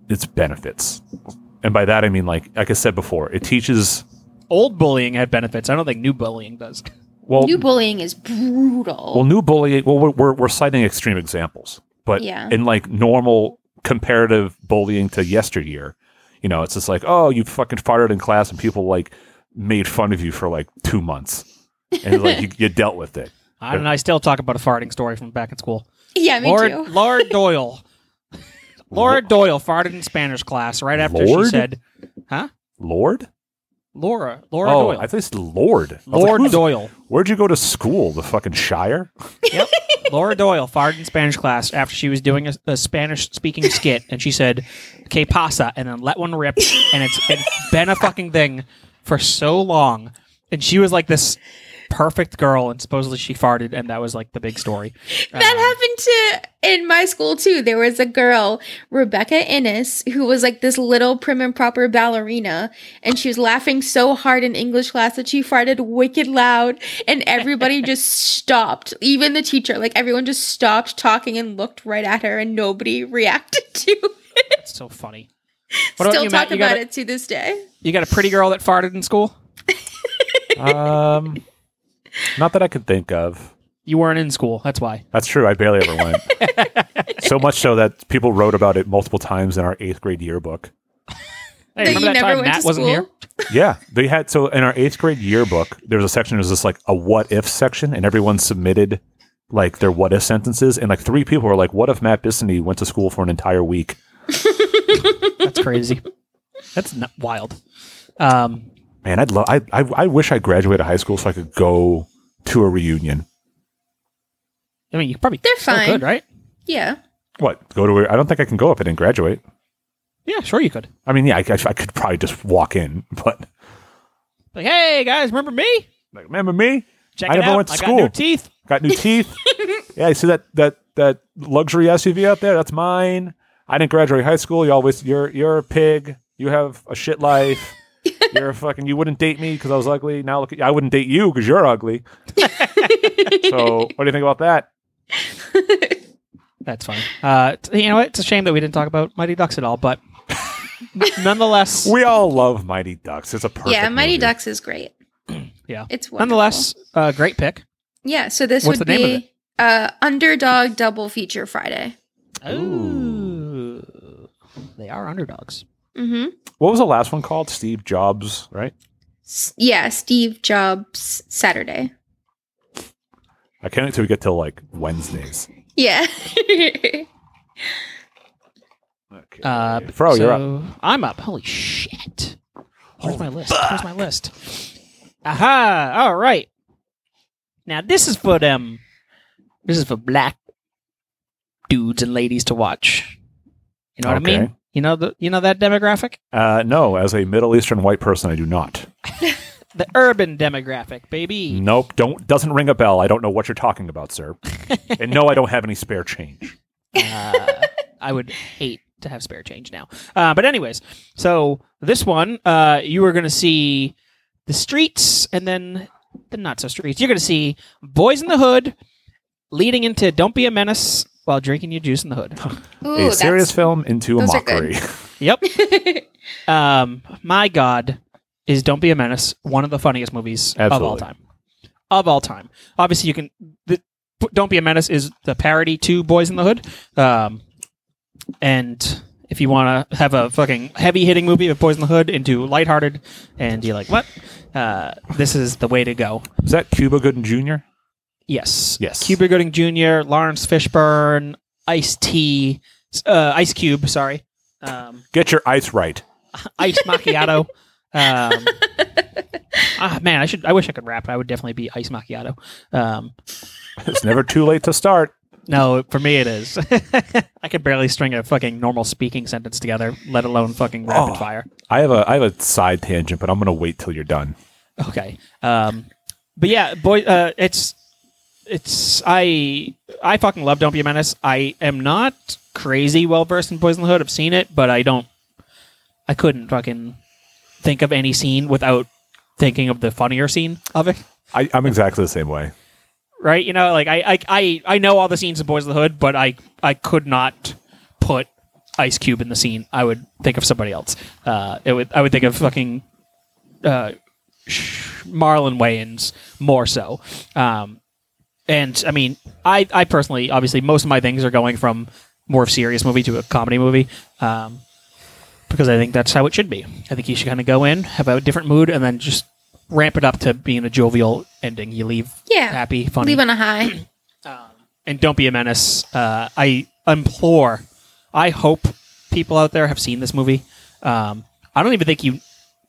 S1: its benefits. And by that I mean like like I said before, it teaches
S3: old bullying had benefits i don't think new bullying does
S1: well
S2: New bullying is brutal.
S1: well new bullying well we're, we're we're citing extreme examples, but
S2: Yeah.
S1: in like normal comparative bullying to yesteryear, you know, it's just like, "Oh, you fucking farted in class and people like made fun of you for like 2 months." And like you, you dealt with it.
S3: I don't know. I still talk about a farting story from back in school.
S2: Yeah, me
S3: Laura,
S2: too. [LAUGHS]
S3: Laura Doyle. Laura Doyle farted in Spanish class right after
S1: Lord?
S3: she said, "Huh,
S1: Lord?
S3: Laura, Laura
S1: oh,
S3: Doyle,
S1: I thought it's Lord. I was
S3: Lord
S1: who's-
S2: [LAUGHS]
S3: Doyle.
S1: Where'd you go to school? The fucking Shire?
S3: Laura Doyle farted in Spanish class after she was doing a, a Spanish-speaking skit, and she said, "Que pasa?" and then let one rip, and it's, it's been a fucking thing for so long. And she was like this perfect girl, and supposedly she farted, and that was like the big story.
S2: That happened to in my school too. There was a girl, Rebecca Innes, who was like this little prim and proper ballerina, and she was laughing so hard in English class that she farted wicked loud, and
S3: [LAUGHS]
S2: everybody just stopped. Even the teacher, like everyone just stopped talking and looked right at her, and nobody [LAUGHS] reacted to. it.
S3: It's so funny.
S2: Still
S3: you,
S2: talk
S3: Matt? You
S2: about
S3: got a-
S2: it to this day.
S3: You got a pretty girl that farted in school?
S1: um, not that I could think of.
S3: You weren't in school. That's why.
S1: That's true. I barely ever went.
S3: [LAUGHS]
S1: so much so that people wrote about it multiple times in our eighth grade yearbook.
S3: Hey,
S2: That
S3: remember
S2: you
S3: that
S2: never
S3: time
S2: went
S3: Matt
S2: to
S3: wasn't
S2: school?
S3: here?
S1: Yeah, they had so in our eighth grade yearbook, there was a section. There was just like a what if section, and everyone submitted like their what if sentences, and like three people were like, "What if Matt Bissany went to school for an entire week?"
S2: [LAUGHS]
S3: That's crazy. That's not wild. Um,
S1: Man, I'd love. I, I I wish I graduated high school so I could go to a reunion.
S3: I mean, you probably
S2: They're
S3: still
S2: fine.
S3: could, right?
S2: Yeah.
S1: What go to? A, I don't think I can go if I didn't graduate.
S3: Yeah, sure you could.
S1: I mean, yeah, I, I, I could probably just walk in, [LAUGHS] but
S3: Like, hey guys, remember me?
S1: like, remember me?
S3: Check
S1: I
S3: it
S1: never
S3: out.
S1: went to
S3: I
S1: school.
S3: got new teeth.
S1: Got new
S2: [LAUGHS]
S1: teeth. yeah, you see that that that luxury SUV out there? That's mine. I didn't graduate high school. You always you're you're a pig. You have a shit
S2: [LAUGHS]
S1: life. you're a fucking. You wouldn't date me because I was ugly. Now look, at, I wouldn't date you because you're
S2: [LAUGHS]
S1: ugly. so what do you think about that?
S3: That's fine. Uh, t- you know what? It's a shame that we didn't talk about Mighty Ducks at
S2: [LAUGHS]
S3: all, but nonetheless,
S1: we all love Mighty Ducks. It's a perfect.
S2: yeah, Mighty
S1: movie.
S2: Ducks is great.
S3: [CLEARS THROAT] yeah.
S2: It's wonderful.
S3: Nonetheless, uh, great pick.
S2: Yeah, so this
S3: What's
S2: would
S3: the name of
S2: be uh underdog double feature Friday.
S3: Ooh, they are underdogs.
S2: Mm-hmm.
S1: What was the last one called? Steve Jobs, right?
S2: S- yeah, Steve Jobs Saturday.
S1: I can't wait till we get to like Wednesdays.
S2: [LAUGHS] Yeah.
S3: Uh,
S1: Fro, you're
S3: so I'm up. Holy shit. Where's my list? Where's my list? Aha! All right. Now this is for them. This is for black dudes and ladies to watch. You know what I
S1: Okay.
S3: mean? You know the you know that demographic?
S1: Uh, no, as a Middle Eastern white person, I do not.
S3: The urban demographic, baby.
S1: Nope, don't doesn't ring a bell. I don't know what you're talking about, sir.
S3: [LAUGHS]
S1: and no, I don't have any spare change.
S3: Uh, I would hate to have spare change now. Uh, but anyways, so this one, uh, you are going to see the streets and then the not so streets. You're going to see Boys in the Hood leading into Don't Be a Menace while drinking your juice in the hood.
S1: a serious film into a
S3: those are good.
S1: mockery. [LAUGHS]
S3: yep. um, my God, is Don't Be a Menace one of the funniest movies of all
S1: Absolutely.
S3: time? Of all time. Obviously, you can. The, Don't Be a Menace is the parody to Boys in the Hood. Um, and if you want to have a fucking heavy hitting movie of Boys in the Hood into lighthearted and you're like, what? Uh, this is the way to go.
S1: Is that Cuba Gooden Jr.?
S3: Yes.
S1: Yes.
S3: Cuba Gooding Jr., Lawrence Fishburne, Ice T, uh, Ice Cube, sorry. Um,
S1: Get your ice right.
S3: Ice Macchiato. [LAUGHS] um, ah, man, I should. I wish I could rap. I would definitely be Ice Macchiato. Um,
S1: It's never too late to start.
S3: no, for me it is. [LAUGHS] I could barely string a fucking normal speaking sentence together, let alone fucking rapid
S1: Oh.
S3: fire.
S1: I have a I have a side tangent, but I'm gonna wait till you're done.
S3: Okay. Um, but yeah, boy, uh, it's it's I I fucking love Don't Be a Menace. I am not crazy well versed in Boys in the Hood. I've seen it, but I don't. I couldn't fucking think of any scene without thinking of the funnier scene of it.
S1: I, I'm exactly the same way.
S3: Right? You know, like I I I, I know all the scenes of Boys in the Hood, but I I could not put Ice Cube in the scene. I would think of somebody else. Uh, it would I would think of fucking uh, sh- Marlon Wayans more so. Um, and I mean, I, I personally, obviously, most of my things are going from more of a serious movie to a comedy movie um, because I think that's how it should be. I think you should kind of go in, have a different mood, and then just ramp it up to being a jovial ending. You leave
S2: Yeah.
S3: happy, funny,
S2: Leave on a high.
S3: and don't be a menace. Uh, I implore, I hope people out there have seen this movie. Um, I don't even think you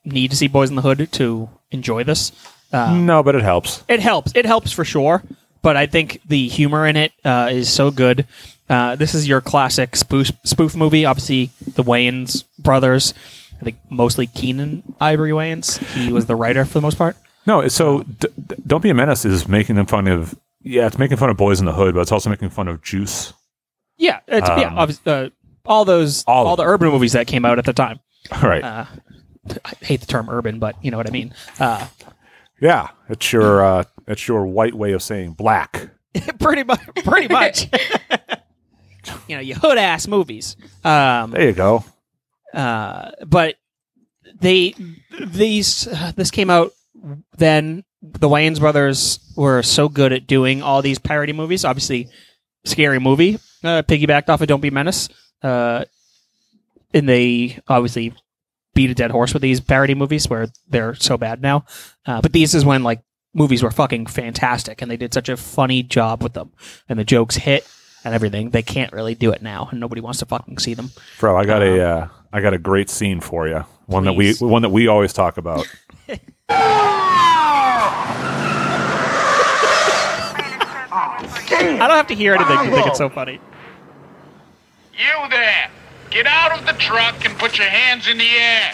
S3: need to see Boys in the Hood to enjoy this. Um,
S1: no, but it helps.
S3: It helps. It helps for sure. But I think the humor in it uh, is so good. Uh, this is your classic spoof, spoof movie. Obviously, the Wayans brothers. I think mostly Keenan Ivory Wayans. He was the writer for the most part.
S1: No, it's so d- d- don't be a menace is making them fun of. Yeah, it's making fun of boys in the hood, but it's also making fun of Juice. [LAUGHS]
S3: Yeah, it's, yeah.
S1: Um,
S3: Obviously, uh, all those, all, the urban movies that came out at the time.
S1: Right.
S3: Uh, I hate the term urban, but you know what I mean. Uh, [LAUGHS]
S1: Yeah, it's your uh, it's your white way of saying black.
S3: pretty much, pretty much. you know, you hood ass movies. Um,
S1: There you go.
S3: uh, but they these uh, this came out then. The Wayans brothers were so good at doing all these parody movies. Obviously, scary movie uh, piggybacked off of Don't Be Menace, uh, and they obviously beat a dead horse with these parody movies where they're so bad now. Uh, but these is when like movies were fucking fantastic, and they did such a funny job with them, and the jokes hit and everything. They can't really do it now, and nobody wants to fucking see them.
S1: Bro, I got a uh, I got a great scene for you. One
S3: Please.
S1: that we one that we always talk about.
S3: I don't have to hear anything to think it's so funny.
S11: You there! Get out of the truck and put your hands in the air.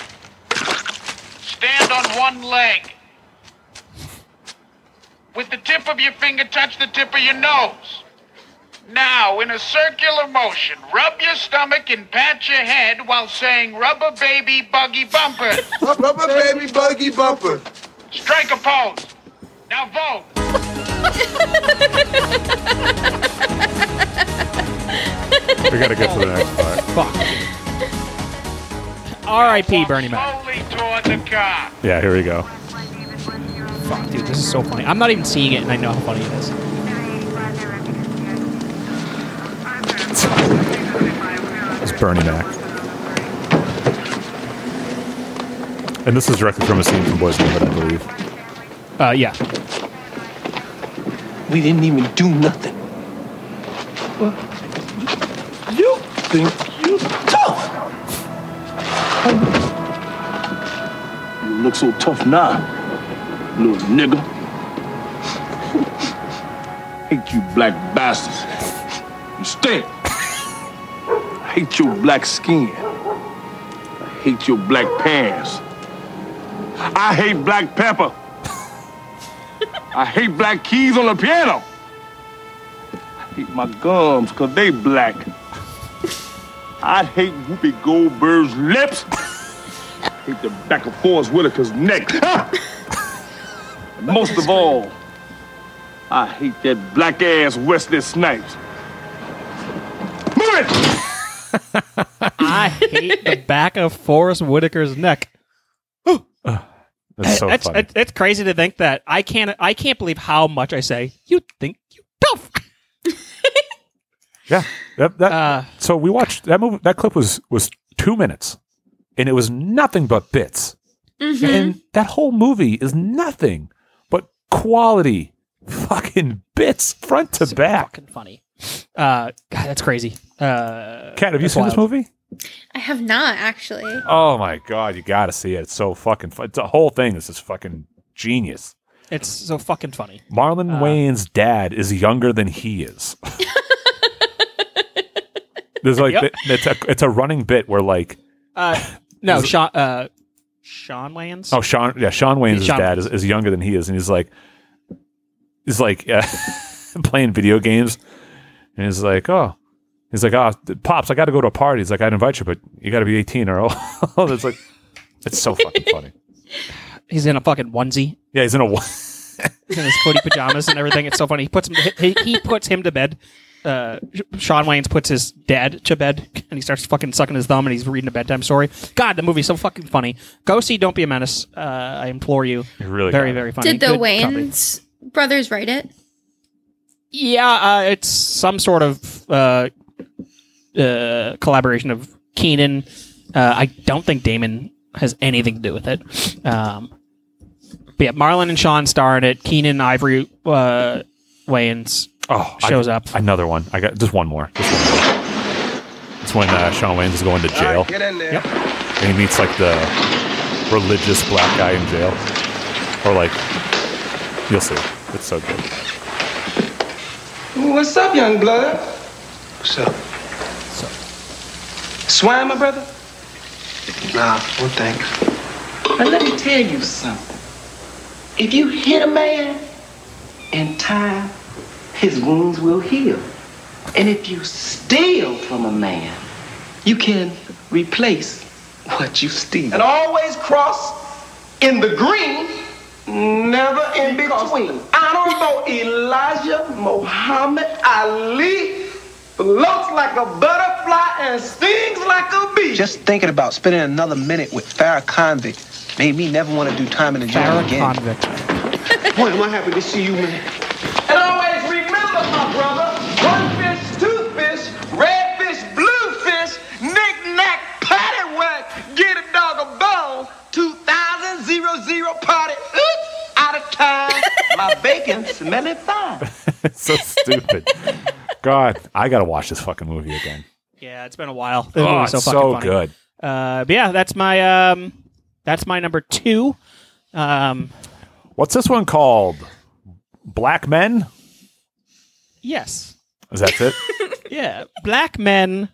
S11: Stand on one leg. With the tip of your finger, touch the tip of your nose. Now, in a circular motion, rub your stomach and pat your head while saying rubber baby buggy bumper.
S9: Rubber baby buggy bumper.
S11: Strike a pose. Now vote.
S1: [LAUGHS] We gotta get to the next part.
S3: R.I.P. Bernie Mac.
S11: Slowly toward the car.
S1: Yeah, here we go.
S3: Fuck, dude, this is so funny. I'm not even seeing it, and I know how funny it is.
S1: It's Bernie Mac. And this is directly from a scene from Boys in the Hood, I believe.
S3: Uh, yeah.
S8: We didn't even do nothing. You think you tough? You look so tough now, little nigga. Hate you black bastards. You stink. I hate your black skin. I hate your black pants. I hate black pepper. I hate black keys on the piano. I hate my gums, cause they black. I'd hate Whoopi Goldberg's lips. I hate the back of Forrest Whitaker's neck. And Most of all, I hate that black ass Wesley Snipes. Move it!
S3: I
S1: [LAUGHS]
S3: hate the back of Forrest Whitaker's neck.
S1: That's so
S3: it's,
S1: funny.
S3: it's- it's crazy to think that I can't. I can't believe how much I say. You think you tough?
S1: Yeah. That, that,
S3: Uh,
S1: so we watched that movie. That clip was was two minutes, and it was nothing but bits.
S3: Mm-hmm.
S1: And that whole movie is nothing but quality fucking bits front to back.
S3: funny. Uh, God, that's crazy. Uh,
S1: Kat, have you
S3: that's
S1: seen this
S3: wild.
S1: movie?
S2: I have not actually.
S1: Oh my god, you got to see it. It's so fucking. Fun. The whole thing is just fucking genius.
S3: It's so fucking funny. Uh.
S1: Marlon Wayne's dad is younger than he
S3: [LAUGHS]
S1: is. There's like
S3: Yep.
S1: it's a it's a running bit where like
S3: Uh, no,
S1: Is it-
S3: Sean. Uh, Sean Wayans.
S1: Oh, Sean. Yeah, Sean Wayne's
S3: Sean
S1: dad is, is younger than he is, and he's like, he's like uh, [LAUGHS] playing video games, and he's like, oh, he's like, oh, pops, I got to go to a party. He's like, I'd invite you, but you got to be eighteen [LAUGHS] or oh, it's like, it's so fucking funny.
S3: He's in a fucking onesie.
S1: Yeah, he's in a. wa-
S3: He's in his footy pajamas and everything. It's so funny. He puts him. He, he puts him to bed. Uh, Sean Wayans puts his dad to bed, and he starts fucking sucking his thumb, and he's reading a bedtime story. God, the movie's so fucking funny. Go see. Don't be a menace. Uh, I implore you.
S1: really got
S3: very
S1: it.
S3: very funny.
S2: Did the
S3: Good comedy.
S2: Wayans brothers write it?
S3: Yeah, uh, it's some sort of uh, uh, collaboration of Keenan. Uh, I don't think Damon has anything to do with it. Um, but yeah, Marlon and Sean star in it. Keenan Ivory uh, Wayans
S1: oh, I-
S3: shows up.
S1: Another one. I got just one more. Just one more. It's when uh, Sean Wayne's is going to jail.
S8: get in there.
S1: and he meets like the religious black guy in jail, or like you'll see, it's so good.
S8: What's up, young blood? What's up?
S3: What's up?
S8: Swine, my brother? Nah, well, thanks. But let me tell you something. If you hit a man in time, his wounds will heal. And if you steal from a man, you can replace what you steal. And always cross in the green, never in between. Honorable Elijah Muhammad Ali looks like a butterfly and stings like a bee.
S12: Just thinking about spending another minute with Farrah Convict made me never want to do time in the jail
S8: Farrah
S12: again.
S3: Convict.
S8: Boy, am I happy to see you, man. And always remember, my brother, one fish, two fish, red fish, blue fish, knick-knack, paddywhack, get a dog a bone, 2000, zero, zero, party, oops, out of time, my bacon smelling fine.
S1: It's so stupid. God, I gotta watch this fucking movie again.
S3: Yeah, it's been a while. This
S1: Oh,
S3: movie's
S1: it's
S3: fucking
S1: so
S3: funny.
S1: good.
S3: Uh, but yeah, that's my um, that's my number two. Um,
S1: What's this one called? Black Men?
S3: yes,
S1: Is that
S3: [LAUGHS]
S1: it?
S3: yeah, black men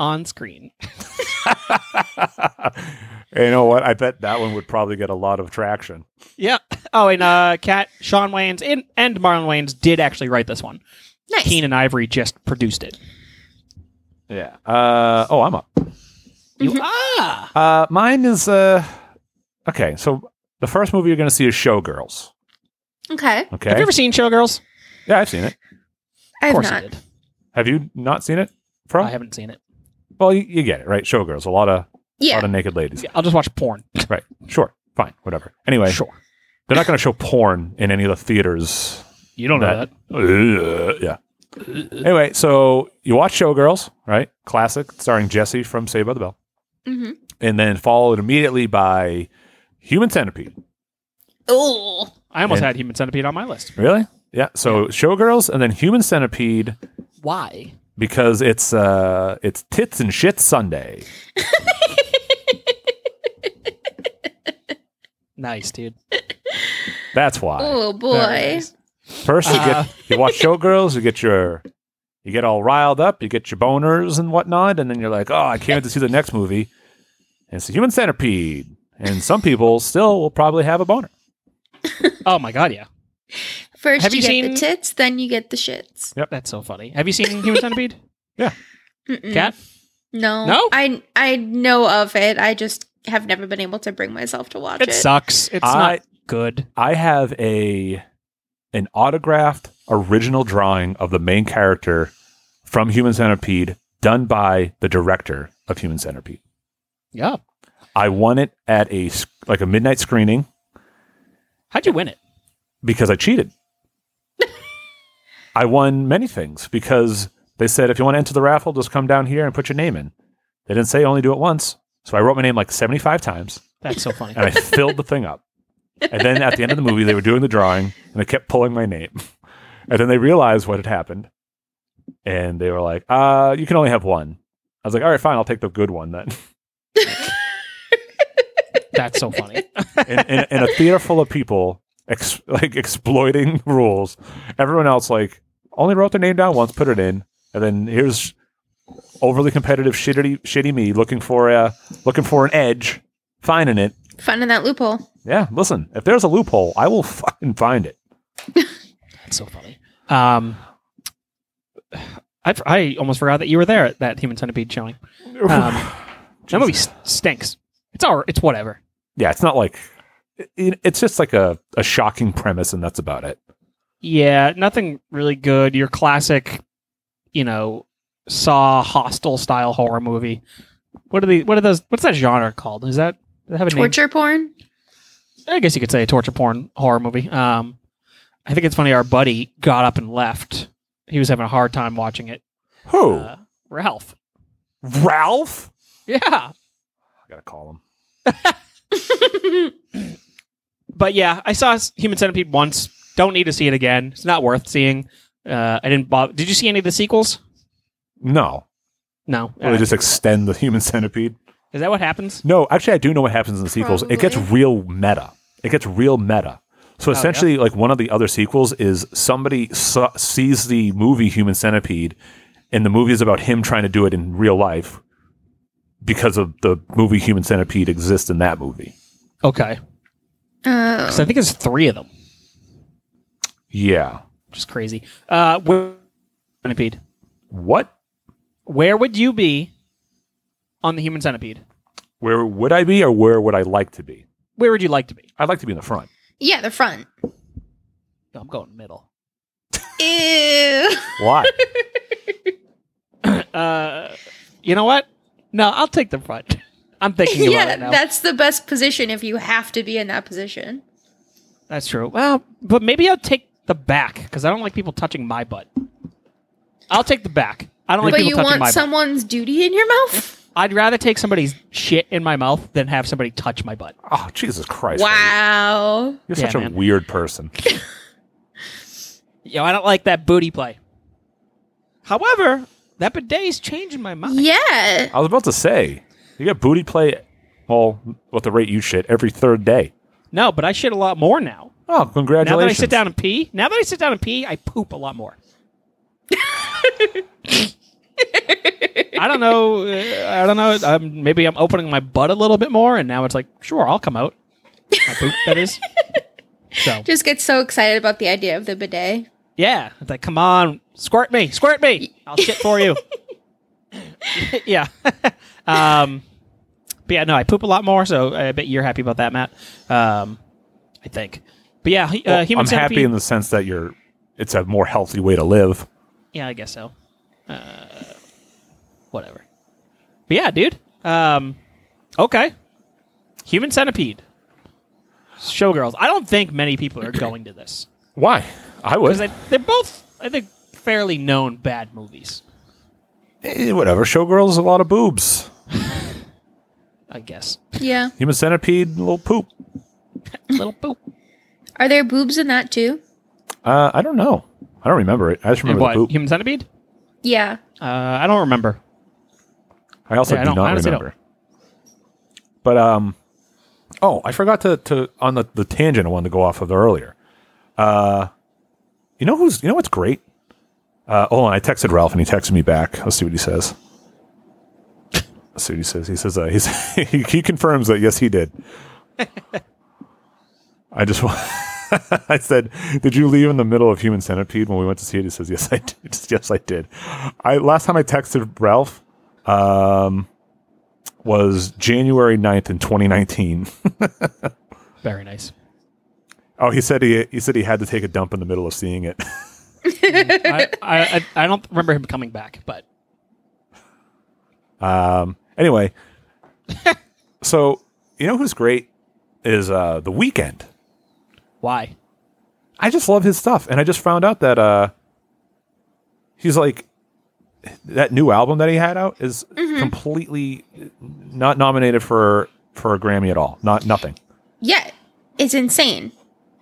S3: on screen. [LAUGHS]
S1: you know what? I bet that one would probably get a lot of traction.
S3: Yeah. Oh, and uh, Cat, Sean Wayans, and, and Marlon Wayans did actually write this one.
S2: Nice.
S3: Keenan Ivory just produced it.
S1: Yeah. Uh, oh, I'm up.
S2: Mm-hmm.
S3: You ah.
S1: Uh, mine is uh, okay. So the first movie you're gonna see is Showgirls.
S2: Okay.
S1: Okay.
S3: Have you ever seen Showgirls?
S1: Yeah, I've seen it.
S2: I have
S3: course
S2: not.
S3: did.
S1: Have you not seen it? Pro?
S3: I haven't seen it.
S1: Well, you, you get it, right? Showgirls, a lot of
S2: Yeah.
S1: lot of naked ladies.
S3: I'll just watch porn.
S1: Right. Sure. Fine. Whatever. Anyway,
S3: [LAUGHS] Sure.
S1: They're not going to show porn in any of the theaters.
S3: You don't know
S1: Ugh, yeah. Anyway, so you watch Showgirls, right? Classic, starring Jesse from Saved by the Bell.
S2: Mm-hmm.
S1: and then followed immediately by Human Centipede.
S2: Oh.
S3: I almost
S1: And-
S3: had Human Centipede on my list.
S1: Really? Yeah. So Showgirls and then Human Centipede
S13: Why?
S1: because it's uh it's tits and shit Sunday.
S3: Nice, dude.
S1: That's why.
S2: Oh boy.
S1: First you get you watch Showgirls, you get your you get all riled up, you get your boners and whatnot, and then you're like, oh, I can't wait to see the next movie. And it's a Human Centipede, and some people still will probably have a boner.
S3: oh my god, yeah.
S2: First
S3: Have
S2: you,
S3: you
S2: get
S3: seen-
S2: the tits, then you get the shits.
S3: Yep. That's so funny. Have you seen Human [LAUGHS] Centipede?
S2: Mm-mm.
S3: Cat?
S2: No.
S3: No?
S2: I I know of it. I just have never been able to bring myself to watch it.
S3: It's
S1: I-
S3: not good.
S1: I have a an autographed original drawing of the main character from Human Centipede done by the director of Human Centipede.
S3: Yeah.
S1: I won it at a s- like a midnight screening
S3: How'd you win it?
S1: because I cheated. I won many things because they said if you want to enter the raffle, just come down here and put your name in. They didn't say only do it once, so I wrote my name like seventy five times
S3: That's so funny. [LAUGHS]
S1: and I filled the thing up. And then at the end of the movie, they were doing the drawing, and they kept pulling my name. [LAUGHS] And then they realized what had happened, and they were like, "Uh, you can only have one." I was like, "All right, fine, I'll take the good one then."
S3: That's so [LAUGHS] funny.
S1: in, in, in a theater full of people ex- like exploiting [LAUGHS] rules, everyone else like only wrote their name down once, put it in, and then here's overly competitive, shitty, shitty me looking for a looking for an edge, finding it,
S2: Fun in that loophole.
S1: Yeah, listen, if there's a loophole, I will fucking find it.
S3: That's so funny. Um, I, I almost forgot that you were there at that Human Centipede showing.
S1: [SIGHS]
S3: Um, that movie s- stinks. It's all. It's whatever.
S1: Yeah, it's not like it, it's just like a, a shocking premise, and that's about it.
S3: Yeah, nothing really good. Your classic, you know, Saw hostile style horror movie. What are the what are those? What's that genre called? Is that does it have a name?
S2: Torture porn?
S3: I guess you could say a torture porn horror movie. Um, I think it's funny. Our buddy got up and left. He was having a hard time watching it. Uh,
S1: Who?
S3: Ralph.
S1: Uh, Ralph?
S3: Yeah.
S1: I gotta call him.
S3: But yeah, I saw s- Human Centipede once. Don't need to see it again. It's not worth seeing. Uh, I didn't bother. Did you see any of the sequels?
S1: No,
S3: No.
S1: Will Oh, they just extend the human centipede.
S3: Is that what happens?
S1: No, actually, I do know what happens in the sequels. It gets
S3: Probably.
S1: real meta. It gets real meta. So
S3: Oh, yeah?
S1: essentially, like one of the other sequels is somebody su- sees the movie Human Centipede, and the movie is about him trying to do it in real life because of the movie Human Centipede exists in that movie.
S3: Okay.
S2: Oh.
S3: So I think it's three of them.
S1: Yeah.
S3: Just crazy. Uh, where, centipede.
S1: What?
S3: Where would you be on the Human Centipede?
S1: Where would I be, or where would I like to be?
S3: Where would you like to be?
S1: I'd like to be in the front.
S2: Yeah, the front.
S3: I'm going middle.
S2: Ew.
S3: [LAUGHS]
S1: Why?
S3: uh, you know what? No, I'll take the front. [LAUGHS] I'm thinking
S2: [LAUGHS]
S3: about
S2: yeah,
S3: it now.
S2: that's the best position if you have to be in that position.
S3: That's true. Well, but maybe I'll take the back because I don't like people touching my butt. I'll take the back. I don't like
S2: but
S3: people
S2: you
S3: touching
S2: want
S3: my butt.
S2: someone's duty in your mouth?
S3: I'd rather take somebody's shit in my mouth than have somebody touch my butt.
S1: Oh, Jesus Christ.
S2: Wow.
S1: You're such a weird person.
S3: Yo, I don't like that booty play. However, that bidet's changing my mind.
S2: Yeah.
S1: I was about to say, you get booty play, well, with the rate you shit, every third day.
S3: No, but I shit a lot more now.
S1: Oh, congratulations.
S3: Now that I sit down uh, and pee, now that I sit down and pee, I poop a lot more. I don't know. uh, I don't know. Um, maybe I'm opening my butt a little bit more, and now it's like, sure, I'll come out. My poop,
S1: [LAUGHS]
S3: that is. So
S2: Just get so excited about the idea of the bidet.
S3: yeah, it's like, come on, squirt me, squirt me. I'll shit for you. [LAUGHS] yeah. [LAUGHS] um, but yeah, no, I poop a lot more, so I bet you're happy about that, Matt. Um, I think. But yeah, he- uh,
S1: Well,
S3: human
S1: I'm happy
S3: centipede-
S1: in the sense that you're, it's a more healthy way to live.
S3: Yeah, I guess so. Uh, whatever. But yeah, dude. Um, okay. Human Centipede. Showgirls. I don't think many people
S1: [CLEARS THROAT]
S3: are going to this.
S1: Why? I would.
S3: Because they're both, I think, fairly known bad movies.
S1: Eh, whatever. Showgirls, a lot of boobs. [LAUGHS]
S3: I guess.
S2: Yeah.
S1: Human centipede, little poop.
S3: little poop.
S2: Are there boobs in that too?
S1: Uh, I don't know. I don't remember it. I just remember
S3: what,
S1: the poop.
S3: Human centipede?
S2: Yeah.
S3: Uh, I don't remember.
S1: I also
S3: Yeah, I
S1: do
S3: don't- I
S1: not
S3: honestly
S1: remember. But um, oh, I forgot to to on the the tangent I wanted to go off of earlier. Uh, you know who's you know what's great? Uh, hold on, I texted Ralph and he texted me back. Let's see what he says. Let's see what he says. He says uh, he's, [LAUGHS] he he confirms that yes he did. [LAUGHS] I just want. [LAUGHS] I said, "Did you leave in the middle of Human Centipede when we went to see it?" He says, "Yes, I did. [LAUGHS] yes, I did." I last time I texted Ralph um, was January 9th in twenty nineteen. [LAUGHS]
S3: Very nice.
S1: oh, he said he he said he had to take a dump in the middle of seeing it. [LAUGHS]
S3: I, I, I, I don't remember him coming back, but
S1: Um, anyway, so you know who's great is uh, the weekend.
S3: Why?
S1: I just love his stuff, and I just found out that uh, he's like that new album that he had out is completely not nominated for for a Grammy at all. Not nothing.
S2: Yeah. It's insane.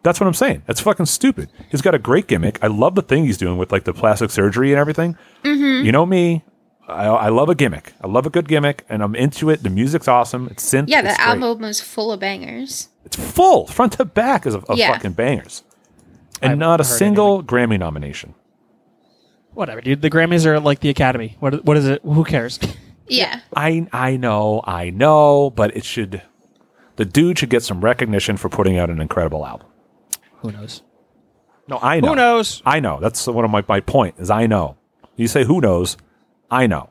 S1: That's what I'm saying. That's fucking stupid. He's got a great gimmick. I love the thing he's doing with like the plastic surgery and everything.
S2: Mm-hmm.
S1: You know me. I, I love a gimmick. I love a good gimmick, and I'm into it. The music's awesome. It's synth.
S2: yeah, the
S1: it's great.
S2: album was full of bangers.
S1: It's full front to back is of, of
S2: Yeah.
S1: fucking bangers, and not a
S3: heard
S1: single Grammy nomination.
S3: whatever, dude. The Grammys are like the Academy. What what is it? Who cares? [LAUGHS]
S2: Yeah.
S1: I I know, I know, but it should the dude should get some recognition for putting out an incredible album.
S3: Who knows?
S1: No, I know.
S3: Who knows?
S1: I know. That's one of my my point is I know. You say who knows? I know.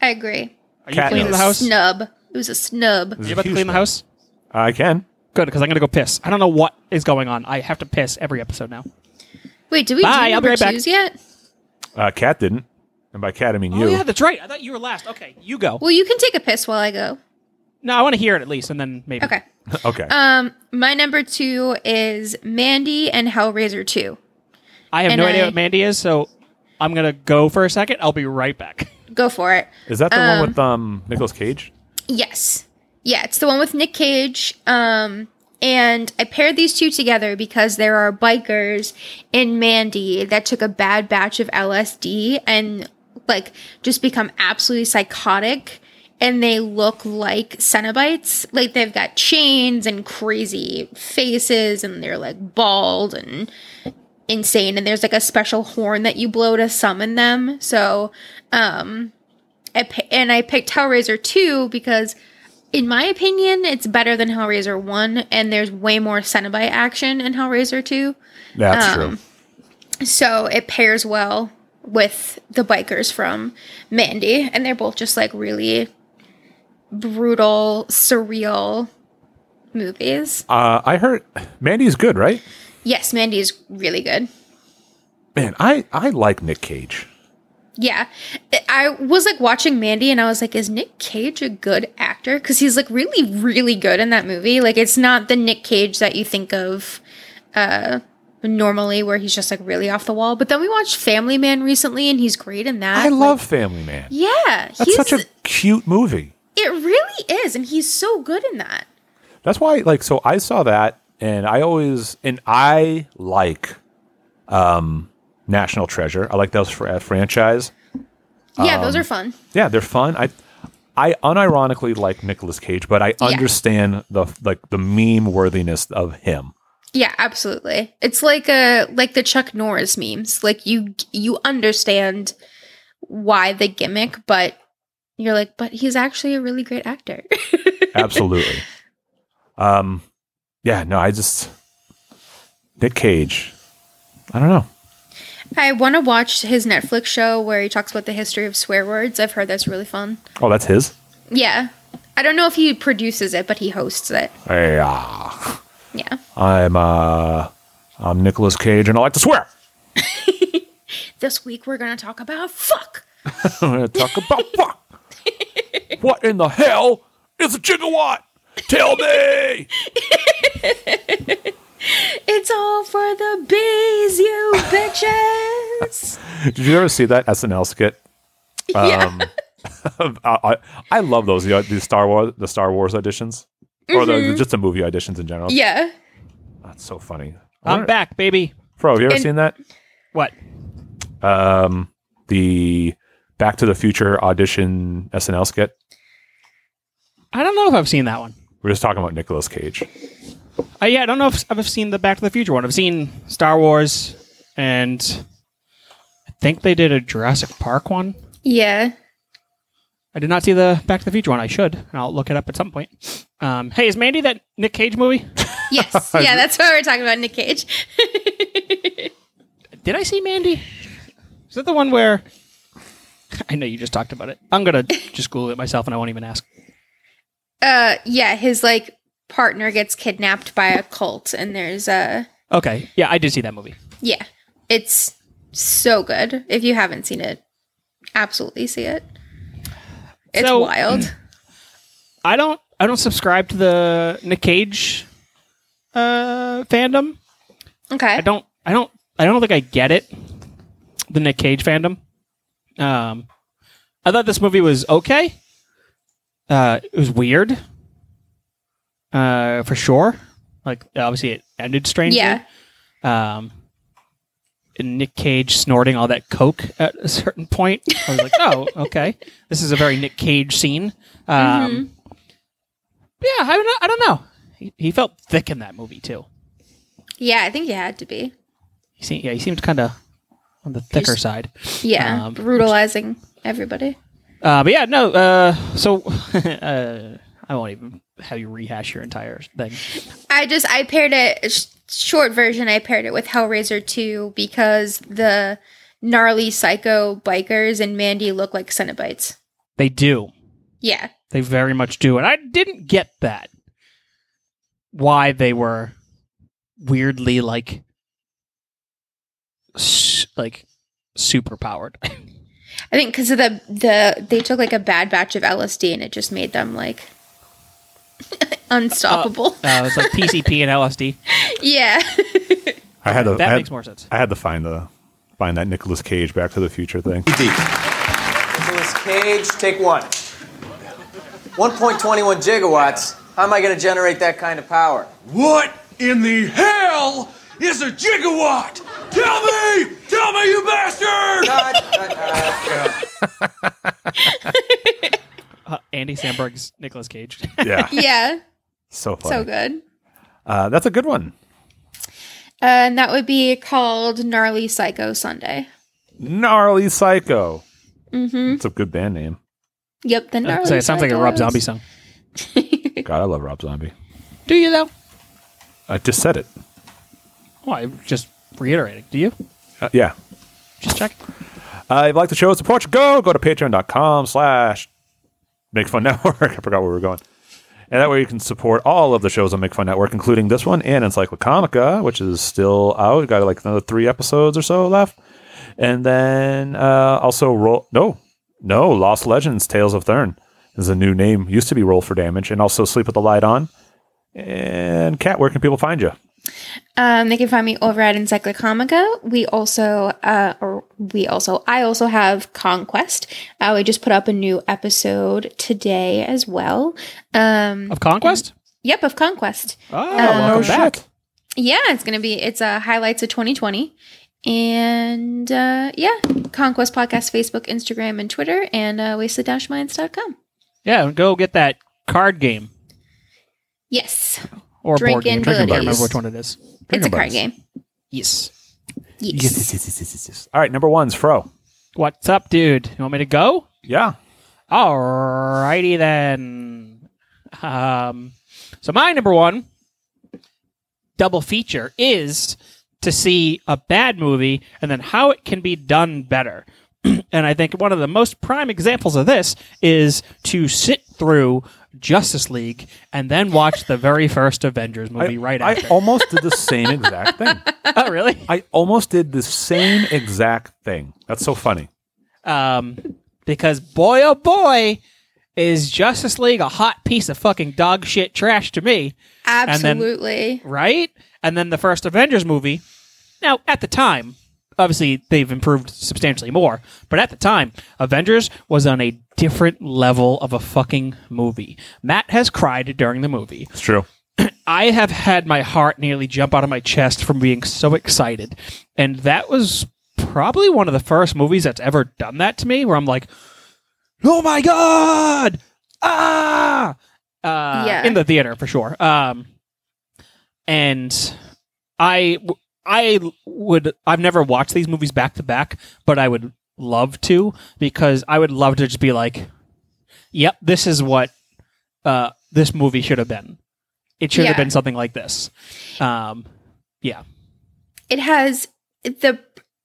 S2: I agree.
S1: Are you Cat cleaning
S2: It
S1: the
S2: was a
S1: house?
S2: Snub. It was a snub.
S1: This is
S3: you about to
S1: huge
S3: clean the
S1: thing.
S3: house?
S1: I can.
S3: Good, because I'm gonna go piss. I don't know what is going on. I have to piss every episode now.
S2: Wait, did we
S3: Bye,
S2: do
S3: I'll be
S2: number
S3: right back.
S2: twos yet?
S1: Uh, Cat didn't, and by Cat I mean you.
S3: Oh yeah, that's right. I thought you were last. Okay, you go.
S2: Well, you can take a piss while I go.
S3: No, I want to hear it at least, and then maybe.
S2: Okay.
S1: [LAUGHS] okay.
S2: Um, my number two is Mandy and Hellraiser Two.
S3: I have
S2: and
S3: no idea
S2: I-
S3: what Mandy is, so I'm gonna go for a second. I'll be right back.
S2: Go for it.
S1: Is that the
S2: Um,
S1: one with um Nicolas Cage?
S2: Yes. Yeah, it's the one with Nick Cage. Um, and I paired these two together because there are bikers in Mandy that took a bad batch of LSD and like just become absolutely psychotic and they look like Cenobites. Like they've got chains and crazy faces and they're like bald and insane and there's like a special horn that you blow to summon them. So, um I pi- and I picked Hellraiser 2 because, in my opinion, it's better than Hellraiser 1, and there's way more Cenobite action in Hellraiser 2.
S1: That's
S2: um,
S1: true.
S2: So it pairs well with the bikers from Mandy, and they're both just like really brutal, surreal movies.
S1: Uh, I heard Mandy's good, right?
S2: Yes, Mandy is really good.
S1: Man, I I like Nick Cage.
S2: Yeah. I- I was like watching Mandy and I was like, is Nick Cage a good actor? Because he's like really, really good in that movie. Like, it's not the Nick Cage that you think of uh, normally, where he's just like really off the wall. But then we watched Family Man recently and he's great in that.
S1: I love Family Man.
S2: Yeah.
S1: That's
S2: he's,
S1: such a cute movie.
S2: It really is. And he's so good in that.
S1: That's why, like, so I saw that, and I always and I like um National Treasure. I like those for a franchise.
S2: Yeah, those
S1: Um,
S2: are fun.
S1: Yeah, they're fun. I I unironically like Nicolas Cage, but I understand the like the meme worthiness of him.
S2: Yeah, absolutely. It's like a like the Chuck Norris memes. Like you you understand why the gimmick, but you're like, but he's actually a really great actor. [LAUGHS]
S1: Absolutely. um, yeah. No, I just Nick Cage. I don't know.
S2: I want to watch his Netflix show where he talks about the history of swear words. I've heard that's really fun.
S1: Oh, that's his.
S2: Yeah. I don't know if he produces it, but he hosts it.
S1: Yeah.
S2: Yeah.
S1: I'm uh I'm Nicolas Cage, and I like to swear. [LAUGHS]
S2: This week we're going to talk about fuck.
S1: talk about fuck. what in the hell is a gigawatt? Tell me.
S2: It's all for the bees, you bitches.
S1: Did you ever see that SNL skit? [LAUGHS]
S2: Yeah.
S1: I, I, I love those you know, these Star Wars the Star Wars auditions or the,
S2: Mhm.
S1: just the movie auditions in general.
S2: Yeah.
S1: that's so funny.
S3: I'm back, baby.
S1: Bro, have you ever
S2: And-
S1: seen that?
S3: What?
S1: Um, the Back to the Future audition SNL skit.
S3: I don't know if I've seen that one.
S1: We're just talking about Nicolas Cage.
S3: Uh, yeah, I don't know if I've seen the Back to the Future one. I've seen Star Wars, and I think they did a Jurassic Park one.
S2: Yeah.
S3: I did not see the Back to the Future one. I should, and I'll look it up at some point. Um, hey, is Mandy that Nick Cage movie?
S2: Yes. yeah, that's why we're talking about Nick Cage.
S3: Did I see Mandy? Is that the one where? I know you just talked about it. I'm gonna just Google it myself, and I won't even ask.
S2: Uh yeah, his like partner gets kidnapped by a cult and there's a
S3: Okay, yeah, I did see that movie.
S2: yeah. It's so good. If you haven't seen it, absolutely see it. It's
S3: So- [CLEARS THROAT]
S2: wild.
S3: I don't I don't subscribe to the Nick Cage uh, fandom.
S2: Okay.
S3: I don't I don't I don't think I get it. The Nick Cage fandom. Um I thought this movie was okay. Uh it was weird. Uh for sure. Like obviously it ended strangely.
S2: Yeah.
S3: Um and Nick Cage snorting all that coke at a certain point. I was like, "Oh, okay. This is a very Nick Cage scene." Um Yeah, I don't know. I don't know. He, he felt thick in that movie too.
S2: Yeah, I think you had to be.
S3: He seemed, yeah, he seemed kind of on the thicker side.
S2: Yeah.
S3: Um,
S2: brutalizing everybody.
S3: uh, but yeah, no. Uh, so [LAUGHS] uh, I won't even have you rehash your entire thing.
S2: I just I paired it sh- short version. I paired it with Hellraiser 2 because the gnarly psycho bikers and Mandy look like Cenobites.
S3: They do.
S2: Yeah.
S3: They very much do, and I didn't get that. Why they were weirdly like, s- like super [LAUGHS] powered.
S2: I think because of the the they took like a bad batch of LSD and it just made them like [LAUGHS] unstoppable.
S3: Uh, it's like PCP and LSD.
S2: [LAUGHS] yeah. [LAUGHS]
S1: I had to.
S3: That
S1: I had-
S3: makes more sense.
S1: I had to find the find that Nicolas Cage Back to the Future thing.
S13: Nicholas Cage, take one. 1.21 gigawatts. How am I going to generate that kind of power?
S7: What in the hell is a gigawatt? Tell me! Tell me, you bastard!
S3: Uh, Andy Samberg's Nicolas [LAUGHS] Cage.
S1: [LAUGHS] Yeah.
S2: Yeah.
S1: So funny.
S2: So good.
S1: Uh, that's a good one.
S2: Uh, and that would be called Gnarly Psycho Sunday.
S1: Gnarly Psycho.
S2: Mm-hmm.
S1: It's a good band name.
S2: Yep. The gnarly.
S3: Uh, so it sounds like a Rob
S2: Psychos.
S3: Zombie song.
S1: God, I love Rob Zombie.
S3: Do you though?
S1: I just said it.
S3: Well, I'm just reiterating. Do you?
S1: Uh, yeah.
S3: Just check.
S1: Uh, if you like the show, support your go. Go to patreon.com slash Make Fun Network. [LAUGHS] I forgot where we were going. And that way you can support all of the shows on Make Fun Network, including this one and Encyclocomica, which is still out. We've got like another three episodes or so left. And then uh, also roll no, no, Lost Legends, Tales of Thurn is a new name. Used to be Roll for Damage, and also Sleep with the Light On. And Kat, where can people find you?
S2: Um, they can find me over at Encyclocomica. We also, uh, or we also, I also have Conquest. Uh, we just put up a new episode today as well. Um,
S3: Of Conquest?
S2: yep, of Conquest.
S3: Oh,
S2: Um,
S3: welcome back.
S2: Yeah, it's gonna be it's uh, highlights of 2020, and uh, yeah, Conquest Podcast, Facebook, Instagram, and Twitter, and uh, wasted-minds.com.
S3: Yeah, go get that card game
S2: Yes,
S3: or board
S2: Drinking
S3: game. I can't remember
S2: buddies.
S3: which one it is.
S2: it's a card game.
S3: Yes.
S1: Yes,
S2: Yes.
S1: yes, yes, yes, yes, yes. All right, number one's Fro.
S3: What's up, dude? You want me to go?
S1: Yeah.
S3: Alrighty then. Um, so my number one double feature is to see a bad movie and then how it can be done better. [CLEARS THROAT] and I think one of the most prime examples of this is to sit through Justice League and then watch the very first Avengers movie right
S1: I
S3: after.
S1: almost did the same exact thing.
S3: oh, [LAUGHS] really?
S1: I almost did the same exact thing. That's so funny.
S3: um, because boy oh boy is Justice League a hot piece of fucking dog shit trash to me. And then-
S2: Absolutely.
S3: right? And then the first Avengers movie. Now, at the time, obviously they've improved substantially more, but at the time, Avengers was on a different level of a fucking movie. Matt has cried during the movie.
S1: It's true.
S3: I have had my heart nearly jump out of my chest from being so excited. And that was probably one of the first movies that's ever done that to me where I'm like, oh my God! Ah! Uh,
S2: Yeah.
S3: In the theater, for sure. Um, and I, w- I would, I've never watched these movies back to back, but I would love to because I would love to just be like, yep, this is what uh, this movie should have been. It should have
S2: Yeah.
S3: been something like this. Um, yeah.
S2: it has the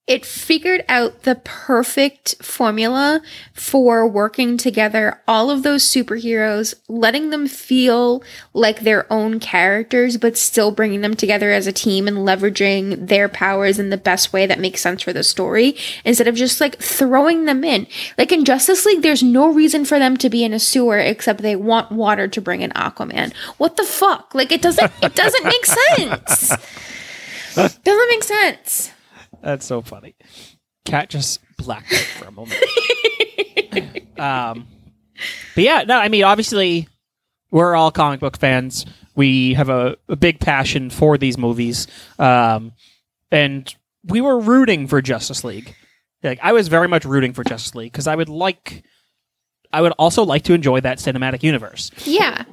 S2: it figured out the perfect formula for working together all of those superheroes letting them feel like their own characters but still bringing them together as a team and leveraging their powers in the best way that makes sense for the story instead of just like throwing them in like in justice league there's no reason for them to be in a sewer except they want water to bring in aquaman what the fuck like it doesn't it doesn't make sense doesn't make sense.
S3: That's so funny. Cat just blacked out for a moment. um, but yeah, no, I mean, obviously, we're all comic book fans. We have a, a big passion for these movies. Um, and we were rooting for Justice League. Like, I was very much rooting for Justice League because I would like, I would also like to enjoy that cinematic universe.
S2: Yeah.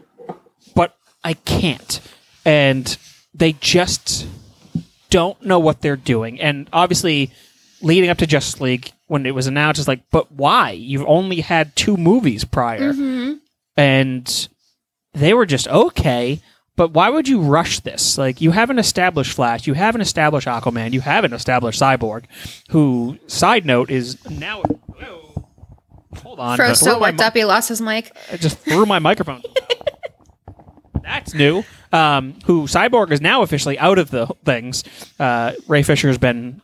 S3: but I can't. And they just don't know what they're doing. And obviously, leading up to Justice League, when it was announced, it's like, but why? You've only had two movies prior.
S2: Mhm.
S3: And they were just okay. But why would you rush this? Like, you haven't established Flash, you haven't established Aquaman, you haven't established Cyborg, who, side note, is now. Whoa. Hold on.
S2: Fro's so
S3: Threw my
S2: worked up, he lost his mic.
S3: I just threw my microphone. That's new. Um, who Cyborg is now officially out of the things. Uh, Ray Fisher has been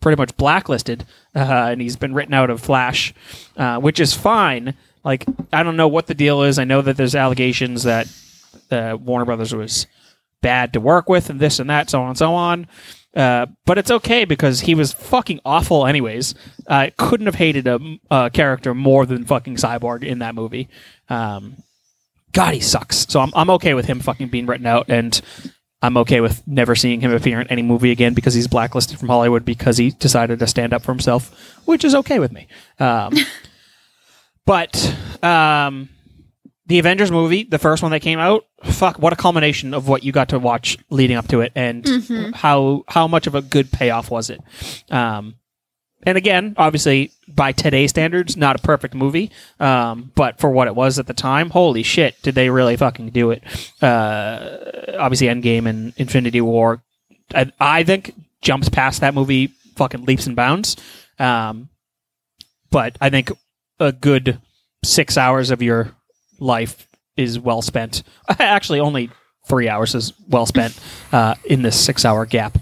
S3: pretty much blacklisted, uh, and he's been written out of Flash, uh, which is fine. Like I don't know what the deal is. I know that there's allegations that uh, Warner Brothers was bad to work with, and this and that, so on and so on. Uh, but it's okay because he was fucking awful, anyways. I couldn't have hated a, a character more than fucking Cyborg in that movie. Um, God, he sucks. So I'm, I'm okay with him fucking being written out, and I'm okay with never seeing him appear in any movie again because he's blacklisted from Hollywood because he decided to stand up for himself, which is okay with me. Um, [LAUGHS] but um, the Avengers movie, the first one that came out, fuck, what a culmination of what you got to watch leading up to it, and
S14: Mhm.
S3: how how much of a good payoff was it? Um, and again, obviously by today's standards, not a perfect movie, um, but for what it was at the time, holy shit, did they really fucking do it? Uh, obviously, Endgame and Infinity War, I, I think jumps past that movie fucking leaps and bounds. Um, but I think a good six hours of your life is well spent. [LAUGHS] Actually, only three hours is well spent uh, in this six-hour gap.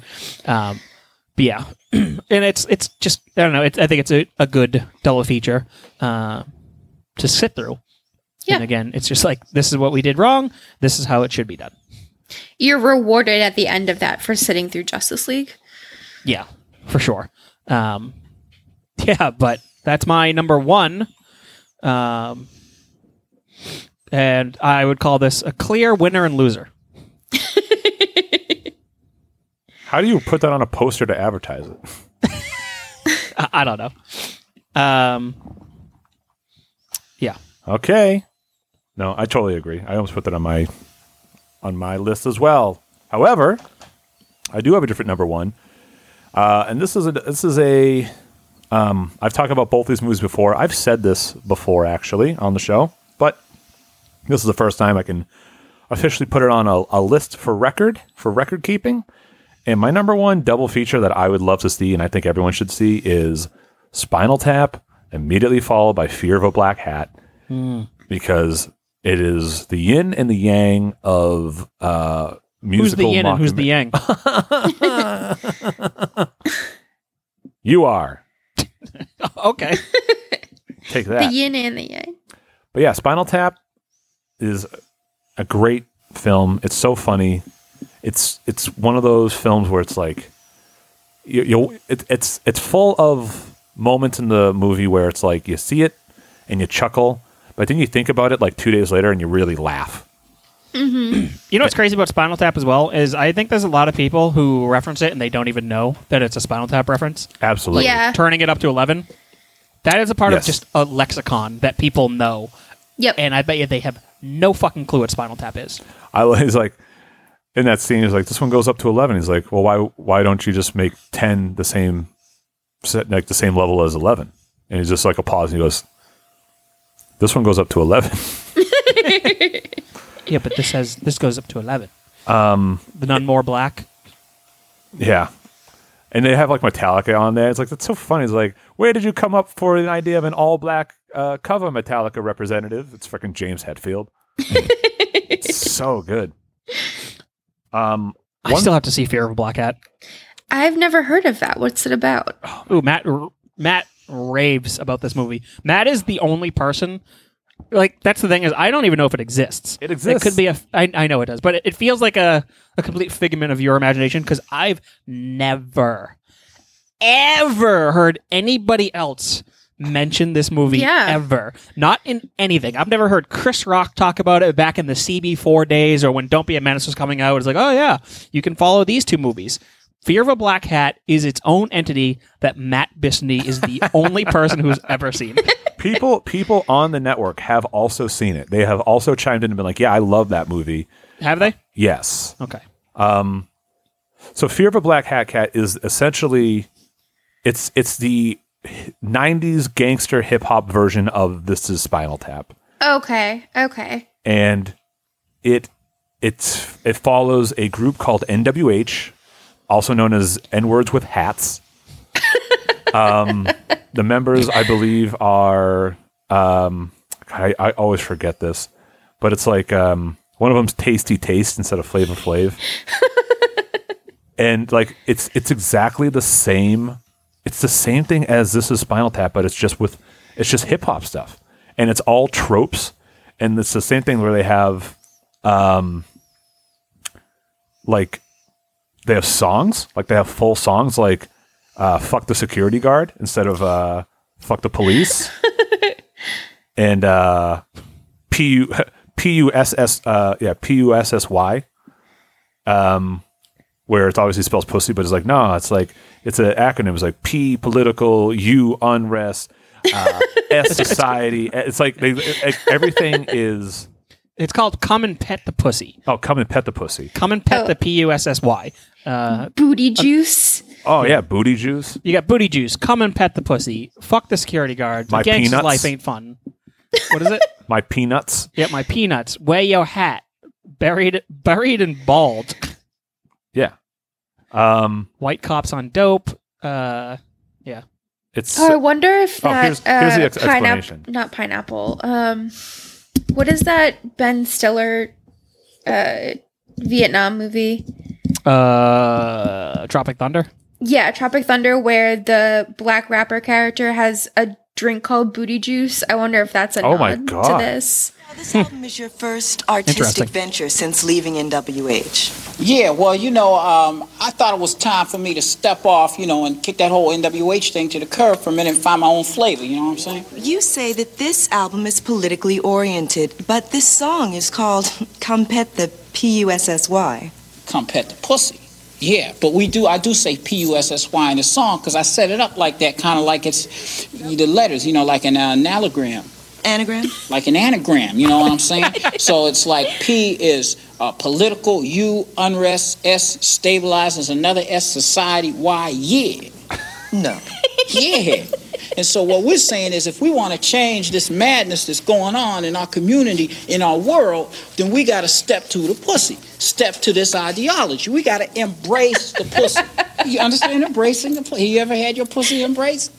S3: Um, but yeah, [CLEARS THROAT] and it's it's just I don't know. It, I think it's a, a good double feature uh, to sit through.
S2: Yeah.
S3: And again, it's just like this is what we did wrong. This is how it should be done.
S2: You're rewarded at the end of that for sitting through Justice League.
S3: Yeah, for sure. Um, [LAUGHS] yeah, but that's my number one. Um, and I would call this a clear winner and loser.
S1: How do you put that on a poster to advertise it?
S3: I, I don't know. Um, yeah.
S1: Okay. No, I totally agree. I almost put that on my on my list as well. However, I do have a different number one, uh, and this is a this is a um, I've talked about both these movies before. I've said this before actually on the show, but this is the first time I can officially put it on a, a list for record for record keeping. And my number one double feature that I would love to see, and I think everyone should see, is Spinal Tap, immediately followed by Fear of a Black Hat
S3: Hmm.
S1: because it is the yin and the yang of uh,
S3: Who's the
S1: musical.
S3: yin and who's
S1: mockum-
S3: the yang?
S1: You are.
S3: [LAUGHS] okay.
S1: Take that.
S2: The yin and the yang.
S1: But yeah, Spinal Tap is a great film. It's so funny. It's it's one of those films where it's like you, you it, it's it's full of moments in the movie where it's like you see it and you chuckle, but then you think about it like two days later and you really laugh.
S3: Mm-hmm. you know what's crazy about Spinal Tap as well is I think there's a lot of people who reference it and they don't even know that it's a Spinal Tap reference.
S1: Absolutely.
S3: Like,
S2: Yeah.
S3: Turning it up to eleven. That is a part
S1: Yes.
S3: of just a lexicon that people know.
S2: Yep.
S3: And I bet you they have no fucking clue what Spinal Tap is.
S1: I was [LAUGHS] he's like in that scene he's like this one goes up to 11 he's like well why why don't you just make 10 the same set like the same level as 11 and he's just like a pause and he goes this one goes up to 11
S3: Yeah, but this has this goes up to eleven.
S1: um
S3: The none more black.
S1: [LAUGHS] yeah and they have like Metallica on there it's like that's so funny it's like where did you come up for an idea of an all black uh, cover Metallica representative it's freaking James Hetfield [LAUGHS] it's so good um
S3: I still have to see Fear of a Black Hat.
S2: I've never heard of that. What's it about?
S3: Ooh, Matt Matt raves about this movie. Matt is the only person. Like that's the thing is I don't even know if it exists. It
S1: exists.
S3: It could be a. I, I know it does, but it, it feels like a a complete figment of your imagination because I've never ever heard anybody else mention this movie
S2: Yeah.
S3: ever. Not in anything. I've never heard Chris Rock talk about it back in the CB4 days or when Don't Be a Menace was coming out. It's like, oh, yeah, you can follow these two movies. Fear of a Black Hat is its own entity that Matt Bisney is the only person who's ever seen.
S1: people people on the network have also seen it. They have also chimed in and been like, "Yeah, I love that movie."
S3: Have they?
S1: Yes.
S3: Okay.
S1: Um, so Fear of a Black Hat Cat is essentially it's it's the '90s gangster hip hop version of This Is Spinal Tap,
S2: Okay. Okay.
S1: and it it's it follows a group called NWH, also known as N Words with Hats. um, the members, I believe, are um, I, I always forget this, but it's like um, one of them's Tasty Taste instead of Flavor Flav, and like it's it's exactly the same. It's the same thing as this is Spinal Tap, but it's just with it's just hip hop stuff, and it's all tropes, and it's the same thing where they have um, like they have songs like they have full songs like uh, fuck the security guard instead of uh, fuck the police and uh, pu [LAUGHS] puss uh, yeah pussy um where it's obviously spells pussy but it's like no it's like it's an acronym it's like p political u unrest uh,
S2: [LAUGHS]
S1: s society it's like they, everything is
S3: It's called Come and Pet the Pussy.
S1: oh come and pet the pussy
S3: Come and Pet the P U S S Y. Uh,
S2: Booty juice.
S1: oh yeah booty juice
S3: You got Booty Juice, Come and Pet the Pussy, Fuck the Security Guard,
S1: My
S3: My Gangster's
S1: Peanuts.
S3: Life Ain't Fun. What is it?
S1: my peanuts
S3: Yeah, my peanuts. Wear your hat. Buried, buried and bald.
S1: yeah um
S3: White cops on dope. Uh, yeah.
S1: It's
S2: Oh, I wonder if
S3: Oh,
S2: that
S3: here's- here's
S2: uh,
S3: the ex- explanation.
S2: pineapple, not pineapple. Um, what is that Ben Stiller, uh, Vietnam movie?
S3: Uh, Tropic Thunder.
S2: Yeah, Tropic Thunder, where the black rapper character has a drink called booty juice. I wonder if that's a
S3: Oh
S2: nod
S3: my God.
S2: to this.
S14: This album is your first
S3: Interesting.
S14: artistic venture since leaving NWH.
S8: Yeah, well, you know, um, I thought it was time for me to step off, you know, and kick that whole NWH thing to the curb for a minute and find my own flavor, you know what I'm saying?
S14: You say that this album is politically oriented, but this song is called [LAUGHS] Come Pet the P-U-S-S-Y.
S8: Come pet the pussy. Yeah, but we do, I do say P U S S Y in the song because I set it up like that, kind of like it's the letters, you know, like an, uh, an anagram.
S14: Anagram?
S8: Like an anagram, you know what I'm saying? so it's like P is uh, political, U, unrest, S, stabilizes, another S, society, Y, yeah.
S14: No.
S8: yeah. And so what we're saying is if we want to change this madness that's going on in our community, in our world, then we got to step to the pussy, step to this ideology. We got to embrace the pussy. You understand embracing the pussy? You ever had your pussy embraced?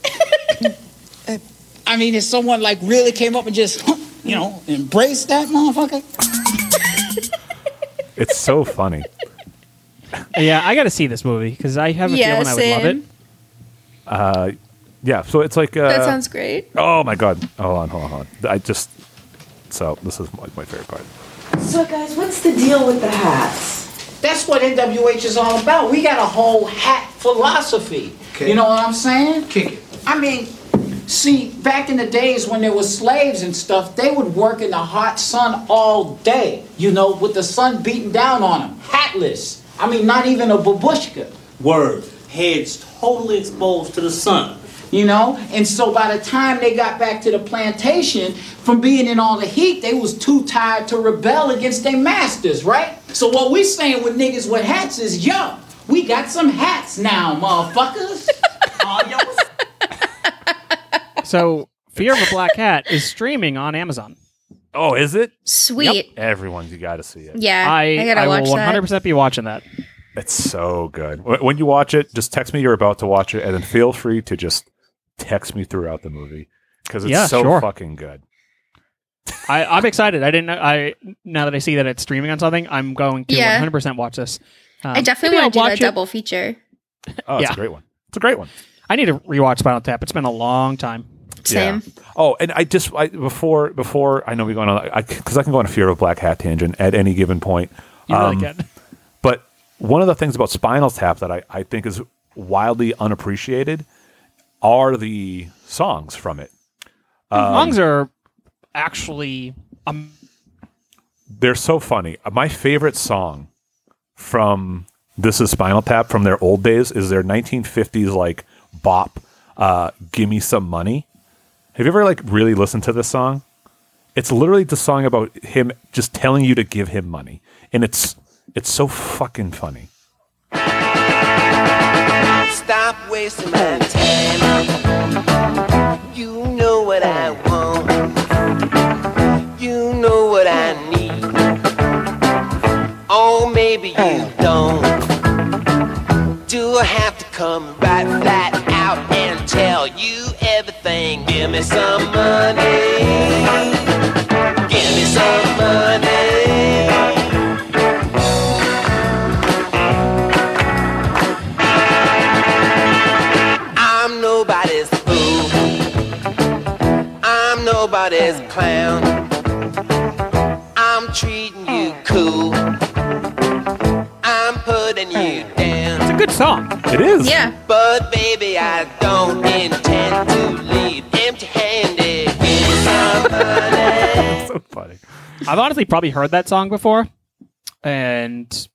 S8: I mean, if someone like really came up and just, you know, embraced that motherfucker.
S1: it's so funny
S3: Yeah, I got to see this movie because I have a
S2: Yeah,
S3: feeling I would love it.
S2: same.
S1: uh yeah so it's like uh,
S2: that sounds great.
S1: oh my god hold on hold on hold on i just so this is like my favorite part
S15: So, guys, what's the deal with the hats?
S8: That's what NWH is all about. We got a whole hat philosophy.
S15: Okay.
S8: You know what I'm saying?
S15: Kick it.
S8: I mean, see, back in the days when there was slaves and stuff, they would work in the hot sun all day, you know, with the sun beating down on them, hatless. I mean, not even a babushka. Word. Heads totally exposed to the sun. You know, and so by the time they got back to the plantation from being in all the heat, they was too tired to rebel against their masters, right? So what we saying with niggas with hats is, yo, we got some hats now, motherfuckers.
S3: So, Fear of a Black Cat is streaming on Amazon.
S1: Oh, is it?
S2: Sweet.
S1: Everyone's you got to see it.
S2: Yeah,
S3: I,
S2: I gotta
S3: I
S2: watch
S3: will
S2: that.
S3: 100% be watching that.
S1: It's so good. Wh- When you watch it, just text me you're about to watch it, and then feel free to just text me throughout the movie because it's
S3: Yeah,
S1: so
S3: sure.
S1: fucking good.
S3: I, I'm excited. I didn't. know I now that I see that it's streaming on something, I'm going to
S2: Yeah.
S3: 100% watch this. Um,
S2: I definitely
S3: maybe
S2: want to do
S3: I'll
S2: that
S3: watch it.
S2: double feature.
S1: Oh, it's a great one. It's a great one.
S3: I need to rewatch Spinal Tap. It's been a long time.
S2: Same.
S1: Oh, and I just I, before before I know we go on because I, can go on a fear of a black hat tangent at any given point.
S3: You really can.
S1: But one of the things about Spinal Tap that I, I think is wildly unappreciated are the songs from it. Um,
S3: Lungs are actually um,
S1: they're so funny. My favorite song from this is Spinal Tap from their old days is their 1950s like bop, uh, "Gimme Some Money." Have you ever like really listened to this song? It's literally the song about him just telling you to give him money, and it's it's so fucking funny.
S16: Stop wasting my time. You know what I want. You know what I need. Oh, maybe you don't. Do I have to come right flat out and tell you everything? Give me some money. Give me some money. I'm nobody's fool. I'm nobody's clown. I'm treating you cool. I'm putting you down. It's
S3: a good song.
S1: It is. [LAUGHS]
S2: Yeah.
S16: But baby, I don't intend to leave empty-handed. Give me some money.
S3: I've honestly probably heard that song before, and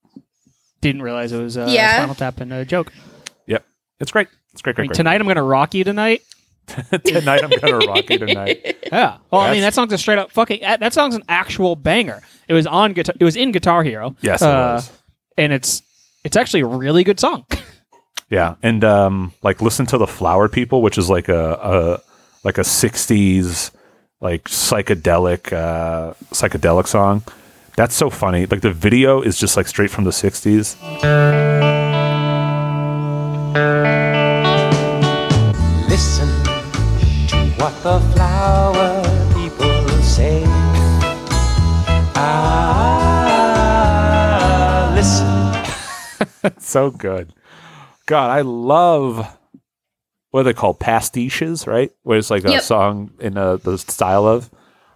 S3: didn't realize it was uh,
S2: Yeah.
S3: Spinal Tap and a joke.
S1: Yep, it's great. It's great,
S3: I
S1: great,
S3: mean,
S1: great.
S3: tonight I'm going to rock you tonight.
S1: tonight I'm gonna rock you tonight.
S3: Yeah. Well, I mean,
S1: That's-
S3: that song's a straight up fucking. uh, That song's an actual banger. It was on guitar. It was in Guitar Hero. Uh,
S1: Yes, it was.
S3: And it's it's actually a really good song.
S1: Yeah, and um, like listen to the Flower People, which is like a, a like a '60s like psychedelic uh, psychedelic song. That's so funny. Like the video is just like straight from the '60s.
S16: Listen to what the flower people say. Ah, listen.
S1: so good. God, I love what are they called pastiches, right? Where it's like a
S2: Yep.
S1: song in uh the style of.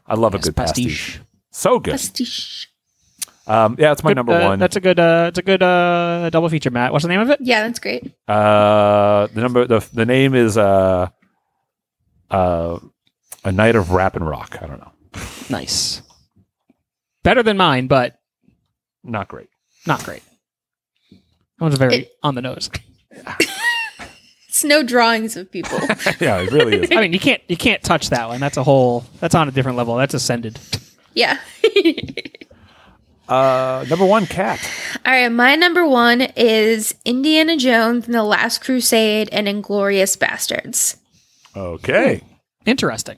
S1: I love a good pastiche. So good.
S2: Pastiche.
S1: Um, yeah, it's my
S3: Good,
S1: [LAUGHS] number
S3: uh,
S1: one.
S3: That's a good. Uh, it's a good uh, double feature, Matt. What's the name of it?
S2: Yeah, that's great.
S1: Uh, the number the the name is uh uh a night of rap and rock. I don't know.
S3: Nice. Better than mine, but
S1: Not great.
S3: not great. That one's very on the nose. [LAUGHS]
S2: It's no drawings of
S3: [LAUGHS]
S2: people.
S1: [LAUGHS] yeah, it really
S3: I mean, you can't you can't touch that one. That's a whole. That's on a different level. That's ascended.
S2: yeah. [LAUGHS]
S1: Uh, number one, cat.
S2: All right, my number one is Indiana Jones and the Last Crusade and Inglorious Bastards.
S1: Okay.
S3: Interesting.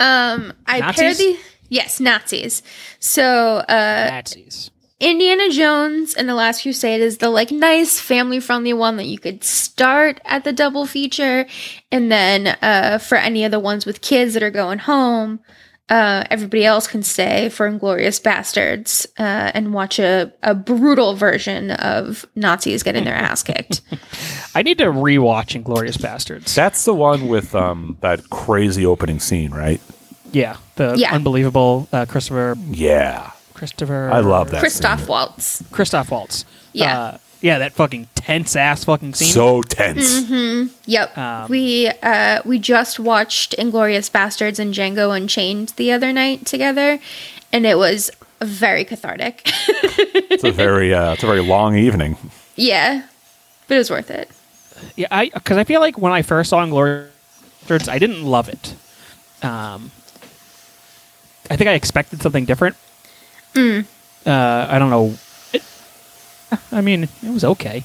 S2: Um, I paired
S3: Nazis?
S2: the yes Nazis. So uh,
S3: Nazis.
S2: Indiana Jones and the Last Crusade is the like nice family friendly one that you could start at the double feature, and then uh, for any of the ones with kids that are going home, uh, everybody else can stay for Inglorious Bastards uh, and watch a, a brutal version of Nazis getting their ass kicked.
S3: I need to rewatch Inglorious Bastards.
S1: That's the one with um that crazy opening scene, right?
S3: Yeah, the
S2: Yeah.
S3: unbelievable uh, Christopher.
S1: Yeah.
S3: Christopher.
S1: I love that
S2: Christoph scene. Waltz.
S3: Christoph Waltz.
S2: Yeah.
S3: Uh, yeah, that fucking tense ass fucking scene.
S1: So tense.
S2: hmm Yep.
S3: Um,
S2: we uh, we just watched Inglorious Bastards and Django Unchained the other night together, and it was very cathartic. [LAUGHS]
S1: It's a very uh, it's a very long evening.
S2: yeah, but it was worth it.
S3: Yeah, I because I feel like when I first saw Inglorious, I didn't love it. Um, I think I expected something different.
S2: Mm.
S3: Uh, I don't know. It, I mean, it was okay.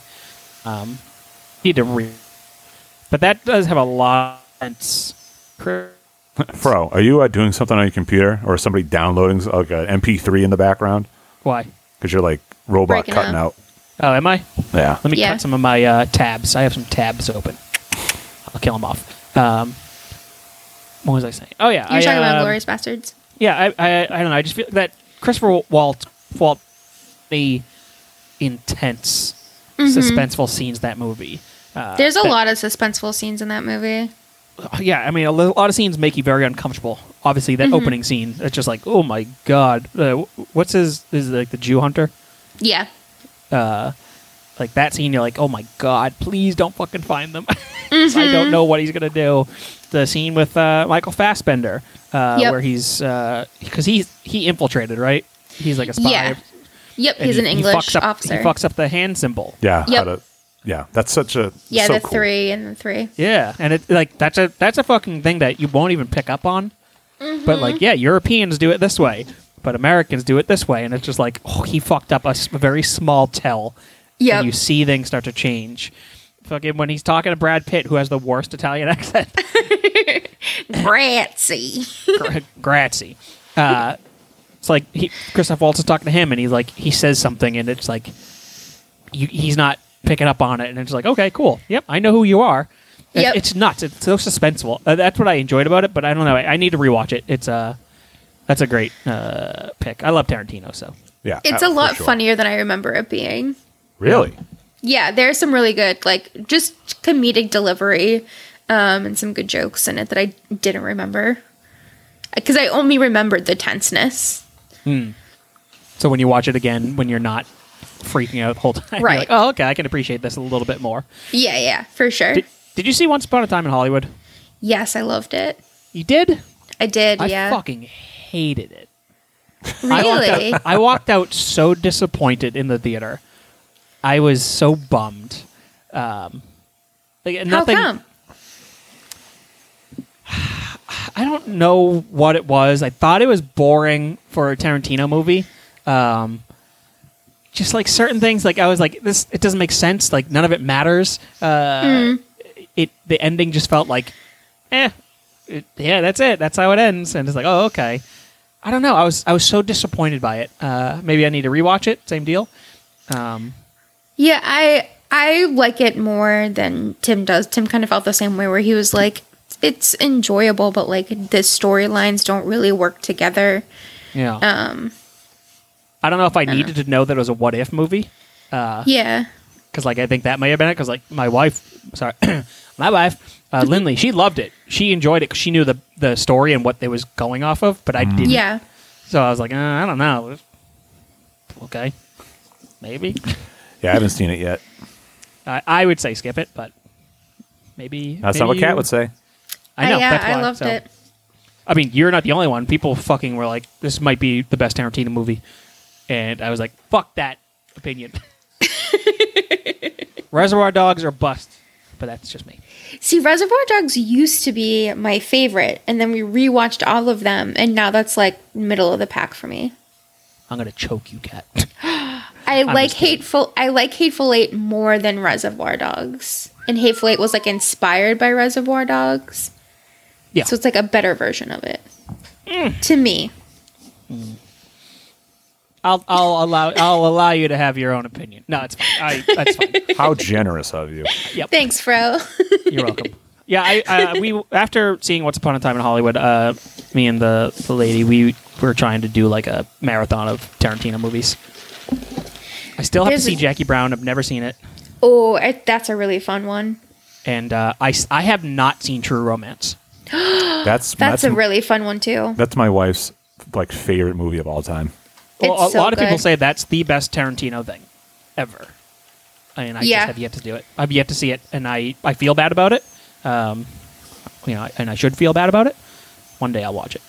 S3: Um, need to read, but that does have a lot. Of sense. Cr-
S1: Fro, are you uh, doing something on your computer or is somebody downloading like an MP3 in the background?
S3: Why?
S1: Because you're like robot
S3: Breaking
S1: cutting out.
S3: up. Oh, am I?
S1: Yeah.
S3: Let me
S1: Yeah.
S3: cut some of my uh, tabs. I have some tabs open. I'll kill them off. Um, what was I saying? Oh yeah,
S2: You're
S3: I,
S2: talking about
S3: um,
S2: Glorious Bastards.
S3: Yeah, I, I, I don't know. I just feel that Christopher Walt, Walt, the intense,
S2: Mhm.
S3: suspenseful scenes that movie. Uh,
S2: There's a
S3: that-
S2: lot of suspenseful scenes in that movie.
S3: Uh, Yeah, I mean, a li- lot of scenes make you very uncomfortable. Obviously, that
S2: Mhm.
S3: opening scene, it's just like, oh my god, uh, wh- what's his? Is it like the Jew hunter?
S2: Yeah.
S3: Uh, like that scene, you're like, oh my god, please don't fucking find them. [LAUGHS]
S2: Mm-hmm.
S3: I don't know what he's gonna do. The scene with uh, Michael Fassbender, uh,
S2: Yep.
S3: where he's because he's he infiltrated, right? He's like a spy.
S2: Yeah. Yep,
S3: And
S2: he's
S3: he-
S2: an
S3: he
S2: English
S3: fucks up-
S2: officer.
S3: He fucks up the hand symbol.
S1: Yeah.
S2: Yep.
S1: how to- yeah. That's such a
S2: yeah,
S1: so
S2: the
S1: cool.
S2: three and the three.
S3: Yeah, and it like that's a that's a fucking thing that you won't even pick up on.
S2: Mm-hmm.
S3: But like, yeah, Europeans do it this way, but Americans do it this way, and it's just like, oh, he fucked up a s- a very small tell.
S2: Yep.
S3: and you see things start to change. Fucking when he's talking to Brad Pitt, who has the worst Italian [LAUGHS] accent,
S2: Grazie.
S3: Gra- Grazie. Uh, it's like he, Christoph Waltz is talking to him, and he's like, he says something, and it's like, you, he's not picking up on it, and it's like, okay, cool, yep, I know who you are. It-
S2: Yep.
S3: It's nuts. It's so suspenseful. Uh, that's what I enjoyed about it, but I don't know. I, I need to rewatch it. It's uh, that's a great uh, pick. I love Tarantino, so
S1: yeah,
S2: It's a lot funnier than I remember it being.
S1: Oh, Really?
S2: Yeah, there's some really good, like, just comedic delivery um, and some good jokes in it that I didn't remember. Because I only remembered the tenseness.
S3: Hmm. So when you watch it again, when you're not freaking out the whole [LAUGHS] time, you're
S2: Right.
S3: like, oh, okay, I can appreciate this a little bit more.
S2: Yeah, yeah, for sure.
S3: Did, did you see Once Upon a Time in Hollywood?
S2: yes, I loved it.
S3: You did?
S2: I did,
S3: I
S2: yeah.
S3: fucking hated it. I walked,
S2: Really?
S3: out, [LAUGHS] I walked out so disappointed in the theater. I was so bummed. Um, like, nothing,
S2: How come?
S3: I don't know what it was. I thought it was boring for a Tarantino movie. Um, just like certain things, like I was like, this it doesn't make sense. Like none of it matters. Uh,
S2: Mm.
S3: It the ending just felt like, eh, it, yeah, that's it. That's how it ends. And it's like, oh, okay. I don't know. I was I was so disappointed by it. Uh, maybe I need to rewatch it. Same deal. Um,
S2: Yeah, I I like it more than Tim does. Tim kind of felt the same way where he was like it's enjoyable but like the storylines don't really work together.
S3: yeah.
S2: Um
S3: I don't know if I needed to know that it was a what if movie. Uh,
S2: yeah.
S3: because like I think that may have been it. Because like my wife, sorry, [CLEARS THROAT] my wife, uh,
S2: Mm-hmm.
S3: Lindley, she loved it. She enjoyed it 'cause she knew the the story and what it was going off of. But I
S1: Mm-hmm.
S3: didn't.
S2: Yeah.
S3: So I was like, uh, I don't know. Okay, maybe.
S1: Yeah, I haven't seen it yet.
S3: I, I would say skip it, but maybe
S1: That's not what
S3: maybe
S1: Kat
S3: you-
S1: would
S2: [LAUGHS]
S1: say.
S3: I know.
S2: Uh, yeah,
S3: that's
S2: I
S3: why,
S2: loved
S3: so-
S2: it.
S3: I mean, you're not the only one. People fucking were like, this might be the best Tarantino movie. And I was like, fuck that
S2: [LAUGHS]
S3: opinion. Reservoir Dogs are bust, but that's just me.
S2: See, Reservoir Dogs used to be my favorite and then we rewatched all of them and now that's like middle of the pack for me.
S3: I'm gonna choke you, cat.
S2: I
S3: I'm
S2: like
S3: just kidding.
S2: Hateful I like Hateful 8 more than Reservoir Dogs. And Hateful 8 was like inspired by Reservoir Dogs.
S3: Yeah. Mm.
S2: So it's like a better version of it. To me.
S3: I'll I'll allow I'll allow you to have your own opinion. No, it's fine. I, that's fine.
S1: How generous of you.
S3: Yep.
S2: Thanks, Fro. [LAUGHS]
S3: You're welcome. Yeah, I, I we after seeing Once Upon a Time in Hollywood, uh, me and the, the lady we were trying to do like a marathon of Tarantino movies. I still have
S2: There's
S3: to see
S2: a-
S3: Jackie Brown. I've never seen it,
S2: oh, I, that's a really fun one.
S3: and uh, I s- I have not seen True Romance.
S2: that's
S1: That's-
S2: that's,
S1: that's-
S2: a really fun one too.
S1: That's my wife's like favorite movie of all time.
S3: Well,
S2: It's
S3: a
S2: so
S3: lot of people
S2: good.
S3: say that's the best Tarantino thing ever. And I
S2: Yeah.
S3: just have yet to do it. I've yet to see it, and I, I feel bad about it. Um, you know, and I should feel bad about it. One day I'll watch it.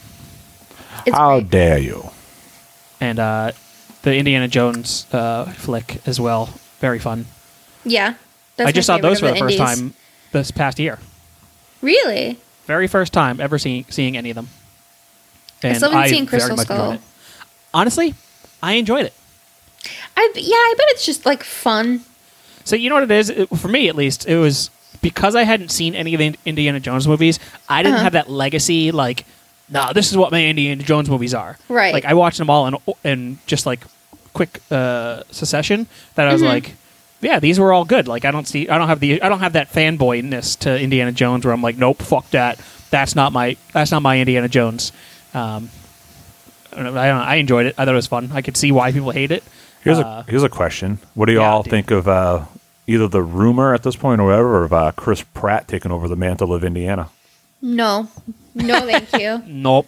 S1: How dare you?
S3: And uh, the Indiana Jones uh, flick as well. Very fun.
S2: Yeah.
S3: I just
S2: my
S3: saw those for the,
S2: favorite of
S3: first
S2: indies.
S3: time this past year.
S2: Really?
S3: Very first time ever seeing seeing any of them.
S2: I
S3: And
S2: still haven't seen
S3: very
S2: Crystal
S3: much enjoyed
S2: Skull.
S3: it. Honestly, I enjoyed it.
S2: I yeah, I bet it's just like fun.
S3: So you know what it is It- for me at least. It was because I hadn't seen any of the Indiana Jones movies. I didn't
S2: Uh-huh.
S3: have that legacy like, nah, this is what my Indiana Jones movies are.
S2: Right.
S3: Like I watched them all in in just like quick uh, succession. That I was
S2: Mhm.
S3: like, yeah, these were all good. Like I don't see, I don't have the, I don't have that fanboyness to Indiana Jones where I'm like, nope, fuck that. That's not my, that's not my Indiana Jones. Um, I don't know, I, don't know, I enjoyed it. I thought it was fun. I could see why people hate it.
S1: Here's
S3: Uh,
S1: a here's a question. What do you all think of uh, either the rumor at this point or whatever of uh, Chris Pratt taking over the mantle of Indiana?
S2: No. No, thank you.
S3: [LAUGHS] Nope.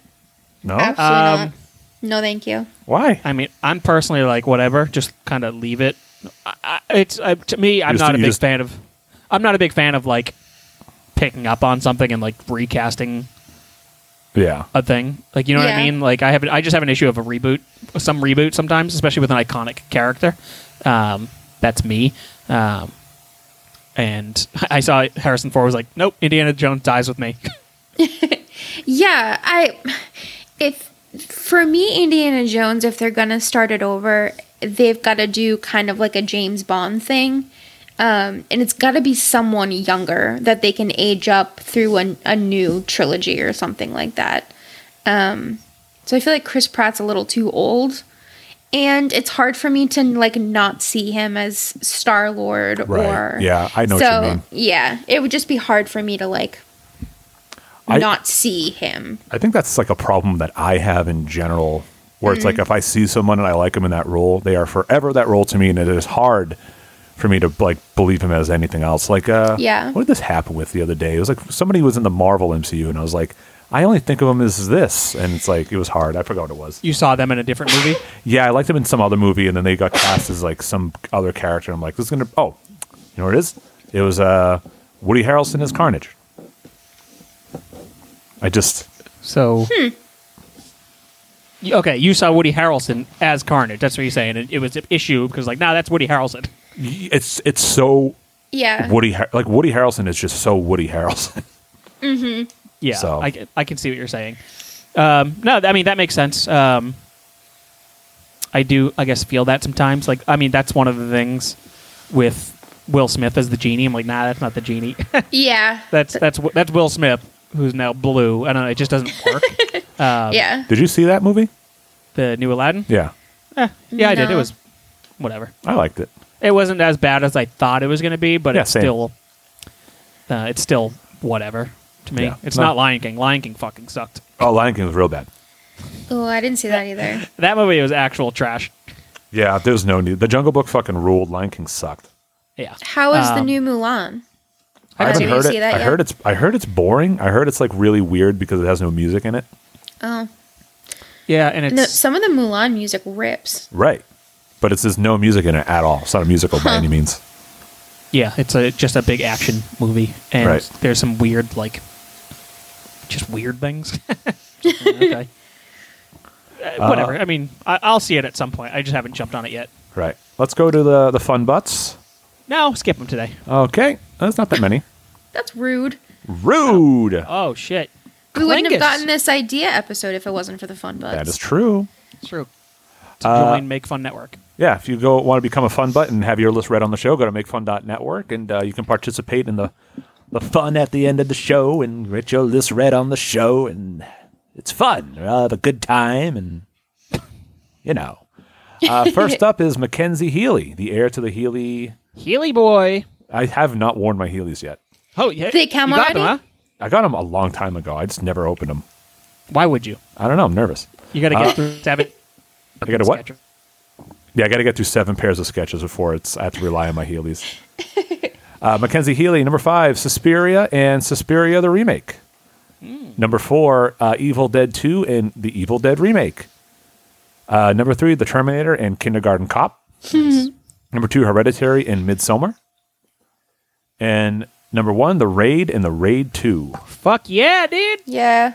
S3: Um,
S1: No.
S2: Absolutely not. No, thank you.
S1: Why?
S3: I mean, I'm personally like whatever, just kind of leave it. I, I, it's I, to me, I'm
S1: just-
S3: not a
S1: you
S3: big
S1: just-
S3: fan of. I'm not a big fan of like picking up on something and like recasting
S1: Yeah.
S3: a thing. Like you know what I
S1: Yeah.
S3: mean? Like I have I just have an issue of a reboot, some reboot sometimes, especially with an iconic character. Um, that's me. Um, and [LAUGHS] I saw Harrison Ford was like, "Nope, Indiana Jones dies with me." [LAUGHS]
S2: Yeah, I if for me Indiana Jones if they're going to start it over, they've got to do kind of like a James Bond thing. Um, and it's got to be someone younger that they can age up through a, a new trilogy or something like that. Um, so I feel like Chris Pratt's a little too old, and it's hard for me to like not see him as Star Lord
S1: Right.
S2: or
S1: Yeah, I know what
S2: So
S1: you mean.
S2: yeah, it would just be hard for me to like
S1: I-
S2: not see him.
S1: I think that's like a problem that I have in general, where it's
S2: Mhm.
S1: like if I see someone and I like them in that role, they are forever that role to me, and it is hard for me to like believe him as anything else. Like, uh,
S2: Yeah.
S1: what did this happen with the other day? It was like somebody was in the Marvel MCU, and I was like, I only think of him as this, and it's like it was hard. I forgot what it was.
S3: you saw them in a different movie.
S1: Yeah, I liked them in some other movie, and then they got cast as like some other character. I'm like, this is gonna. Oh, you know what it is? It was uh, Woody Harrelson as Carnage. I just
S3: So Y- Okay, you saw Woody Harrelson as Carnage. That's what you're saying. It, it was an issue because, like, nah, that's Woody Harrelson. [LAUGHS]
S1: it's it's so
S2: Yeah.
S1: Woody Har- like Woody Harrelson is just so Woody Harrelson. [LAUGHS]
S2: Mm-hmm.
S3: Yeah,
S1: So-
S3: I, ca- I can see what you're saying. Um, no, I mean that makes sense. Um, I do, I guess, feel that sometimes. Like, I mean, that's one of the things with Will Smith as the genie. I'm like, nah, that's not the genie. [LAUGHS]
S2: Yeah.
S3: that's that's Wi- that's Will Smith who's now blue. I don't know. It just doesn't work. um,
S2: Yeah.
S1: Did you see that movie?
S3: the new Aladdin.
S1: Yeah,
S3: Eh, yeah, I did. It
S2: No.
S3: was whatever.
S1: I liked it.
S3: It wasn't as bad as I thought it was going to be, but
S1: Yeah,
S3: it's
S1: same.
S3: still uh, it's still whatever to me.
S1: Yeah.
S3: It's
S1: No.
S3: not Lion King. Lion King fucking sucked.
S1: Oh, Lion King was real bad.
S2: Oh, I didn't see that either.
S3: That movie was actual trash.
S1: Yeah, there's no need. The Jungle Book fucking ruled. Lion King sucked.
S3: Yeah.
S2: How is the
S3: Um,
S2: new Mulan?
S1: I haven't
S2: Did you
S1: heard
S2: see
S1: it.
S2: that
S1: I
S2: yet?
S1: heard it's I heard it's boring. I heard it's like really weird because it has no music in it.
S2: Oh,
S3: Yeah, and
S2: no, some of the Mulan music rips.
S1: Right. But it's there's no music in it at all. It's not a musical by
S2: [LAUGHS] Huh.
S1: any means.
S3: yeah, it's a just a big action movie, and
S1: Right.
S3: there's some weird like just weird things. [LAUGHS]
S2: [LAUGHS]
S3: okay. Uh,
S1: Uh,
S3: whatever. I mean, I, I'll see it at some point. I just haven't jumped on it yet.
S1: Right. Let's go to the the fun butts.
S3: No, skip them today.
S1: Okay, that's not that many.
S2: That's rude.
S1: Rude.
S3: Oh shit.
S2: We wouldn't
S3: Clingus.
S2: have gotten this idea episode if it wasn't for the fun buds.
S1: That is true.
S3: True. To
S1: Uh,
S3: join Make Fun Network.
S1: Yeah, if you go want to become a fun butt and have your list read on the show, go to makefun.network and uh, you can participate in the the fun at the end of the show and get your list read on the show and it's fun. We'll have a good time and you know. Uh, first up is Mackenzie Healy, the heir to the Healy.
S3: Healy boy.
S1: I have not worn my Heelys yet.
S3: Oh yeah.
S2: They come
S3: you got them, huh?
S2: already?
S1: I got them a long time ago. I just never opened them.
S3: Why would you?
S1: I don't know. I'm nervous.
S3: You gotta get
S1: Uh,
S3: through seven.
S1: [LAUGHS] I got to what? Yeah, I got to get through seven pairs of sketches before it's. I have to rely on my Heelys. uh, Mackenzie Healy, number five, Suspiria and Suspiria the remake. Number four, uh, Evil Dead Two and the Evil Dead remake. Uh, number three, The Terminator and Kindergarten Cop. Number two, Hereditary and Midsummer. And number one, The Raid and The Raid 2.
S3: Fuck yeah, dude.
S2: Yeah.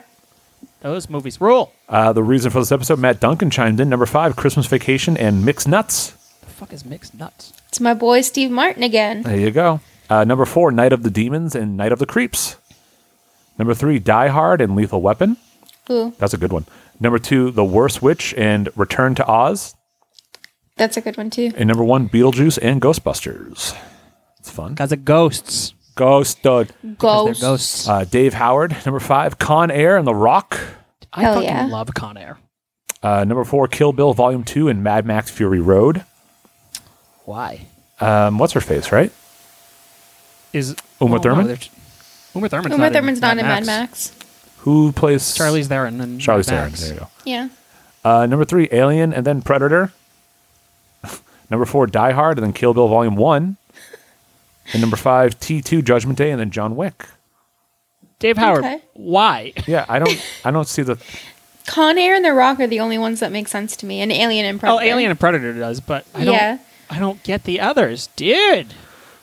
S3: Those movies rule.
S1: Uh, the reason for this episode, Matt Duncan chimed in. Number five, Christmas Vacation and Mixed Nuts.
S3: The fuck is mixed nuts?
S2: It's my boy Steve Martin again.
S1: There you go. Uh, number four, Night of the Demons and Night of the Creeps. Number three, Die Hard and Lethal Weapon.
S2: Ooh,
S1: That's a good one. Number two, The Worst Witch and Return to Oz.
S2: that's a good one too.
S1: And number one, Beetlejuice and Ghostbusters. It's fun.
S3: Guys are ghosts.
S1: Ghost. Ghost.
S2: Ghosts. They're ghosts.
S1: Uh, Dave Howard. Number five, Con Air and The Rock.
S3: I
S2: Hell
S3: fucking
S2: yeah.
S3: love Con Air.
S1: Uh, number four, Kill Bill Volume 2 and Mad Max Fury Road.
S3: Why?
S1: Um, what's her face, right?
S3: Is
S1: Uma
S3: oh, no,
S1: Thurman?
S3: they're- Uma Thurman's
S2: Uma
S3: not
S2: Thurman's
S3: in
S2: not in Mad Max.
S1: Who plays
S3: Charlie's there and then
S1: Charlie's
S3: Mad
S1: Theron.
S3: Max.
S1: There you go.
S2: Yeah.
S1: Uh, number three, Alien and then Predator. [LAUGHS] number four, Die Hard and then Kill Bill Volume 1. And number five, T2 Judgment Day and then John Wick.
S3: Dave Howard.
S2: Okay.
S3: Why? Oh,
S1: Yeah, I don't I don't see the
S2: Con Air and The Rock are the only ones that make sense to me. And Alien and Predator.
S3: Oh, Alien and Predator does, but I don't.
S2: Yeah.
S3: I don't get the others, dude.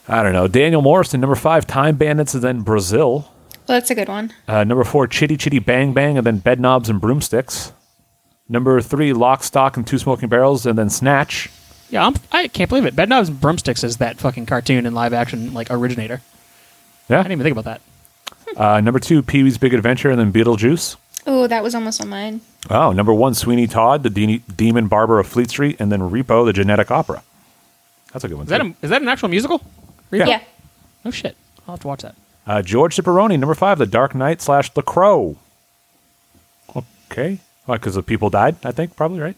S1: I don't know. Daniel Morrison, number five, Time Bandits and then Brazil.
S2: Well, that's a good one.
S1: Uh, number four, Chitty Chitty Bang Bang, and then Bed Knobs and Broomsticks. Number three, Lock, Stock, and Two Smoking Barrels, and then Snatch.
S3: Yeah, I'm, I can't believe it. Bedknobs and Broomsticks is that fucking cartoon and live action like originator.
S1: Yeah.
S3: I didn't even think about that.
S1: Uh, number two, Pee Wee's Big Adventure, and then Beetlejuice.
S2: Oh, that was almost on mine.
S1: Oh, number one, Sweeney Todd, the de- Demon Barber of Fleet Street, and then Repo, the Genetic Opera. That's a good one.
S3: Is that
S1: too.
S3: a, is that an actual musical?
S1: Yeah. Yeah.
S3: Oh shit! I'll have to watch that.
S1: Uh, George Ciparoni, number five, The Dark Knight slash The Crow. Okay. Because the people died, I think, probably, right?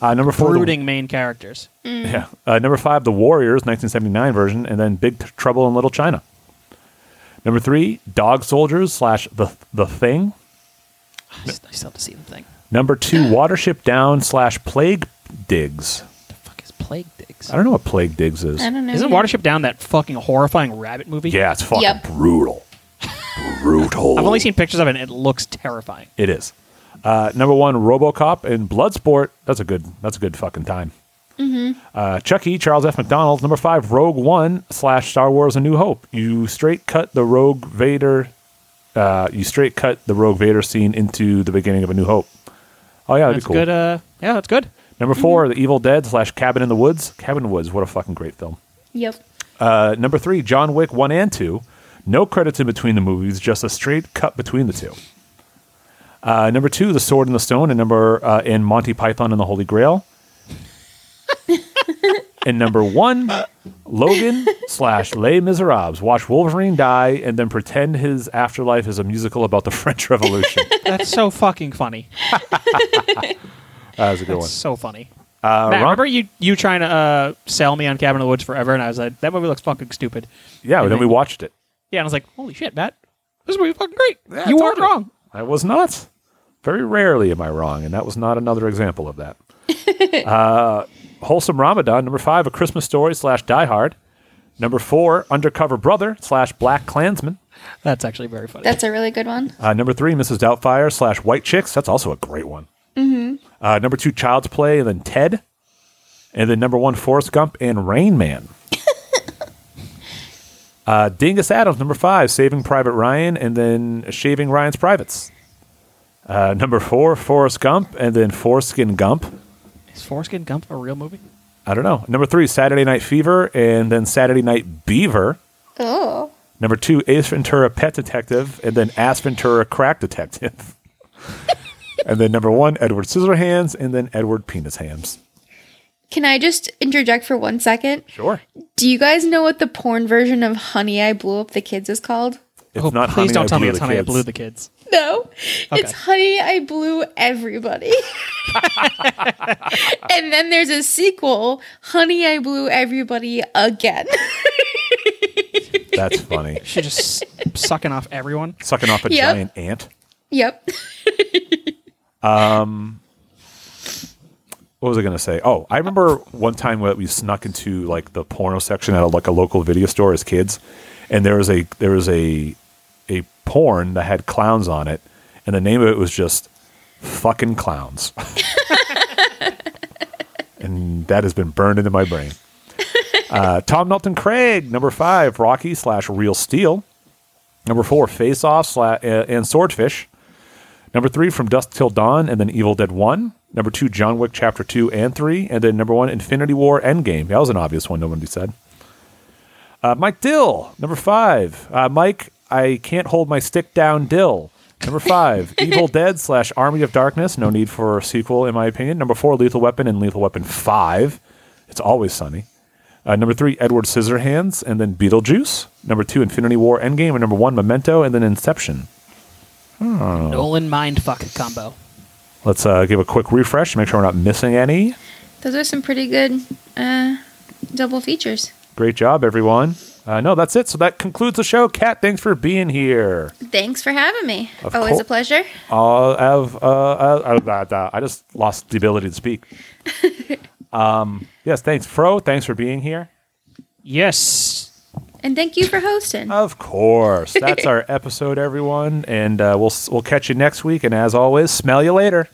S1: Uh, number four, The-
S3: Brooding main characters.
S1: [LAUGHS] Yeah. Uh, number five, The Warriors, 1979 version, and then Big Trouble in Little China. Number three, Dog Soldiers slash The the Thing.
S3: [SIGHS] I s- I still have to see the thing.
S1: Number two, Watership Down slash Plague Digs.
S3: It's Plague Digs.
S1: I don't know what Plague Digs is.
S2: I don't know.
S3: Isn't Watership Down that fucking horrifying rabbit movie?
S1: Yeah, it's fucking
S2: Yep.
S1: brutal. brutal.
S3: I've only seen pictures of it. and It looks terrifying.
S1: [LAUGHS] It is. Uh, number one, RoboCop and Bloodsport. That's a good. That's a good fucking time.
S2: Mm-hmm.
S1: Uh, Chucky, Charles F. McDonald. Number five, Rogue One slash Star Wars: A New Hope. You straight cut the Rogue Vader. Uh, you straight cut the Rogue Vader scene into the beginning of A New Hope. Oh yeah, that'd
S3: That's
S1: be cool.
S3: good. Uh, yeah, that's good.
S1: Number 4
S2: mm-hmm.
S1: The Evil Dead slash Cabin in the Woods. Cabin in the Woods. What a fucking great film.
S2: Yep.
S1: Uh, number three, John Wick one and two. No credits in between the movies, just a straight cut between the two. Uh, number two, The Sword and the Stone, and number uh, in Monty Python and the Holy Grail. and number one, Logan slash Les Miserables. Watch Wolverine die and then pretend his afterlife is a musical about the [LAUGHS] French Revolution.
S3: That's so fucking funny.
S1: That was a good
S3: That's
S1: one.
S3: so funny.
S1: Uh,
S3: Matt,
S1: Ron-
S3: remember you you trying to uh, sell me on Cabin in the Woods forever, and I was like, that movie looks fucking stupid.
S1: yeah,
S3: And
S1: then we watched it.
S3: Yeah, and I was like, holy shit, Matt, this movie's fucking great. you weren't wrong.
S1: I was not. Very rarely am I wrong, and that was not another example of that. uh, Wholesome Ramadan, number five, A Christmas Story slash Die Hard. Number four, Undercover Brother slash Black Klansman.
S3: That's actually very funny.
S2: That's a really good one.
S1: Uh, number three, Mrs. Doubtfire slash White Chicks. That's also a great one.
S2: Mm-hmm.
S1: Uh, number two, Child's Play, and then Ted. And then number one, Forrest Gump and Rain Man. uh, Dingus Adams, number five, Saving Private Ryan, and then Shaving Ryan's Privates. Uh, number four, Forrest Gump, and then Foreskin Gump.
S3: Is Foreskin Gump a real movie?
S1: I don't know. Number three, Saturday Night Fever, and then Saturday Night Beaver.
S2: Oh.
S1: Number two, Ace Ventura Pet Detective, and then Ace Ventura Crack Detective. [LAUGHS] and then number one, Edward Scissorhands, and then Edward Penis Hams.
S2: Can I just interject for one second?
S1: Sure.
S2: Do you guys know what the porn version of Honey I Blew Up the Kids is called?
S1: It's not
S3: Oh, Please
S1: Honey,
S3: don't
S1: I
S3: tell me
S1: Blew
S3: it's
S1: the
S3: Honey, I
S1: Kids.
S3: Blew the Kids.
S2: No.
S3: Okay.
S2: It's Honey I Blew Everybody. [LAUGHS] and then there's a sequel, Honey I Blew Everybody Again. [LAUGHS]
S1: That's
S3: [LAUGHS]
S1: funny.
S3: She just sucking off everyone.
S1: Sucking off a
S2: Yep.
S1: giant ant.
S2: yep.
S1: Um, what was I going to say? Oh, I remember one time that we snuck into like the porno section at a, like a local video store as kids, and there was a there was a a porn that had clowns on it, and the name of it was just fucking clowns. [LAUGHS] and that has been burned into my brain. Uh, Tom Nelson Craig, number five, Rocky slash Real Steel. Number four, Face Off slash, uh, and Swordfish. Number three, From Dusk Till Dawn, and then Evil Dead 1. Number two, John Wick Chapter 2 and 3. And then number one, Infinity War Endgame. That was an obvious one, nobody said. Uh, Mike Dill, number five. Uh, Mike, I can't hold my stick down, Dill. Number five, Evil Dead slash Army of Darkness. No need for a sequel, in my opinion. Number four, Lethal Weapon and Lethal Weapon 5. It's always sunny. Uh, number three, Edward Scissorhands, and then Beetlejuice. Number two, Infinity War Endgame. And number one, Memento, and then Inception. Hmm.
S3: Nolan mindfuck combo.
S1: Let's uh, give a quick refresh, make sure we're not missing any.
S2: Those are some pretty good uh, double features.
S1: Great job, everyone. Uh, no, that's it. So that concludes the show. Kat, thanks for being here.
S2: Thanks for having me.
S1: Of
S2: Always
S1: cour-
S2: a pleasure.
S1: Uh, I've, uh, uh, uh, uh, uh, I just lost the ability to speak. um, yes, thanks, Fro. Thanks for being here.
S3: Yes.
S2: And thank you for hosting.
S1: Of course. That's our episode, everyone, and uh, we'll we'll catch you next week. And as always, smell you later.